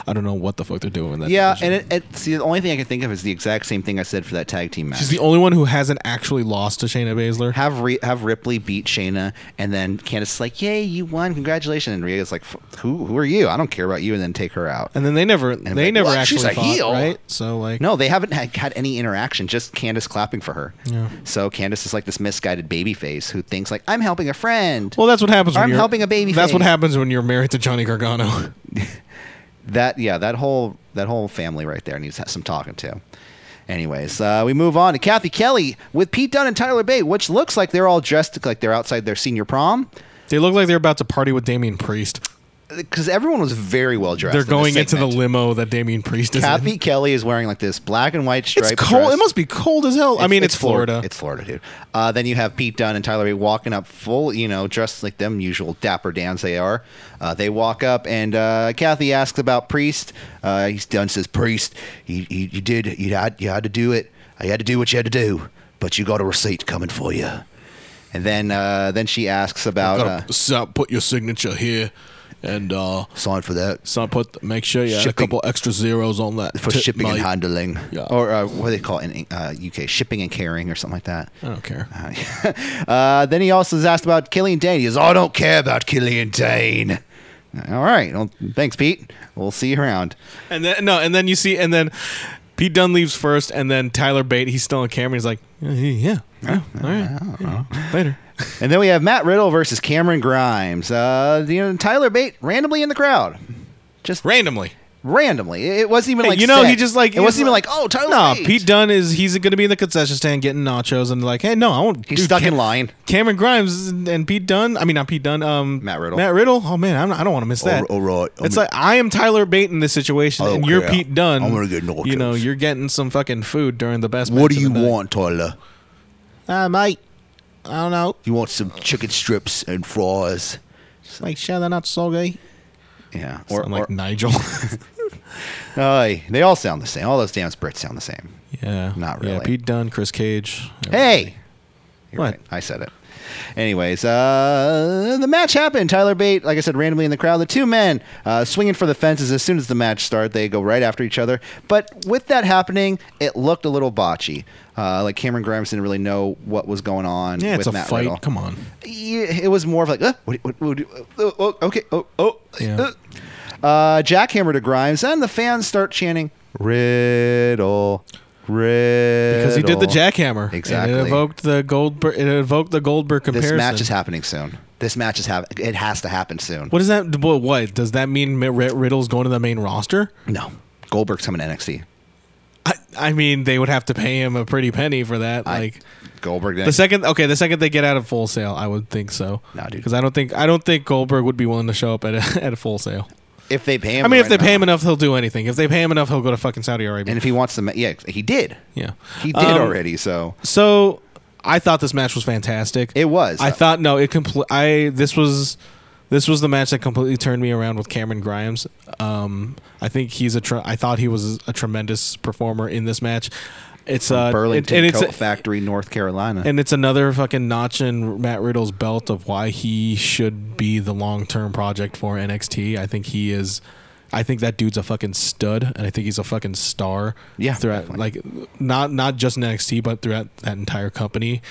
[SPEAKER 2] I don't know what the fuck they're doing. With that
[SPEAKER 1] yeah,
[SPEAKER 2] division.
[SPEAKER 1] and it, it, see, the only thing I can think of is the exact same thing I said for that tag team match.
[SPEAKER 2] she's the only one who hasn't actually lost to Shayna Baszler.
[SPEAKER 1] have Re- have Ripley beat Shayna, and then Candace is like, "Yay, you won! Congratulations!" And Rhea's like, "F- "Who who are you? I don't care about you!" And then take her out.
[SPEAKER 2] And then they never they
[SPEAKER 1] like,
[SPEAKER 2] never
[SPEAKER 1] "What?
[SPEAKER 2] actually
[SPEAKER 1] She's a
[SPEAKER 2] fought,
[SPEAKER 1] heel."
[SPEAKER 2] right? So like
[SPEAKER 1] No, they haven't had, had any interaction. Just Candace clapping for her.
[SPEAKER 2] Yeah.
[SPEAKER 1] So Candace is like this misguided baby face who thinks like, "I'm helping a friend."
[SPEAKER 2] Well, that's what happens. When
[SPEAKER 1] I'm
[SPEAKER 2] you're,
[SPEAKER 1] helping a baby
[SPEAKER 2] That's what
[SPEAKER 1] face.
[SPEAKER 2] happens when you're married to Johnny Gargano. (laughs)
[SPEAKER 1] that yeah that whole that whole family right there needs some talking to anyways uh, we move on to kathy kelly with pete dunn and tyler bate which looks like they're all dressed like they're outside their senior prom
[SPEAKER 2] They look like they're about to party with Damian Priest.
[SPEAKER 1] because everyone was very well dressed
[SPEAKER 2] They're
[SPEAKER 1] in this
[SPEAKER 2] going into the
[SPEAKER 1] segment.
[SPEAKER 2] limo that Damian Priest is in.
[SPEAKER 1] kathy kelly is wearing like this black and white
[SPEAKER 2] It's
[SPEAKER 1] striped
[SPEAKER 2] cold.
[SPEAKER 1] dress.
[SPEAKER 2] It must be cold as hell. I mean, it's,
[SPEAKER 1] Flor-
[SPEAKER 2] Florida.
[SPEAKER 1] It's Florida, dude. Uh, then you have Pete Dunn and Tyler Bate walking up full, you know, dressed like them usual dapper dans they are. Uh, they walk up, and uh, Kathy asks about Priest. Uh, he's Dunn says, "Priest, you, you, you did you had you had to do it. You had to do what you had to do, but you got a receipt coming for you." And then uh, then she asks about uh,
[SPEAKER 2] Gotta so- put your signature here, and uh,
[SPEAKER 1] sign for that
[SPEAKER 2] so put make sure you add a
[SPEAKER 1] Shipping.
[SPEAKER 2] couple extra zeros on that
[SPEAKER 1] for
[SPEAKER 2] tip,
[SPEAKER 1] shipping and
[SPEAKER 2] mate.
[SPEAKER 1] handling,
[SPEAKER 2] Yeah.
[SPEAKER 1] or uh, what do they call it in uh, UK? Shipping and carrying, or something like that. (laughs)
[SPEAKER 2] I don't care.
[SPEAKER 1] uh, then he also is asked about Killian Dane. He goes, I don't care about Killian Dane. Uh, All right. Well, thanks, Pete. We'll see you around.
[SPEAKER 2] And then no, and then you see, and then Pete Dunn leaves first, and then Tyler Bate. He's still on camera. He's like, yeah, yeah, yeah, all right, yeah, later.
[SPEAKER 1] And then we have Matt Riddle versus Cameron Grimes. Uh, you know, Tyler Bate randomly in the crowd. Just
[SPEAKER 2] Randomly.
[SPEAKER 1] randomly. It it wasn't even
[SPEAKER 2] Hey,
[SPEAKER 1] like
[SPEAKER 2] you know,
[SPEAKER 1] set.
[SPEAKER 2] he just like
[SPEAKER 1] it
[SPEAKER 2] he's
[SPEAKER 1] wasn't even like oh Tyler
[SPEAKER 2] Nah,
[SPEAKER 1] Bate.
[SPEAKER 2] Pete Dunn is he's going to be in the concession stand getting nachos and like, hey, no, I won't.
[SPEAKER 1] He's stuck in line.
[SPEAKER 2] Cameron Grimes and and Pete Dunn. I mean, not Pete Dunn. Um,
[SPEAKER 1] Matt Riddle. oh,
[SPEAKER 2] Matt Riddle. Oh man, I'm, not- I don't want to miss that.
[SPEAKER 1] all right.
[SPEAKER 2] It's
[SPEAKER 1] I'm-
[SPEAKER 2] like I am Tyler Bate in this situation,
[SPEAKER 1] don't
[SPEAKER 2] and you're
[SPEAKER 1] care.
[SPEAKER 2] Pete Dunn.
[SPEAKER 1] Oh, I'm gonna get nachos.
[SPEAKER 2] You know, you're getting some fucking food during the best. match of the night.
[SPEAKER 1] Tyler?
[SPEAKER 2] uh, mate? I don't know.
[SPEAKER 1] You want some chicken strips and fries?
[SPEAKER 2] Like, sure, they're not soggy.
[SPEAKER 1] Yeah.
[SPEAKER 2] Or,
[SPEAKER 1] Or,
[SPEAKER 2] like
[SPEAKER 1] or
[SPEAKER 2] Nigel. (laughs)
[SPEAKER 1] Aye, they all sound the same. All those damn Brits sound the same.
[SPEAKER 2] yeah,
[SPEAKER 1] Not
[SPEAKER 2] Yeah,
[SPEAKER 1] really.
[SPEAKER 2] Pete Dunn, Chris Cage.
[SPEAKER 1] Hey, You're
[SPEAKER 2] What?
[SPEAKER 1] right. I said it. Anyways, uh, the match happened. Tyler Bate, like I said, randomly in the crowd. The two men uh, swinging for the fences as soon as the match started. They go right after each other. But with that happening, it looked a little botchy. Uh, like Cameron Grimes didn't really know what was going on.
[SPEAKER 2] Yeah, it's
[SPEAKER 1] with
[SPEAKER 2] a
[SPEAKER 1] Matt
[SPEAKER 2] fight.
[SPEAKER 1] Riddle.
[SPEAKER 2] Come on.
[SPEAKER 1] Yeah, It was more of like, uh, what, what, what, oh, oh, okay, oh, oh,
[SPEAKER 2] Yeah.
[SPEAKER 1] uh. uh, jackhammer to Grimes, and the fans start chanting Riddle, Riddle,
[SPEAKER 2] because he did the jackhammer. and
[SPEAKER 1] Exactly.
[SPEAKER 2] it evoked the Goldberg. It evoked the Goldberg
[SPEAKER 1] This
[SPEAKER 2] comparison.
[SPEAKER 1] match is happening soon. This match is happening. It has to happen soon.
[SPEAKER 2] What does that? What, what does that mean? Mi- Ri- Riddle's going to the main roster.
[SPEAKER 1] No, Goldberg's coming to NXT.
[SPEAKER 2] I, I mean, they would have to pay him a pretty penny for that.
[SPEAKER 1] I-
[SPEAKER 2] Like
[SPEAKER 1] Goldberg.
[SPEAKER 2] the second, okay, the second they get out of full sale, I would think so.
[SPEAKER 1] Nah, dude.
[SPEAKER 2] because I don't think I don't think Goldberg would be willing to show up at a, (laughs) at a full sale.
[SPEAKER 1] if they pay him,
[SPEAKER 2] I mean, if they
[SPEAKER 1] right
[SPEAKER 2] pay
[SPEAKER 1] now-
[SPEAKER 2] him enough, he'll do anything. If they pay him enough, he'll go to fucking Saudi Arabia.
[SPEAKER 1] and if he wants to, ma- yeah, he did.
[SPEAKER 2] yeah,
[SPEAKER 1] He did
[SPEAKER 2] Um,
[SPEAKER 1] already. So
[SPEAKER 2] So I thought this match was fantastic.
[SPEAKER 1] it was.
[SPEAKER 2] I thought no, it complete. I this was this was the match that completely turned me around with Cameron Grimes. Um, I think he's a. Tre- I thought he was a tremendous performer in this match. It's uh,
[SPEAKER 1] Burlington
[SPEAKER 2] and, and
[SPEAKER 1] Coat
[SPEAKER 2] it's
[SPEAKER 1] Factory, North Carolina.
[SPEAKER 2] and it's another fucking notch in Matt Riddle's belt of why he should be the long term project for NXT. I think he is. I think that dude's a fucking stud, and I think he's a fucking star.
[SPEAKER 1] Yeah,
[SPEAKER 2] throughout
[SPEAKER 1] definitely.
[SPEAKER 2] like not not just in NXT, but throughout that entire company.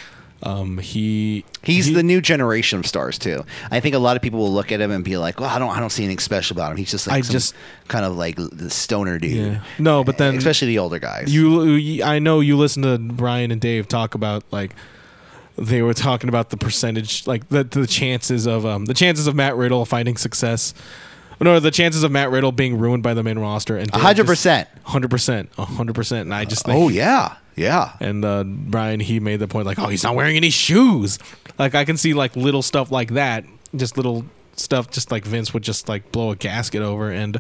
[SPEAKER 2] Um, he
[SPEAKER 1] He's
[SPEAKER 2] he-
[SPEAKER 1] the new generation of stars too. I think a lot of people will look at him and be like, "Well, I don't, I don't see anything special about him. He's just like
[SPEAKER 2] I
[SPEAKER 1] some
[SPEAKER 2] just-
[SPEAKER 1] kind of like the stoner dude."
[SPEAKER 2] Yeah. No, but then
[SPEAKER 1] especially the older guys.
[SPEAKER 2] You, you- I know you listen to Brian and Dave talk about like they were talking about the percentage, like the the chances of um the chances of Matt Riddle finding success, no, the chances of Matt Riddle being ruined by the main roster and Dave
[SPEAKER 1] 100%.
[SPEAKER 2] just- hundred percent, hundred percent, and I just think,
[SPEAKER 1] oh yeah, yeah.
[SPEAKER 2] and uh, Brian he made the point like, oh, he's not wearing any shoes. Like I can see like little stuff like that, just little stuff, just like Vince would just like blow a gasket over, and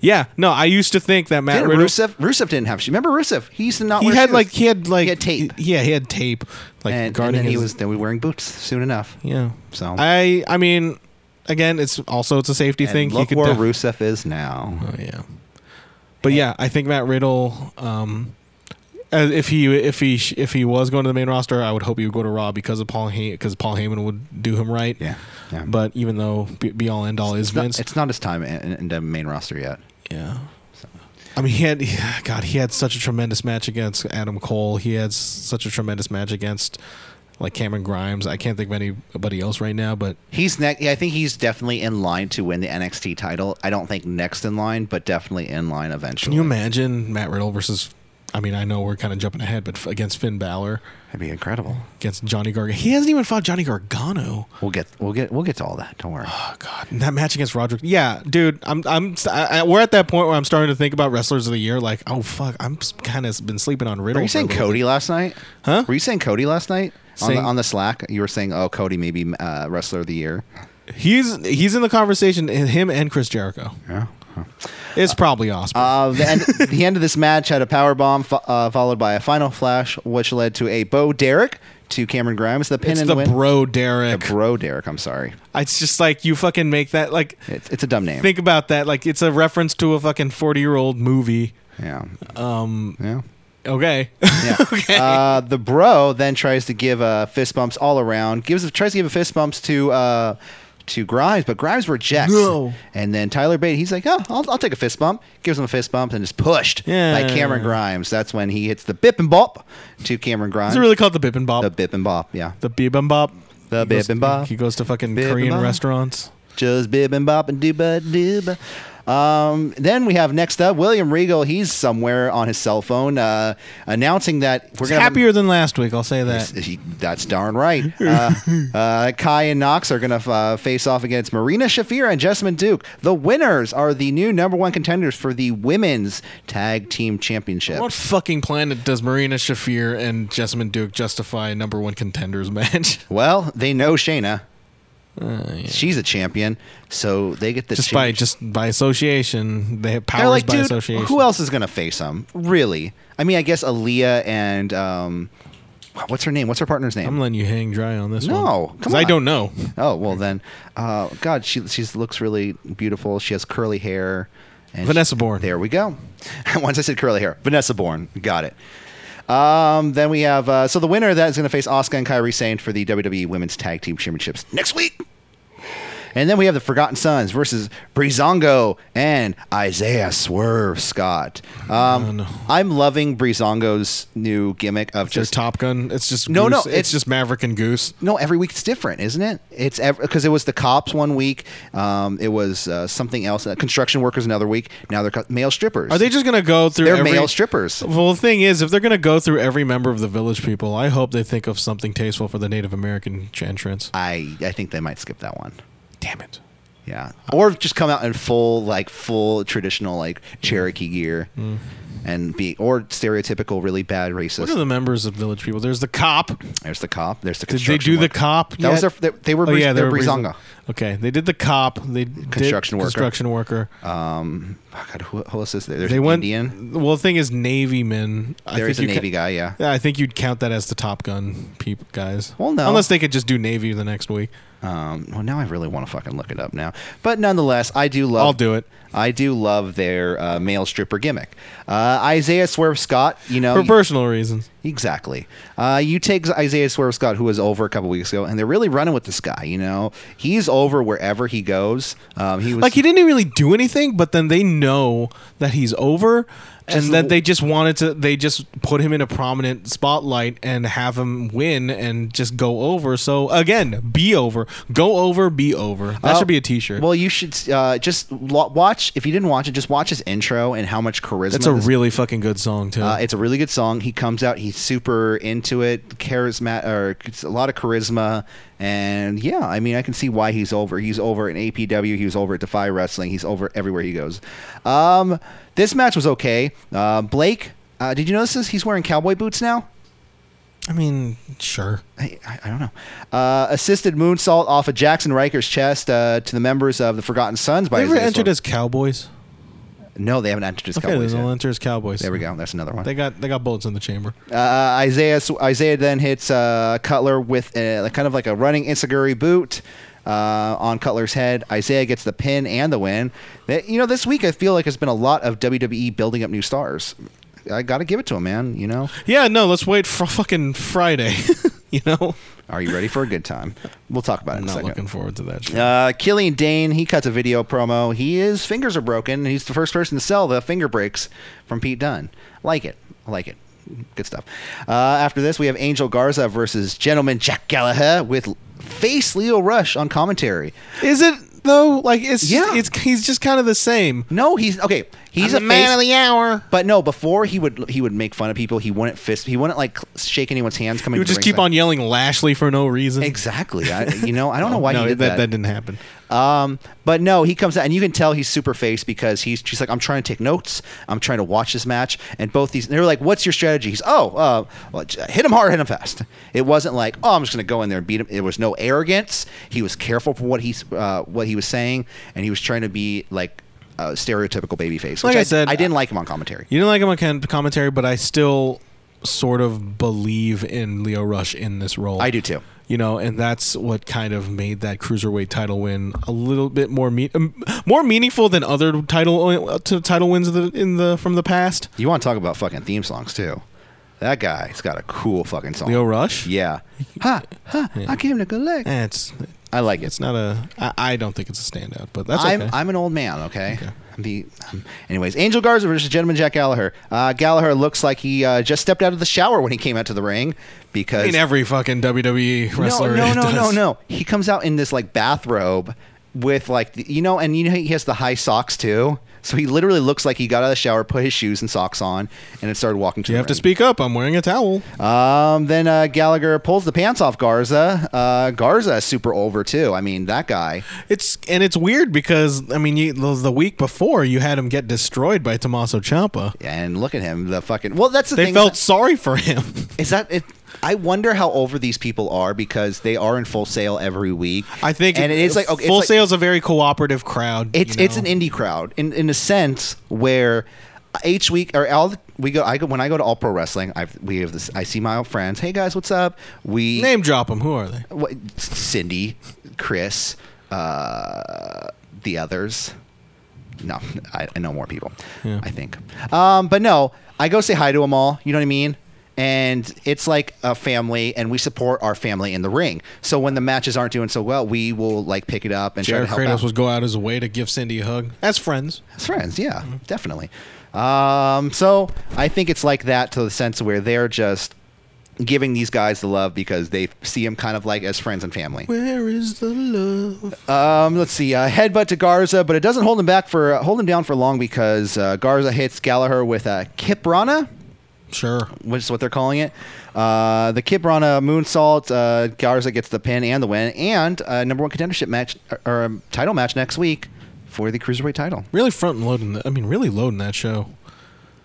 [SPEAKER 2] yeah, no, I used to think that Matt
[SPEAKER 1] Didn't
[SPEAKER 2] Riddle.
[SPEAKER 1] Rusev, Rusev didn't have shoes. Remember Rusev? He used to not.
[SPEAKER 2] he
[SPEAKER 1] wear
[SPEAKER 2] had
[SPEAKER 1] shoes.
[SPEAKER 2] like he had like
[SPEAKER 1] He had tape.
[SPEAKER 2] y- Yeah, he had tape. Like
[SPEAKER 1] and, and
[SPEAKER 2] guarding
[SPEAKER 1] then he
[SPEAKER 2] his-
[SPEAKER 1] was then we wearing boots soon enough.
[SPEAKER 2] yeah.
[SPEAKER 1] So
[SPEAKER 2] I I mean, again, it's also it's a safety
[SPEAKER 1] and
[SPEAKER 2] thing.
[SPEAKER 1] look
[SPEAKER 2] he could
[SPEAKER 1] where
[SPEAKER 2] def-
[SPEAKER 1] Rusev is now.
[SPEAKER 2] Oh yeah. But yeah, I think Matt Riddle. Um, as- if he if he sh- if he was going to the main roster, I would hope he would go to Raw because of Paul because Paul Heyman would do him right.
[SPEAKER 1] Yeah, yeah.
[SPEAKER 2] But even though be, be all end all is
[SPEAKER 1] it's not,
[SPEAKER 2] Vince,
[SPEAKER 1] it's not his time in, in the main roster yet.
[SPEAKER 2] Yeah. I mean, he had yeah, God. He had such a tremendous match against Adam Cole. He had s- such a tremendous match against like Cameron Grimes. I can't think of anybody else right now, but
[SPEAKER 1] He's next. Yeah, I think he's definitely in line to win the NXT title. I don't think next in line, but definitely in line
[SPEAKER 2] can
[SPEAKER 1] eventually.
[SPEAKER 2] you imagine Matt Riddle versus? I mean, I know we're kind of jumping ahead, but f- against Finn Balor,
[SPEAKER 1] That'd be incredible.
[SPEAKER 2] against Johnny Gargano, he hasn't even fought Johnny Gargano.
[SPEAKER 1] We'll get we'll get we'll get to all that. Don't worry.
[SPEAKER 2] Oh God, And that match against Roderick. Yeah, dude, I'm I'm I, I, we're at that point where I'm starting to think about wrestlers of the year. Like, oh fuck, I'm kind of been sleeping on Riddle.
[SPEAKER 1] Were you
[SPEAKER 2] for a
[SPEAKER 1] saying
[SPEAKER 2] little
[SPEAKER 1] Cody last night?
[SPEAKER 2] Huh?
[SPEAKER 1] Were you saying Cody last night on
[SPEAKER 2] Saying-
[SPEAKER 1] the, on the Slack? You were saying, "Oh, Cody maybe uh, wrestler of the year."
[SPEAKER 2] He's he's in the conversation. Him and Chris Jericho.
[SPEAKER 1] Yeah.
[SPEAKER 2] It's probably Osprey.
[SPEAKER 1] Uh, the,
[SPEAKER 2] (laughs)
[SPEAKER 1] end, the end of this match had a power bomb fo- uh, followed by a final flash, which led to a Bo Derek to Cameron Grimes. The pin
[SPEAKER 2] it's
[SPEAKER 1] and
[SPEAKER 2] the
[SPEAKER 1] win.
[SPEAKER 2] bro Derek.
[SPEAKER 1] Bro Derek. I'm sorry.
[SPEAKER 2] It's just like you fucking make that like.
[SPEAKER 1] It's, it's a dumb name.
[SPEAKER 2] Think about that. Like it's a reference to a fucking forty year old movie.
[SPEAKER 1] yeah. Um. Yeah.
[SPEAKER 2] Okay. (laughs)
[SPEAKER 1] Yeah. Uh, the bro then tries to give uh, fist bumps all around. Gives tries to give a fist bumps to uh, to Grimes, but Grimes rejects.
[SPEAKER 2] No.
[SPEAKER 1] And then Tyler Bate, he's like, "Oh, I'll, I'll take a fist bump." Gives him a fist bump and is pushed by
[SPEAKER 2] Yeah.
[SPEAKER 1] Cameron Grimes. That's when he hits the bip and bop to Cameron Grimes.
[SPEAKER 2] Is it really called the Bip and Bop?
[SPEAKER 1] the bip and bop, yeah.
[SPEAKER 2] The Bip and Bop.
[SPEAKER 1] The
[SPEAKER 2] He goes-
[SPEAKER 1] Bip and Bop.
[SPEAKER 2] He goes to fucking
[SPEAKER 1] Bip and
[SPEAKER 2] Korean
[SPEAKER 1] Bop.
[SPEAKER 2] restaurants.
[SPEAKER 1] Just bib and bop and dooba dooba. Um, then we have next up William Regal. He's somewhere on his cell phone uh, announcing that we're
[SPEAKER 2] It's
[SPEAKER 1] gonna have a-
[SPEAKER 2] happier than last week. I'll say that.
[SPEAKER 1] Uh, He- that's darn right.
[SPEAKER 2] (laughs)
[SPEAKER 1] Uh, uh, Kai and Knox are going to uh, face off against Marina Shafir and Jessamine Duke. The winners are the new number one contenders for the women's tag team championship.
[SPEAKER 2] What fucking planet does Marina Shafir and Jessamine Duke justify a number one contenders (laughs) match?
[SPEAKER 1] Well, they know Shayna.
[SPEAKER 2] Uh,
[SPEAKER 1] She's a champion, so they get the
[SPEAKER 2] just
[SPEAKER 1] cha-
[SPEAKER 2] by just by association, they have powers
[SPEAKER 1] They're like,
[SPEAKER 2] by
[SPEAKER 1] dude,
[SPEAKER 2] association.
[SPEAKER 1] who else is going to face them? Really? I mean, I guess Aaliyah and um, what's her name? What's her partner's name?
[SPEAKER 2] I'm letting you hang dry on this one.
[SPEAKER 1] No,
[SPEAKER 2] 'Cause
[SPEAKER 1] come
[SPEAKER 2] I
[SPEAKER 1] on.
[SPEAKER 2] don't know.
[SPEAKER 1] Oh well, then, uh, God, she she looks really beautiful. She has curly hair. And
[SPEAKER 2] Vanessa Bourne.
[SPEAKER 1] There we go. (laughs) Once I said curly hair, Vanessa Bourne. Got it. Um, then we have uh, so the winner that is going to face Oscar and Kyrie Sane for the WWE Women's Tag Team Championships next week. And then we have the Forgotten Sons versus Brizongo and Isaiah Swerve Scott. Um,
[SPEAKER 2] no.
[SPEAKER 1] I'm loving Brizongo's new gimmick of
[SPEAKER 2] Just
[SPEAKER 1] just
[SPEAKER 2] Top Gun. It's just
[SPEAKER 1] No, no,
[SPEAKER 2] Goose. It's,
[SPEAKER 1] it's-
[SPEAKER 2] just Maverick and Goose.
[SPEAKER 1] no, every week it's different, isn't it? It's because it was the cops one week, um, it was uh, something else, uh, construction workers another week. Now they're co- male strippers.
[SPEAKER 2] Are they just gonna go through?
[SPEAKER 1] They're
[SPEAKER 2] every,
[SPEAKER 1] male strippers.
[SPEAKER 2] Well, the thing is, if they're gonna go through every member of the Village People, I hope they think of something tasteful for the Native American ch- entrance.
[SPEAKER 1] I I think they might skip that one.
[SPEAKER 2] Damn it!
[SPEAKER 1] Yeah, or just come out in full like full traditional like Cherokee gear, and be or stereotypical really bad
[SPEAKER 2] Mm. What are
[SPEAKER 1] racist.
[SPEAKER 2] the members of Village People? There's the cop.
[SPEAKER 1] There's the cop. There's the
[SPEAKER 2] Did they
[SPEAKER 1] construction
[SPEAKER 2] do the
[SPEAKER 1] worker.
[SPEAKER 2] cop?
[SPEAKER 1] That was
[SPEAKER 2] yet?
[SPEAKER 1] their- they- they were
[SPEAKER 2] Oh
[SPEAKER 1] Briz-
[SPEAKER 2] yeah, they
[SPEAKER 1] they're
[SPEAKER 2] were Briz-
[SPEAKER 1] Brizonga.
[SPEAKER 2] Okay, they did the cop. They did
[SPEAKER 1] Construction worker.
[SPEAKER 2] Construction worker.
[SPEAKER 1] Um, oh God, who, who else is there? There's
[SPEAKER 2] they
[SPEAKER 1] an
[SPEAKER 2] went.
[SPEAKER 1] Indian.
[SPEAKER 2] Well, the thing is, Navy men. I
[SPEAKER 1] There
[SPEAKER 2] think
[SPEAKER 1] is a
[SPEAKER 2] you ca-
[SPEAKER 1] Navy guy. Yeah.
[SPEAKER 2] Yeah, I think you'd count that as the Top Gun peep guys.
[SPEAKER 1] Well, no.
[SPEAKER 2] unless they could just do Navy the next week.
[SPEAKER 1] Um, well, now I really want to fucking look it up now. But nonetheless, I do love.
[SPEAKER 2] I'll do it.
[SPEAKER 1] I do love their uh, male stripper gimmick. Uh, Isaiah Swerve Scott, you know,
[SPEAKER 2] for personal reasons.
[SPEAKER 1] Exactly. Uh, you take Isaiah Swerve Scott, who was over a couple weeks ago, and they're really running with this guy. You know, he's over wherever he goes. Um, he was
[SPEAKER 2] Like he didn't really do anything, but then they know that he's over,
[SPEAKER 1] Just-
[SPEAKER 2] and that they just wanted to. They just put him in a prominent spotlight and have him win and just go over. So again, be over, go over, be over. That
[SPEAKER 1] Oh,
[SPEAKER 2] should be a T-shirt.
[SPEAKER 1] Well, you should uh, just lo- watch. If you didn't watch it, just watch his intro and how much charisma.
[SPEAKER 2] That's a
[SPEAKER 1] this-
[SPEAKER 2] really fucking good song too.
[SPEAKER 1] Uh, it's a really good song. He comes out. He's super into it. Charisma or it's a lot of charisma. And yeah, I mean, I can see why he's over. He's over in APW. He was over at Defy Wrestling. He's over everywhere he goes. Um, this match was okay. Uh, Blake, uh, did you notice this? He's wearing cowboy boots now.
[SPEAKER 2] I mean, sure.
[SPEAKER 1] I, I- I don't know. Uh, assisted moonsault off of Jackson Riker's chest uh, to the members of the Forgotten Sons by
[SPEAKER 2] They ever
[SPEAKER 1] Isaiah
[SPEAKER 2] entered
[SPEAKER 1] Swerve.
[SPEAKER 2] as cowboys?
[SPEAKER 1] no, they haven't entered as
[SPEAKER 2] Okay,
[SPEAKER 1] cowboys.
[SPEAKER 2] they'll
[SPEAKER 1] Yet.
[SPEAKER 2] enter as cowboys.
[SPEAKER 1] There we go. That's another one.
[SPEAKER 2] They got they got bullets in the chamber.
[SPEAKER 1] Uh, Isaiah Isaiah then hits uh, Cutler with a, kind of like a running insiguri boot uh, on Cutler's head. Isaiah gets the pin and the win. That- you know, this week I feel like it's been a lot of WWE building up new stars. I got to give it to him, man. You know,
[SPEAKER 2] Yeah, no, let's wait for fucking Friday. (laughs) you know,
[SPEAKER 1] are you ready for a good time? We'll talk about it
[SPEAKER 2] I'm
[SPEAKER 1] in a
[SPEAKER 2] not
[SPEAKER 1] second.
[SPEAKER 2] looking forward to that. Shit.
[SPEAKER 1] Uh, Killian Dane, he cuts a video promo. He his fingers are broken, and he's the first person to sell the finger breaks from Pete Dunne. Like it, I like it. Good stuff. Uh, after this, we have Angel Garza versus Gentleman Jack Gallagher with face Leo Rush on commentary.
[SPEAKER 2] Is it though? Like it's
[SPEAKER 1] Yeah.
[SPEAKER 2] it's he's just kind of the same.
[SPEAKER 1] No, he's okay. He's a face,
[SPEAKER 2] the hour.
[SPEAKER 1] but no. Before he would he would make fun of people. He wouldn't fist. He wouldn't like shake anyone's hands coming.
[SPEAKER 2] You would
[SPEAKER 1] to
[SPEAKER 2] just keep
[SPEAKER 1] ringside.
[SPEAKER 2] on yelling Lashley for no reason.
[SPEAKER 1] Exactly. I, you know, I don't know why
[SPEAKER 2] (laughs) no,
[SPEAKER 1] he did
[SPEAKER 2] that, didn't happen.
[SPEAKER 1] Um, but no, he comes out and you can tell he's super faced because he's she's like, I'm trying to take notes. I'm trying to watch this match. And both these, they were like, what's your strategy? He's, oh, uh, well, j- hit him hard, hit him fast. It wasn't like, oh, I'm just going to go in there and beat him. There was no arrogance. He was careful for what he's, uh, what he was saying. And he was trying to be like a stereotypical babyface. Which
[SPEAKER 2] Like I said, uh,
[SPEAKER 1] I didn't like him on commentary.
[SPEAKER 2] You didn't like him on con- commentary, but I still sort of believe in Leo Rush in this role.
[SPEAKER 1] I do too.
[SPEAKER 2] You know, and that's what kind of made that cruiserweight title win a little bit more me- um, more meaningful than other title uh, to title wins of the, in the from the past.
[SPEAKER 1] You want to talk about fucking theme songs too. That guy's got a cool fucking song.
[SPEAKER 2] Leo Rush.
[SPEAKER 1] Yeah. Ha, ha, I came to collect.
[SPEAKER 2] Eh, it's
[SPEAKER 1] I like it.
[SPEAKER 2] it's not a. I, I don't think it's a standout, but that's okay.
[SPEAKER 1] I'm, I'm an old man, okay?
[SPEAKER 2] Okay.
[SPEAKER 1] I'm The, um, anyways, Angel Garza versus Gentleman Jack Gallagher. Uh, Gallagher looks like he uh, just stepped out of the shower when he came out to the ring because.
[SPEAKER 2] I mean, every fucking WWE wrestler. (laughs)
[SPEAKER 1] no, no, no, no,
[SPEAKER 2] does.
[SPEAKER 1] no. He comes out in this like bathrobe with like, the, you know, and you know, he has the high socks too. So he literally looks like he got out of the shower, put his shoes and socks on, and it started walking to
[SPEAKER 2] You
[SPEAKER 1] the
[SPEAKER 2] have to
[SPEAKER 1] ring.
[SPEAKER 2] speak up. I'm wearing a towel.
[SPEAKER 1] Um, then uh, Gallagher pulls the pants off Garza. Uh, Garza is super over too. I mean, that guy.
[SPEAKER 2] It's and it's weird because I mean, you, the, the week before you had him get destroyed by Tommaso Ciampa.
[SPEAKER 1] And look at him, the fucking. Well, that's the
[SPEAKER 2] They
[SPEAKER 1] thing.
[SPEAKER 2] felt sorry for him. (laughs)
[SPEAKER 1] Is that it? I wonder how over these people are because they are in full sale every week.
[SPEAKER 2] I think,
[SPEAKER 1] and it is like okay,
[SPEAKER 2] Full
[SPEAKER 1] it's like-
[SPEAKER 2] Sail's a very cooperative crowd.
[SPEAKER 1] it's
[SPEAKER 2] you
[SPEAKER 1] it's
[SPEAKER 2] know?
[SPEAKER 1] an indie crowd in in a sense where each week or all the- we go I go when I go to All Pro Wrestling I we have this I see my old friends. Hey guys, what's up? We
[SPEAKER 2] name drop them. Who are they?
[SPEAKER 1] what, Cindy, Chris, uh, the others. No, I, I know more people.
[SPEAKER 2] Yeah.
[SPEAKER 1] I think, um, but no, I go say hi to them all. You know what I mean? And it's like a family, and we support our family in the ring. So when the matches aren't doing so well, we will like pick it up and
[SPEAKER 2] Jared
[SPEAKER 1] try to help
[SPEAKER 2] Kratos
[SPEAKER 1] out.
[SPEAKER 2] would go out as a way to give Cindy a hug as friends.
[SPEAKER 1] As friends, yeah,
[SPEAKER 2] Mm-hmm.
[SPEAKER 1] definitely. Um, so I think it's like that to the sense where they're just giving these guys the love because they see them kind of like as friends and family.
[SPEAKER 2] Where is the love?
[SPEAKER 1] Um, let's see. Uh, headbutt to Garza, but it doesn't hold him back for uh, hold him down for long because uh, Garza hits Gallagher with a Kiprana,
[SPEAKER 2] Sure.
[SPEAKER 1] which is what they're calling it. Uh, the Kiprana moonsault. Uh, Garza gets the pin and the win, and uh, number one contendership match or um, title match next week for the cruiserweight title.
[SPEAKER 2] Really front loading. I mean, really loading that show.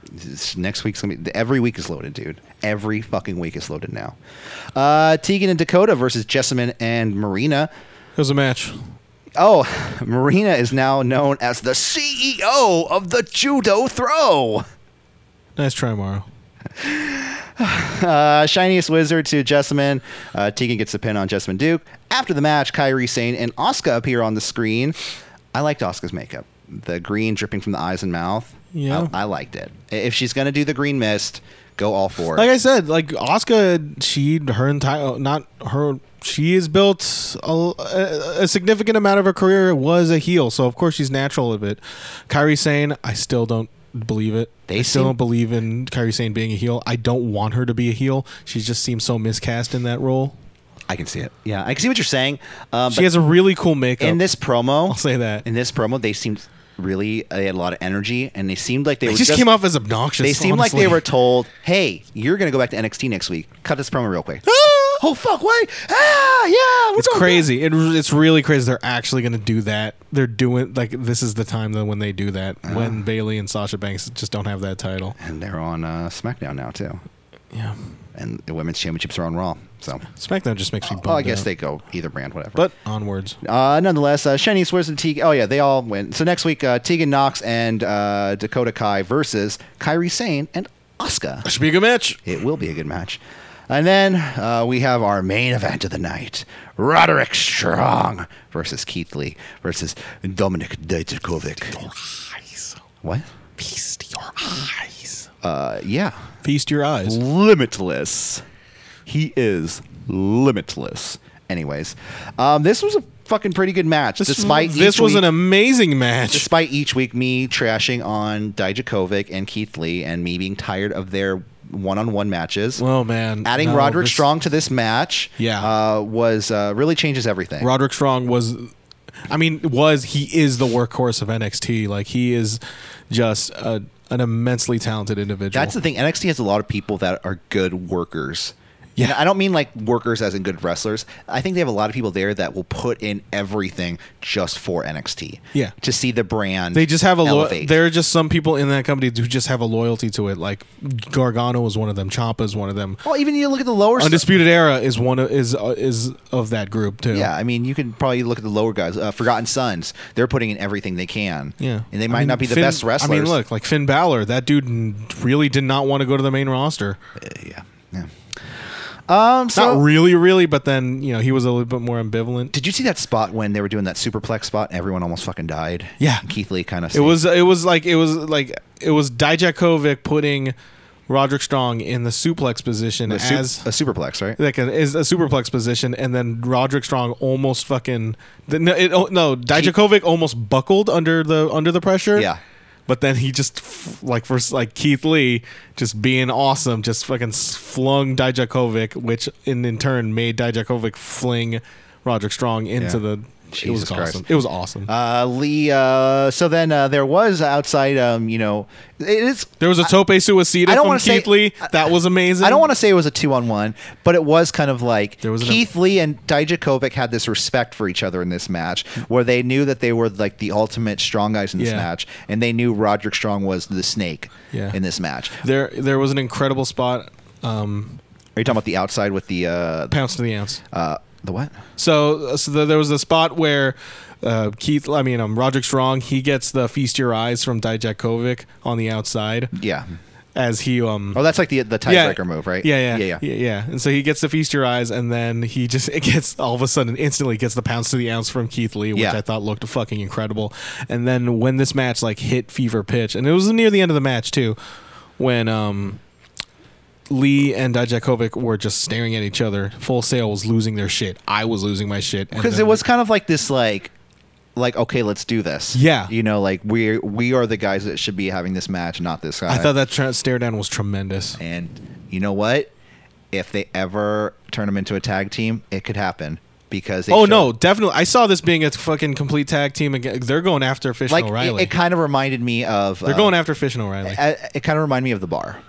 [SPEAKER 1] This- Next week's gonna be every week is loaded, dude. Every fucking week is loaded now. Uh, Tegan and Dakota versus Jessamine and Marina.
[SPEAKER 2] It was a match.
[SPEAKER 1] Oh, (sighs) Marina is now known as the CEO of the Judo Throw.
[SPEAKER 2] Nice try, Morrow.
[SPEAKER 1] Uh, shiniest wizard to Jessamine. Uh, Tegan gets the pin on Jessamine Duke. After the match, Kyrie Sane and Asuka appear on the screen. I liked Asuka's makeup. The green dripping from the eyes and mouth.
[SPEAKER 2] Yeah.
[SPEAKER 1] I, I liked it. If she's going to do the green mist, Go all for it.
[SPEAKER 2] Like I said, like Oscar, she her entire not her she has built a, a significant amount of her career was a heel, so of course she's natural of it. Kyrie Sane, I still don't believe it.
[SPEAKER 1] They
[SPEAKER 2] I still
[SPEAKER 1] seem-
[SPEAKER 2] don't believe in Kyrie Sane being a heel. I don't want her to be a heel. She just seems so miscast in that role.
[SPEAKER 1] I can see it. Yeah, I can see what you're saying. Um,
[SPEAKER 2] She
[SPEAKER 1] but
[SPEAKER 2] has a really cool makeup.
[SPEAKER 1] in this promo,
[SPEAKER 2] I'll say that.
[SPEAKER 1] in this promo, they seemed really they had a lot of energy, and they seemed like they,
[SPEAKER 2] It
[SPEAKER 1] were
[SPEAKER 2] just,
[SPEAKER 1] just
[SPEAKER 2] came off as obnoxious.
[SPEAKER 1] They seemed like they
[SPEAKER 2] honestly.
[SPEAKER 1] were told, "Hey, you're gonna go back to NXT next week. Cut this promo real quick." (gasps) oh fuck! Wait, ah, yeah, we're
[SPEAKER 2] It's
[SPEAKER 1] going
[SPEAKER 2] crazy. It, it's really crazy. They're actually going to do that. They're doing like this is the time that when they do that when Bailey and Sasha Banks just don't have that title.
[SPEAKER 1] back." And they're on uh, SmackDown now too,
[SPEAKER 2] Yeah,
[SPEAKER 1] and the women's championships are on Raw. So,
[SPEAKER 2] SmackDown just makes me. Bummed
[SPEAKER 1] well, Oh, I guess
[SPEAKER 2] out.
[SPEAKER 1] they go either brand, whatever.
[SPEAKER 2] But onwards.
[SPEAKER 1] Uh, nonetheless, uh, Shani Swerson, Tegan. Oh yeah, they all win. So next week, uh, Tegan Knox and uh, Dakota Kai versus Kyrie Sane and Asuka.
[SPEAKER 2] That should be a good match.
[SPEAKER 1] It will be a good match. And then uh, we have our main event of the night: Roderick Strong versus Keith Lee versus Dominic Dijakovic. What?
[SPEAKER 2] Feast your eyes.
[SPEAKER 1] Uh, yeah,
[SPEAKER 2] Feast your eyes.
[SPEAKER 1] limitless. He is limitless. Anyways, um, this was a fucking pretty good match. despite
[SPEAKER 2] this
[SPEAKER 1] each
[SPEAKER 2] was
[SPEAKER 1] week-
[SPEAKER 2] an amazing match.
[SPEAKER 1] despite each week me trashing on Dijakovic and Keith Lee and me being tired of their one-on-one matches.
[SPEAKER 2] Oh man,
[SPEAKER 1] Adding
[SPEAKER 2] No,
[SPEAKER 1] Roderick
[SPEAKER 2] this-
[SPEAKER 1] Strong to this match,
[SPEAKER 2] Yeah.
[SPEAKER 1] uh, was uh, really changes everything.
[SPEAKER 2] Roderick Strong was, I mean, was he is the workhorse of NXT. Like he is just a, an immensely talented individual.
[SPEAKER 1] That's the thing. NXT has a lot of people that are good workers.
[SPEAKER 2] Yeah.
[SPEAKER 1] And I don't mean like workers as in good wrestlers. I think they have a lot of people there that will put in everything just for NXT.
[SPEAKER 2] Yeah.
[SPEAKER 1] to see the brand.
[SPEAKER 2] They just have a lo-
[SPEAKER 1] elevate.
[SPEAKER 2] there are just some people in that company who just have a loyalty to it. Like Gargano is one of them, Ciampa is one of them.
[SPEAKER 1] well, even you look at the lower. stuff.
[SPEAKER 2] Undisputed Era is one of, is uh, is of that group too.
[SPEAKER 1] Yeah, I mean, you can probably look at the lower guys. Uh, Forgotten Sons, they're putting in everything they can.
[SPEAKER 2] Yeah.
[SPEAKER 1] and they
[SPEAKER 2] I
[SPEAKER 1] might
[SPEAKER 2] mean,
[SPEAKER 1] not be the
[SPEAKER 2] Finn-
[SPEAKER 1] best wrestlers.
[SPEAKER 2] I mean, look, like Finn Balor, that dude n- really did not want to go to the main roster.
[SPEAKER 1] Uh, yeah, yeah. Um, so
[SPEAKER 2] not really, really, but then, you know, he was a little bit more ambivalent.
[SPEAKER 1] did you see that spot when they were doing that superplex spot? Everyone almost fucking died.
[SPEAKER 2] Yeah.
[SPEAKER 1] Keith Lee kind of.
[SPEAKER 2] It was it was like it was like it was Dijakovic putting Roderick Strong in the suplex position
[SPEAKER 1] a, su-
[SPEAKER 2] as
[SPEAKER 1] a superplex, right?
[SPEAKER 2] like a, is a superplex position, and then Roderick Strong almost fucking the, no, it, oh, no Dijakovic almost buckled under the under the pressure.
[SPEAKER 1] Yeah.
[SPEAKER 2] but then he just f- like for like Keith Lee just being awesome, just fucking s- flung Dijakovic, which in in turn made Dijakovic fling Roderick Strong into
[SPEAKER 1] Yeah.
[SPEAKER 2] the. it
[SPEAKER 1] Jesus
[SPEAKER 2] was
[SPEAKER 1] Christ.
[SPEAKER 2] awesome. It was awesome.
[SPEAKER 1] Uh, Lee. Uh, so then uh, there was outside. Um, you know, it is.
[SPEAKER 2] there was a tope suicida
[SPEAKER 1] I don't
[SPEAKER 2] from
[SPEAKER 1] wanna
[SPEAKER 2] Keith
[SPEAKER 1] say-
[SPEAKER 2] Lee. That was amazing.
[SPEAKER 1] I don't want to say it was a two on one, but it was kind of like
[SPEAKER 2] There was an-
[SPEAKER 1] Keith Lee and Dijakovic had this respect for each other in this match, where they knew that they were like the ultimate strong guys in this
[SPEAKER 2] Yeah.
[SPEAKER 1] match, and they knew Roderick Strong was the snake
[SPEAKER 2] Yeah.
[SPEAKER 1] in this match. Are
[SPEAKER 2] There there was an incredible spot. Um,
[SPEAKER 1] you talking about the outside with the uh,
[SPEAKER 2] pounce to the ounce.
[SPEAKER 1] uh the what?
[SPEAKER 2] So, uh, so th- there was a spot where uh, Keith, I mean, um, Roderick Strong, he gets the feast your eyes from Dijakovic on the outside
[SPEAKER 1] Yeah.
[SPEAKER 2] as he, um,
[SPEAKER 1] Oh, that's like the the tiebreaker move, right?
[SPEAKER 2] Yeah, yeah,
[SPEAKER 1] yeah, yeah.
[SPEAKER 2] yeah, yeah. And so he gets the feast your eyes, and then he just (laughs) it gets all of a sudden instantly gets the pounds to the ounce from Keith Lee, which
[SPEAKER 1] Yeah.
[SPEAKER 2] I thought looked fucking incredible. And then when this match like hit fever pitch, and it was near the end of the match too, when um. Lee and Dijakovic were just staring at each other. Full Sail was losing their shit. I was losing my shit. and
[SPEAKER 1] Because
[SPEAKER 2] then-
[SPEAKER 1] it was kind of like this, like, like okay, let's do this.
[SPEAKER 2] Yeah.
[SPEAKER 1] you know, like we we are the guys that should be having this match, not this guy.
[SPEAKER 2] I thought that tra- stare down was tremendous.
[SPEAKER 1] And you know what? If they ever turn them into a tag team, it could happen because they
[SPEAKER 2] Oh
[SPEAKER 1] showed-
[SPEAKER 2] no, definitely. I saw this being a fucking complete tag team again. They're going after Fish
[SPEAKER 1] like
[SPEAKER 2] and
[SPEAKER 1] it,
[SPEAKER 2] O'Reilly.
[SPEAKER 1] it kind of reminded me of um,
[SPEAKER 2] They're going after Fish and O'Reilly.
[SPEAKER 1] it, it kind of reminded me of the bar.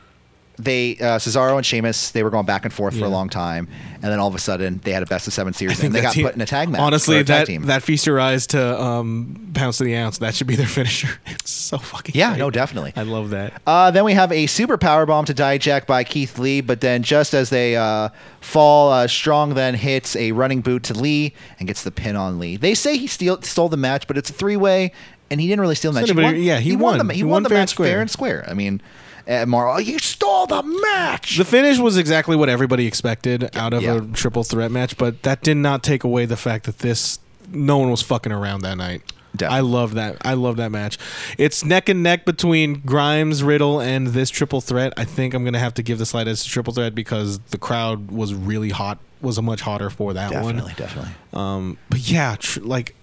[SPEAKER 1] They uh, Cesaro and Sheamus they were going back and forth for a
[SPEAKER 2] Yeah.
[SPEAKER 1] long time, and then all of a sudden they had a best of seven
[SPEAKER 2] I
[SPEAKER 1] series
[SPEAKER 2] think
[SPEAKER 1] and they
[SPEAKER 2] that
[SPEAKER 1] got
[SPEAKER 2] team-
[SPEAKER 1] put in a tag match. or
[SPEAKER 2] Honestly,
[SPEAKER 1] a tag
[SPEAKER 2] that
[SPEAKER 1] team.
[SPEAKER 2] that feast your eyes to um, pounds to the ounce. That should be their (laughs) finisher. It's so fucking.
[SPEAKER 1] yeah,
[SPEAKER 2] great.
[SPEAKER 1] no, definitely.
[SPEAKER 2] I love that.
[SPEAKER 1] Uh, then we have a super power bomb to Dijak by Keith Lee, but then just as they uh, fall, uh, Strong then hits a running boot to Lee and gets the pin on Lee. They say he steal, stole the match, but it's a three way, and he didn't really steal the match.
[SPEAKER 2] So anybody- yeah, he won.
[SPEAKER 1] the, ma- he,
[SPEAKER 2] He
[SPEAKER 1] won,
[SPEAKER 2] won
[SPEAKER 1] the
[SPEAKER 2] fair and
[SPEAKER 1] match fair
[SPEAKER 2] square.
[SPEAKER 1] and square. I mean, uh, Morrow, you stole the match.
[SPEAKER 2] The finish was exactly what everybody expected out of
[SPEAKER 1] Yeah.
[SPEAKER 2] a triple threat match, but that did not take away the fact that this no one was fucking around that night. I
[SPEAKER 1] Definitely.
[SPEAKER 2] love that. I love that match. It's neck and neck between Grimes, Riddle, and this triple threat. I think I'm gonna have to give the slight edge to triple threat because the crowd was really hot. Was much hotter for that
[SPEAKER 1] Definitely, definitely.
[SPEAKER 2] one. Um, but yeah, tr- like,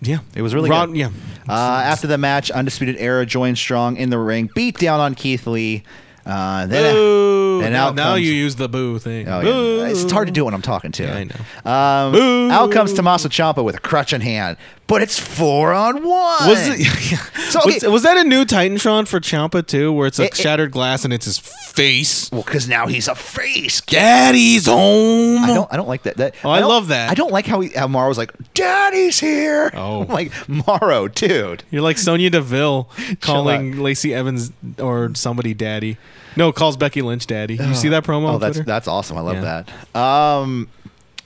[SPEAKER 2] yeah,
[SPEAKER 1] It was really
[SPEAKER 2] Ron-
[SPEAKER 1] good.
[SPEAKER 2] Yeah,
[SPEAKER 1] Uh, after the match, Undisputed Era joined strong in the ring, beat down on Keith Lee. Uh, then,
[SPEAKER 2] Boo!
[SPEAKER 1] then
[SPEAKER 2] now,
[SPEAKER 1] out
[SPEAKER 2] now
[SPEAKER 1] comes-
[SPEAKER 2] you use the boo thing.
[SPEAKER 1] Oh,
[SPEAKER 2] Boo!
[SPEAKER 1] yeah. It's hard to do when I'm talking to.
[SPEAKER 2] Yeah, I
[SPEAKER 1] know. Um,
[SPEAKER 2] Boo.
[SPEAKER 1] Out comes Tommaso Ciampa with a crutch in hand, but it's four on one.
[SPEAKER 2] Was it? (laughs)
[SPEAKER 1] So, okay.
[SPEAKER 2] was, was that a new Titantron for Champa too, where it's like
[SPEAKER 1] It- it-
[SPEAKER 2] shattered glass and it's his face?
[SPEAKER 1] Well, because now he's a face.
[SPEAKER 2] Daddy's home.
[SPEAKER 1] I don't. I don't like that. that
[SPEAKER 2] Oh, I
[SPEAKER 1] don't-
[SPEAKER 2] love that.
[SPEAKER 1] I don't like how, he, how Morrow's like, "Daddy's here."
[SPEAKER 2] Oh.
[SPEAKER 1] I'm (laughs) like Morrow, dude.
[SPEAKER 2] You're like
[SPEAKER 1] (laughs)
[SPEAKER 2] Sonia Deville calling
[SPEAKER 1] out.
[SPEAKER 2] Lacey Evans or somebody daddy. No, calls Becky Lynch daddy. You see that promo?
[SPEAKER 1] Oh,
[SPEAKER 2] on
[SPEAKER 1] that's
[SPEAKER 2] Twitter?
[SPEAKER 1] that's awesome. I love
[SPEAKER 2] Yeah.
[SPEAKER 1] that. Um,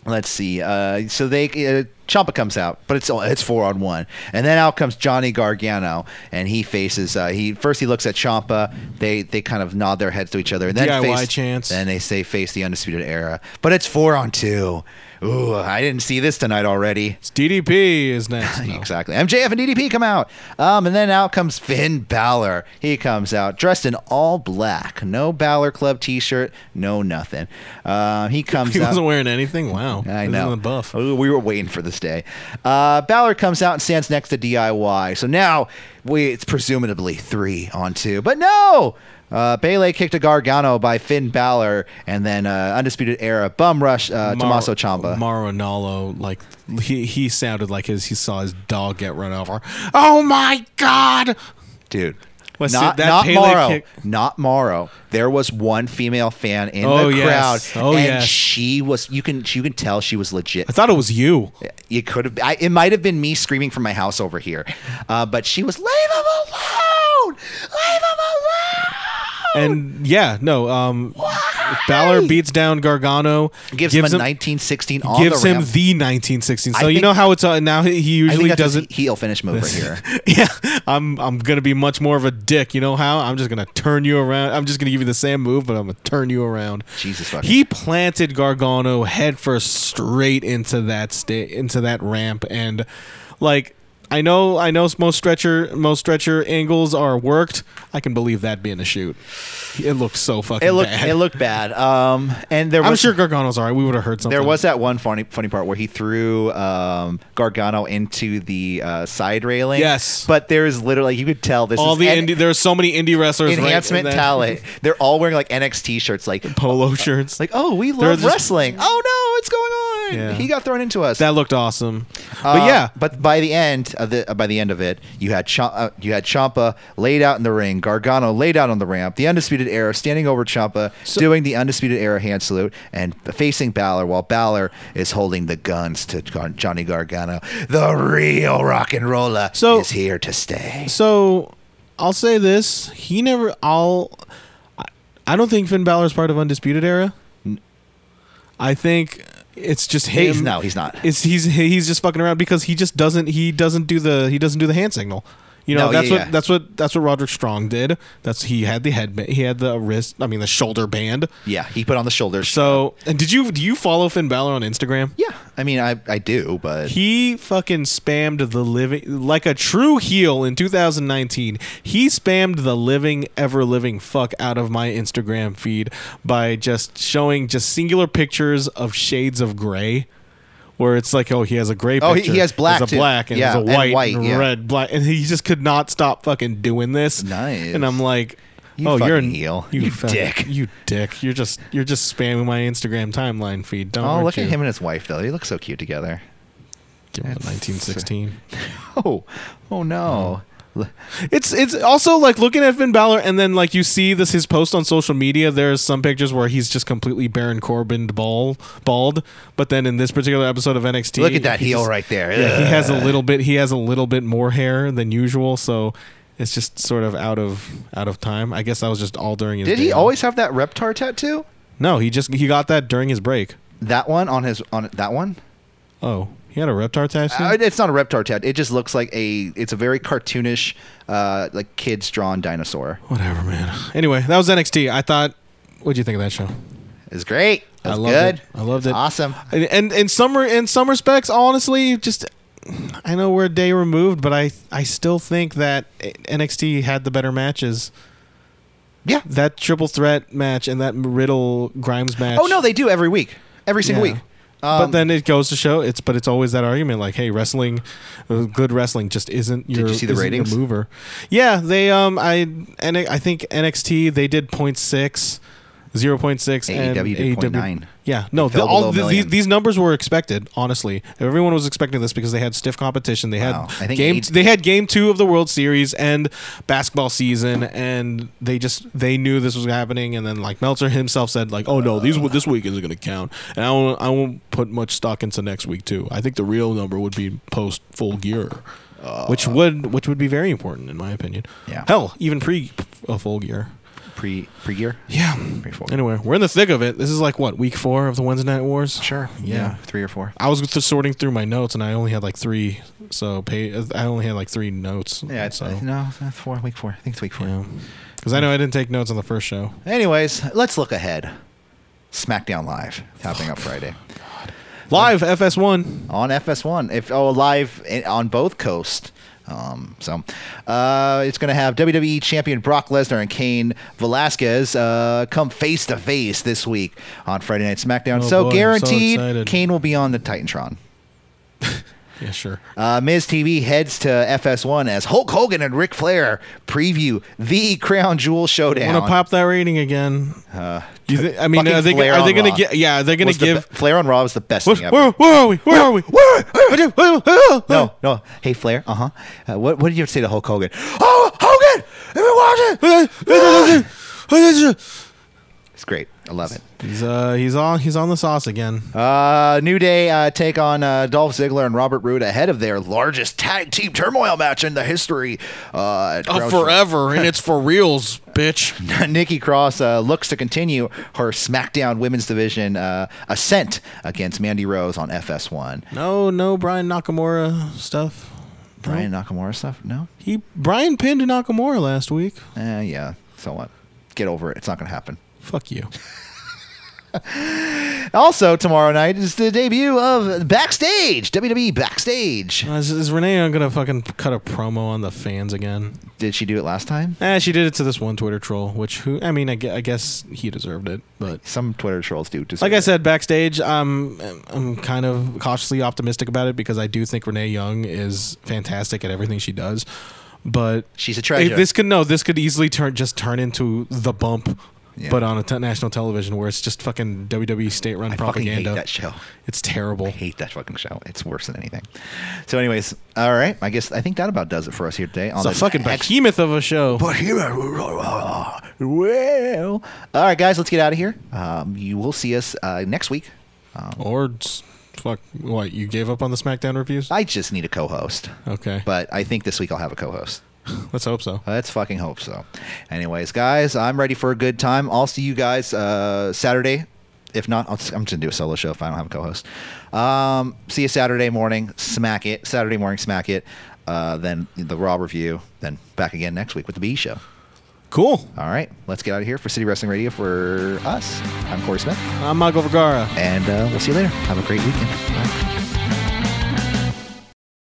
[SPEAKER 1] let's see. Uh, so they uh, Champa comes out, but it's it's four on one, and then out comes Johnny Gargano, and he faces. Uh, he first he looks at Champa. They they kind of nod their heads to each other, and then
[SPEAKER 2] DIY
[SPEAKER 1] face,
[SPEAKER 2] chance.
[SPEAKER 1] Then they say face the undisputed era, but it's four on two. Ooh, I didn't see this tonight already.
[SPEAKER 2] It's DDP
[SPEAKER 1] (laughs)
[SPEAKER 2] is next. No.
[SPEAKER 1] Exactly. MJF and DDP come out. Um, and then out comes Finn Balor. He comes out dressed in all black. No Balor Club t shirt, no nothing. Uh, he comes
[SPEAKER 2] (laughs) He
[SPEAKER 1] out.
[SPEAKER 2] wasn't wearing anything. Wow.
[SPEAKER 1] I
[SPEAKER 2] He was
[SPEAKER 1] know. Oh,
[SPEAKER 2] on the buff.
[SPEAKER 1] Ooh, We were waiting for this day. Uh, Balor comes out and stands next to DIY. So now we, it's presumably three on two. But no! Uh, Bailey kicked a Gargano by Finn Balor, and then uh, Undisputed Era bum rush uh,
[SPEAKER 2] Mar-
[SPEAKER 1] Tommaso Ciampa.
[SPEAKER 2] Mauro Ranallo, like he he sounded like his he saw his dog get run over. Oh my god.
[SPEAKER 1] dude.
[SPEAKER 2] Let's
[SPEAKER 1] not
[SPEAKER 2] see, that
[SPEAKER 1] not
[SPEAKER 2] Pele
[SPEAKER 1] Morrow.
[SPEAKER 2] kick-
[SPEAKER 1] Not Morrow. There was one female fan in
[SPEAKER 2] Oh,
[SPEAKER 1] the
[SPEAKER 2] yes.
[SPEAKER 1] crowd,
[SPEAKER 2] Oh,
[SPEAKER 1] and
[SPEAKER 2] yes.
[SPEAKER 1] she was. You can you can tell she was legit.
[SPEAKER 2] I thought it was you.
[SPEAKER 1] You could have. I, it might have been me screaming from my house over here, uh, but she was leave him alone. Leave him alone.
[SPEAKER 2] And yeah, no, um Balor beats down Gargano,
[SPEAKER 1] Gives, him a 1916 on
[SPEAKER 2] gives
[SPEAKER 1] the
[SPEAKER 2] him
[SPEAKER 1] ramp.
[SPEAKER 2] the 1916. So
[SPEAKER 1] I
[SPEAKER 2] you
[SPEAKER 1] think-
[SPEAKER 2] know how it's uh, now he he
[SPEAKER 1] I think
[SPEAKER 2] usually
[SPEAKER 1] that's his
[SPEAKER 2] doesn't
[SPEAKER 1] heel finish move
[SPEAKER 2] (laughs)
[SPEAKER 1] right here.
[SPEAKER 2] yeah, I'm I'm gonna be much more of a dick. You know how? I'm just gonna turn you around. I'm just gonna give you the same move, but I'm gonna turn you around.
[SPEAKER 1] Jesus fucking-
[SPEAKER 2] He planted Gargano headfirst straight into that sta- into that ramp, and like I know I know most stretcher most stretcher angles are worked. I can believe that being a shoot. It looks so fucking.
[SPEAKER 1] It looked
[SPEAKER 2] bad.
[SPEAKER 1] it looked bad. Um, and there was
[SPEAKER 2] I'm sure Gargano's alright. We would have heard something.
[SPEAKER 1] There was that one funny funny part where he threw um, Gargano into the uh, side railing.
[SPEAKER 2] Yes.
[SPEAKER 1] but there is literally you could tell this
[SPEAKER 2] all
[SPEAKER 1] is
[SPEAKER 2] the
[SPEAKER 1] en-
[SPEAKER 2] indie. There are so many indie wrestlers. right in
[SPEAKER 1] enhancement
[SPEAKER 2] that-
[SPEAKER 1] talent. They're all wearing like NXT shirts, like
[SPEAKER 2] (laughs) polo shirts.
[SPEAKER 1] like oh we
[SPEAKER 2] They're
[SPEAKER 1] love
[SPEAKER 2] just-
[SPEAKER 1] wrestling. Oh no, what's going on?
[SPEAKER 2] Yeah.
[SPEAKER 1] He got thrown into us.
[SPEAKER 2] that looked awesome.
[SPEAKER 1] Uh,
[SPEAKER 2] but yeah,
[SPEAKER 1] but by the end of the uh, by the end of it, you had Cha- uh, you had Champa laid out in the ring, Gargano laid out on the ramp, the Undisputed Era standing over Champa, doing the Undisputed Era hand salute, and facing Balor while Balor is holding the guns to Gar- Johnny Gargano. The real rock and roller
[SPEAKER 2] So-
[SPEAKER 1] is here to stay.
[SPEAKER 2] So I'll say this: he never. I'll. I- I don't think Finn Balor's part of Undisputed Era. I think it's just him.
[SPEAKER 1] He's no, he's not.
[SPEAKER 2] It's he's he's just fucking around because he just doesn't he doesn't do the he doesn't do the hand signal. You know
[SPEAKER 1] No,
[SPEAKER 2] that's
[SPEAKER 1] yeah,
[SPEAKER 2] what
[SPEAKER 1] yeah.
[SPEAKER 2] that's what that's what Roderick Strong did. That's he had the headband, he had the wrist, I mean the shoulder band.
[SPEAKER 1] yeah, he put on the shoulders.
[SPEAKER 2] So, and did you do you follow Finn Balor on Instagram?
[SPEAKER 1] yeah, I mean I I do, but
[SPEAKER 2] He fucking spammed the living like a true heel in 2019. He spammed the living ever living fuck out of my Instagram feed by just showing just singular pictures of shades of gray. Where it's like, oh, he has a gray.
[SPEAKER 1] Oh, he-
[SPEAKER 2] picture,
[SPEAKER 1] he has black,
[SPEAKER 2] There's a
[SPEAKER 1] too.
[SPEAKER 2] black and
[SPEAKER 1] Yeah,
[SPEAKER 2] there's a
[SPEAKER 1] and
[SPEAKER 2] white and,
[SPEAKER 1] white, yeah.
[SPEAKER 2] red, black, and he just could not stop fucking doing this.
[SPEAKER 1] Nice.
[SPEAKER 2] And I'm like,
[SPEAKER 1] You
[SPEAKER 2] oh,
[SPEAKER 1] fucking
[SPEAKER 2] you're an
[SPEAKER 1] heel.
[SPEAKER 2] you,
[SPEAKER 1] You
[SPEAKER 2] fuck-
[SPEAKER 1] dick.
[SPEAKER 2] you dick. You're just you're just spamming my Instagram timeline feed. Don't
[SPEAKER 1] oh
[SPEAKER 2] aren't
[SPEAKER 1] look at
[SPEAKER 2] you?
[SPEAKER 1] him and his wife though. They look so cute together.
[SPEAKER 2] Give him a 1916.
[SPEAKER 1] Oh, oh no. L-
[SPEAKER 2] It's it's also like looking at Finn Balor and then like you see this his post on social media. There's some pictures where he's just completely Baron Corbin bald, bald. But then in this particular episode of NXT,
[SPEAKER 1] Look at that
[SPEAKER 2] he
[SPEAKER 1] heel
[SPEAKER 2] just-
[SPEAKER 1] right there.
[SPEAKER 2] Yeah, he has a little bit. He has a little bit more hair than usual, so it's just sort of out of out of time. I guess that was just all during his.
[SPEAKER 1] Did he
[SPEAKER 2] day.
[SPEAKER 1] always have that Reptar tattoo?
[SPEAKER 2] No, he just he got that during his break.
[SPEAKER 1] That one on his on that one?
[SPEAKER 2] Oh, he had a Reptar tattoo.
[SPEAKER 1] Uh, it's not a Reptar tattoo. It just looks like a. It's a very cartoonish, uh, like kids drawn dinosaur.
[SPEAKER 2] Whatever, man. Anyway, that was NXT. I thought. What'd you think of that show?
[SPEAKER 1] It's great.
[SPEAKER 2] I
[SPEAKER 1] It's
[SPEAKER 2] loved
[SPEAKER 1] good.
[SPEAKER 2] it. I loved it.
[SPEAKER 1] Awesome.
[SPEAKER 2] And, and in some re- in some respects, honestly, just I know we're a day removed, but I I still think that NXT had the better matches.
[SPEAKER 1] Yeah.
[SPEAKER 2] That triple threat match and that Riddle Grimes match.
[SPEAKER 1] Oh no, they do every week, every single
[SPEAKER 2] Yeah.
[SPEAKER 1] week. Um,
[SPEAKER 2] but then it goes to show it's but it's always that argument like hey wrestling uh, good wrestling just isn't your,
[SPEAKER 1] you see the
[SPEAKER 2] isn't your
[SPEAKER 1] ratings?
[SPEAKER 2] mover yeah they um I and I think NXT they did 0.6 0.6 and E
[SPEAKER 1] AEW E did 0.9.
[SPEAKER 2] yeah no
[SPEAKER 1] fell
[SPEAKER 2] the, all
[SPEAKER 1] below
[SPEAKER 2] the, these,
[SPEAKER 1] million.
[SPEAKER 2] these numbers were expected honestly everyone was expecting this because they had stiff competition they
[SPEAKER 1] Wow.
[SPEAKER 2] had
[SPEAKER 1] I think E
[SPEAKER 2] game
[SPEAKER 1] eight-
[SPEAKER 2] they had game 2 of the World Series and basketball season and they just they knew this was happening and then like Meltzer himself said like oh no these this week isn't going to count and I won't, I won't put much stock into next week too I think the real number would be post full gear which would which would be very important in my opinion
[SPEAKER 1] Uh. Yeah.
[SPEAKER 2] hell even pre a full gear
[SPEAKER 1] Pre pre gear.
[SPEAKER 2] yeah
[SPEAKER 1] Pre four.
[SPEAKER 2] anyway we're in the thick of it this is like what week 4 of the Wednesday night wars
[SPEAKER 1] Sure.
[SPEAKER 2] Yeah.
[SPEAKER 1] Three or four.
[SPEAKER 2] I was th- sorting through my notes and I only had like 3 so pay, I only had like 3 notes
[SPEAKER 1] Yeah. It's,
[SPEAKER 2] so
[SPEAKER 1] No, that's four. Week four. I think it's week four.
[SPEAKER 2] Yeah. Because I know I didn't take notes on the first show.
[SPEAKER 1] Anyways, let's look ahead. SmackDown Live happening up Friday
[SPEAKER 2] Live FS1.
[SPEAKER 1] on FS1. If oh, live in, on both coasts. Um, so uh, it's going to have WWE champion Brock Lesnar and Kane Velasquez uh, come face to face this week on Friday Night SmackDown.
[SPEAKER 2] Oh
[SPEAKER 1] so
[SPEAKER 2] boy, I'm so
[SPEAKER 1] guaranteed,
[SPEAKER 2] excited.
[SPEAKER 1] Kane will be on the Titantron.
[SPEAKER 2] Yeah, sure.
[SPEAKER 1] Uh, Miz TV heads to FS1 as Hulk Hogan and Ric Flair preview the Crown Jewel Showdown.
[SPEAKER 2] Want to pop that rating again? Uh, you thi- I mean,
[SPEAKER 1] fucking
[SPEAKER 2] are they
[SPEAKER 1] Flair
[SPEAKER 2] are they
[SPEAKER 1] on
[SPEAKER 2] going
[SPEAKER 1] Raw.
[SPEAKER 2] to get? Yeah, they're going
[SPEAKER 1] Was
[SPEAKER 2] to
[SPEAKER 1] the
[SPEAKER 2] give.
[SPEAKER 1] be- Flair on Raw was the best
[SPEAKER 2] Where,
[SPEAKER 1] thing ever.
[SPEAKER 2] where, where are we? Where are we?
[SPEAKER 1] No, no. Hey Flair, uh-huh. Uh, what what did you have to say to Hulk Hogan? Oh, Hogan! I've been watching. It's great. I love it.
[SPEAKER 2] He's uh he's on he's on the sauce again.
[SPEAKER 1] Uh, New Day uh, take on uh, Dolph Ziggler and Robert Roode ahead of their largest tag team turmoil match in the history. Uh,
[SPEAKER 2] Oh,
[SPEAKER 1] at Crown Jewel.
[SPEAKER 2] and it's for reals,
[SPEAKER 1] (laughs)
[SPEAKER 2] bitch.
[SPEAKER 1] Nikki Cross uh, looks to continue her SmackDown Women's Division uh, ascent against Mandy Rose on FS1.
[SPEAKER 2] (laughs) No, no, Brian Nakamura stuff.
[SPEAKER 1] Brian Nakamura stuff? No?
[SPEAKER 2] He Brian pinned Nakamura last week.
[SPEAKER 1] Eh, yeah. So what? Get over it. It's not going to happen.
[SPEAKER 2] Fuck you.
[SPEAKER 1] Also, tomorrow night is the debut of Backstage, WWE Backstage.
[SPEAKER 2] Uh, Is, is Renee gonna fucking cut a promo on the fans again?
[SPEAKER 1] Did she do it last time?
[SPEAKER 2] Eh, she did it to this one Twitter troll, which who I mean, I gue- I guess, he deserved it. But
[SPEAKER 1] Some Twitter trolls do. deserve
[SPEAKER 2] like I
[SPEAKER 1] it.
[SPEAKER 2] said, backstage, um, I'm kind of cautiously optimistic about it because I do think Renee Young is fantastic at everything she does. But
[SPEAKER 1] she's a
[SPEAKER 2] eh,
[SPEAKER 1] treasure.
[SPEAKER 2] this could no, this could easily turn just turn into the bump,
[SPEAKER 1] Yeah.
[SPEAKER 2] but on a t- national television where it's just fucking WWE state run
[SPEAKER 1] I fucking hate
[SPEAKER 2] propaganda.
[SPEAKER 1] that show.
[SPEAKER 2] It's terrible.
[SPEAKER 1] I hate that fucking show. It's worse than anything. So, anyways, all right. I guess I think that about does it for us here today. On
[SPEAKER 2] It's a
[SPEAKER 1] this
[SPEAKER 2] fucking
[SPEAKER 1] ex-
[SPEAKER 2] behemoth of a show.
[SPEAKER 1] But here, well, all right, guys, let's get out of here. Um, you will see us uh, next week.
[SPEAKER 2] Or s- fuck, what you gave up on the SmackDown reviews?
[SPEAKER 1] I just need a co-host,
[SPEAKER 2] Okay,
[SPEAKER 1] Ah. but I think this week I'll have a co-host.
[SPEAKER 2] let's hope so.
[SPEAKER 1] Let's fucking hope so. Anyways, guys, I'm ready for a good time. I'll see you guys uh, Saturday. If not, I'll, I'm just gonna do a solo show if I don't have a co-host. Um, see you Saturday morning. Smack it. Saturday morning. Smack it. Uh, then the Raw review. Then back again next week with the B show.
[SPEAKER 2] Cool.
[SPEAKER 1] All right, let's get out of here for City Wrestling Radio for us. I'm Corey Smith.
[SPEAKER 2] I'm Michael Vergara.
[SPEAKER 1] and uh, we'll see you later. Have a great weekend. Bye.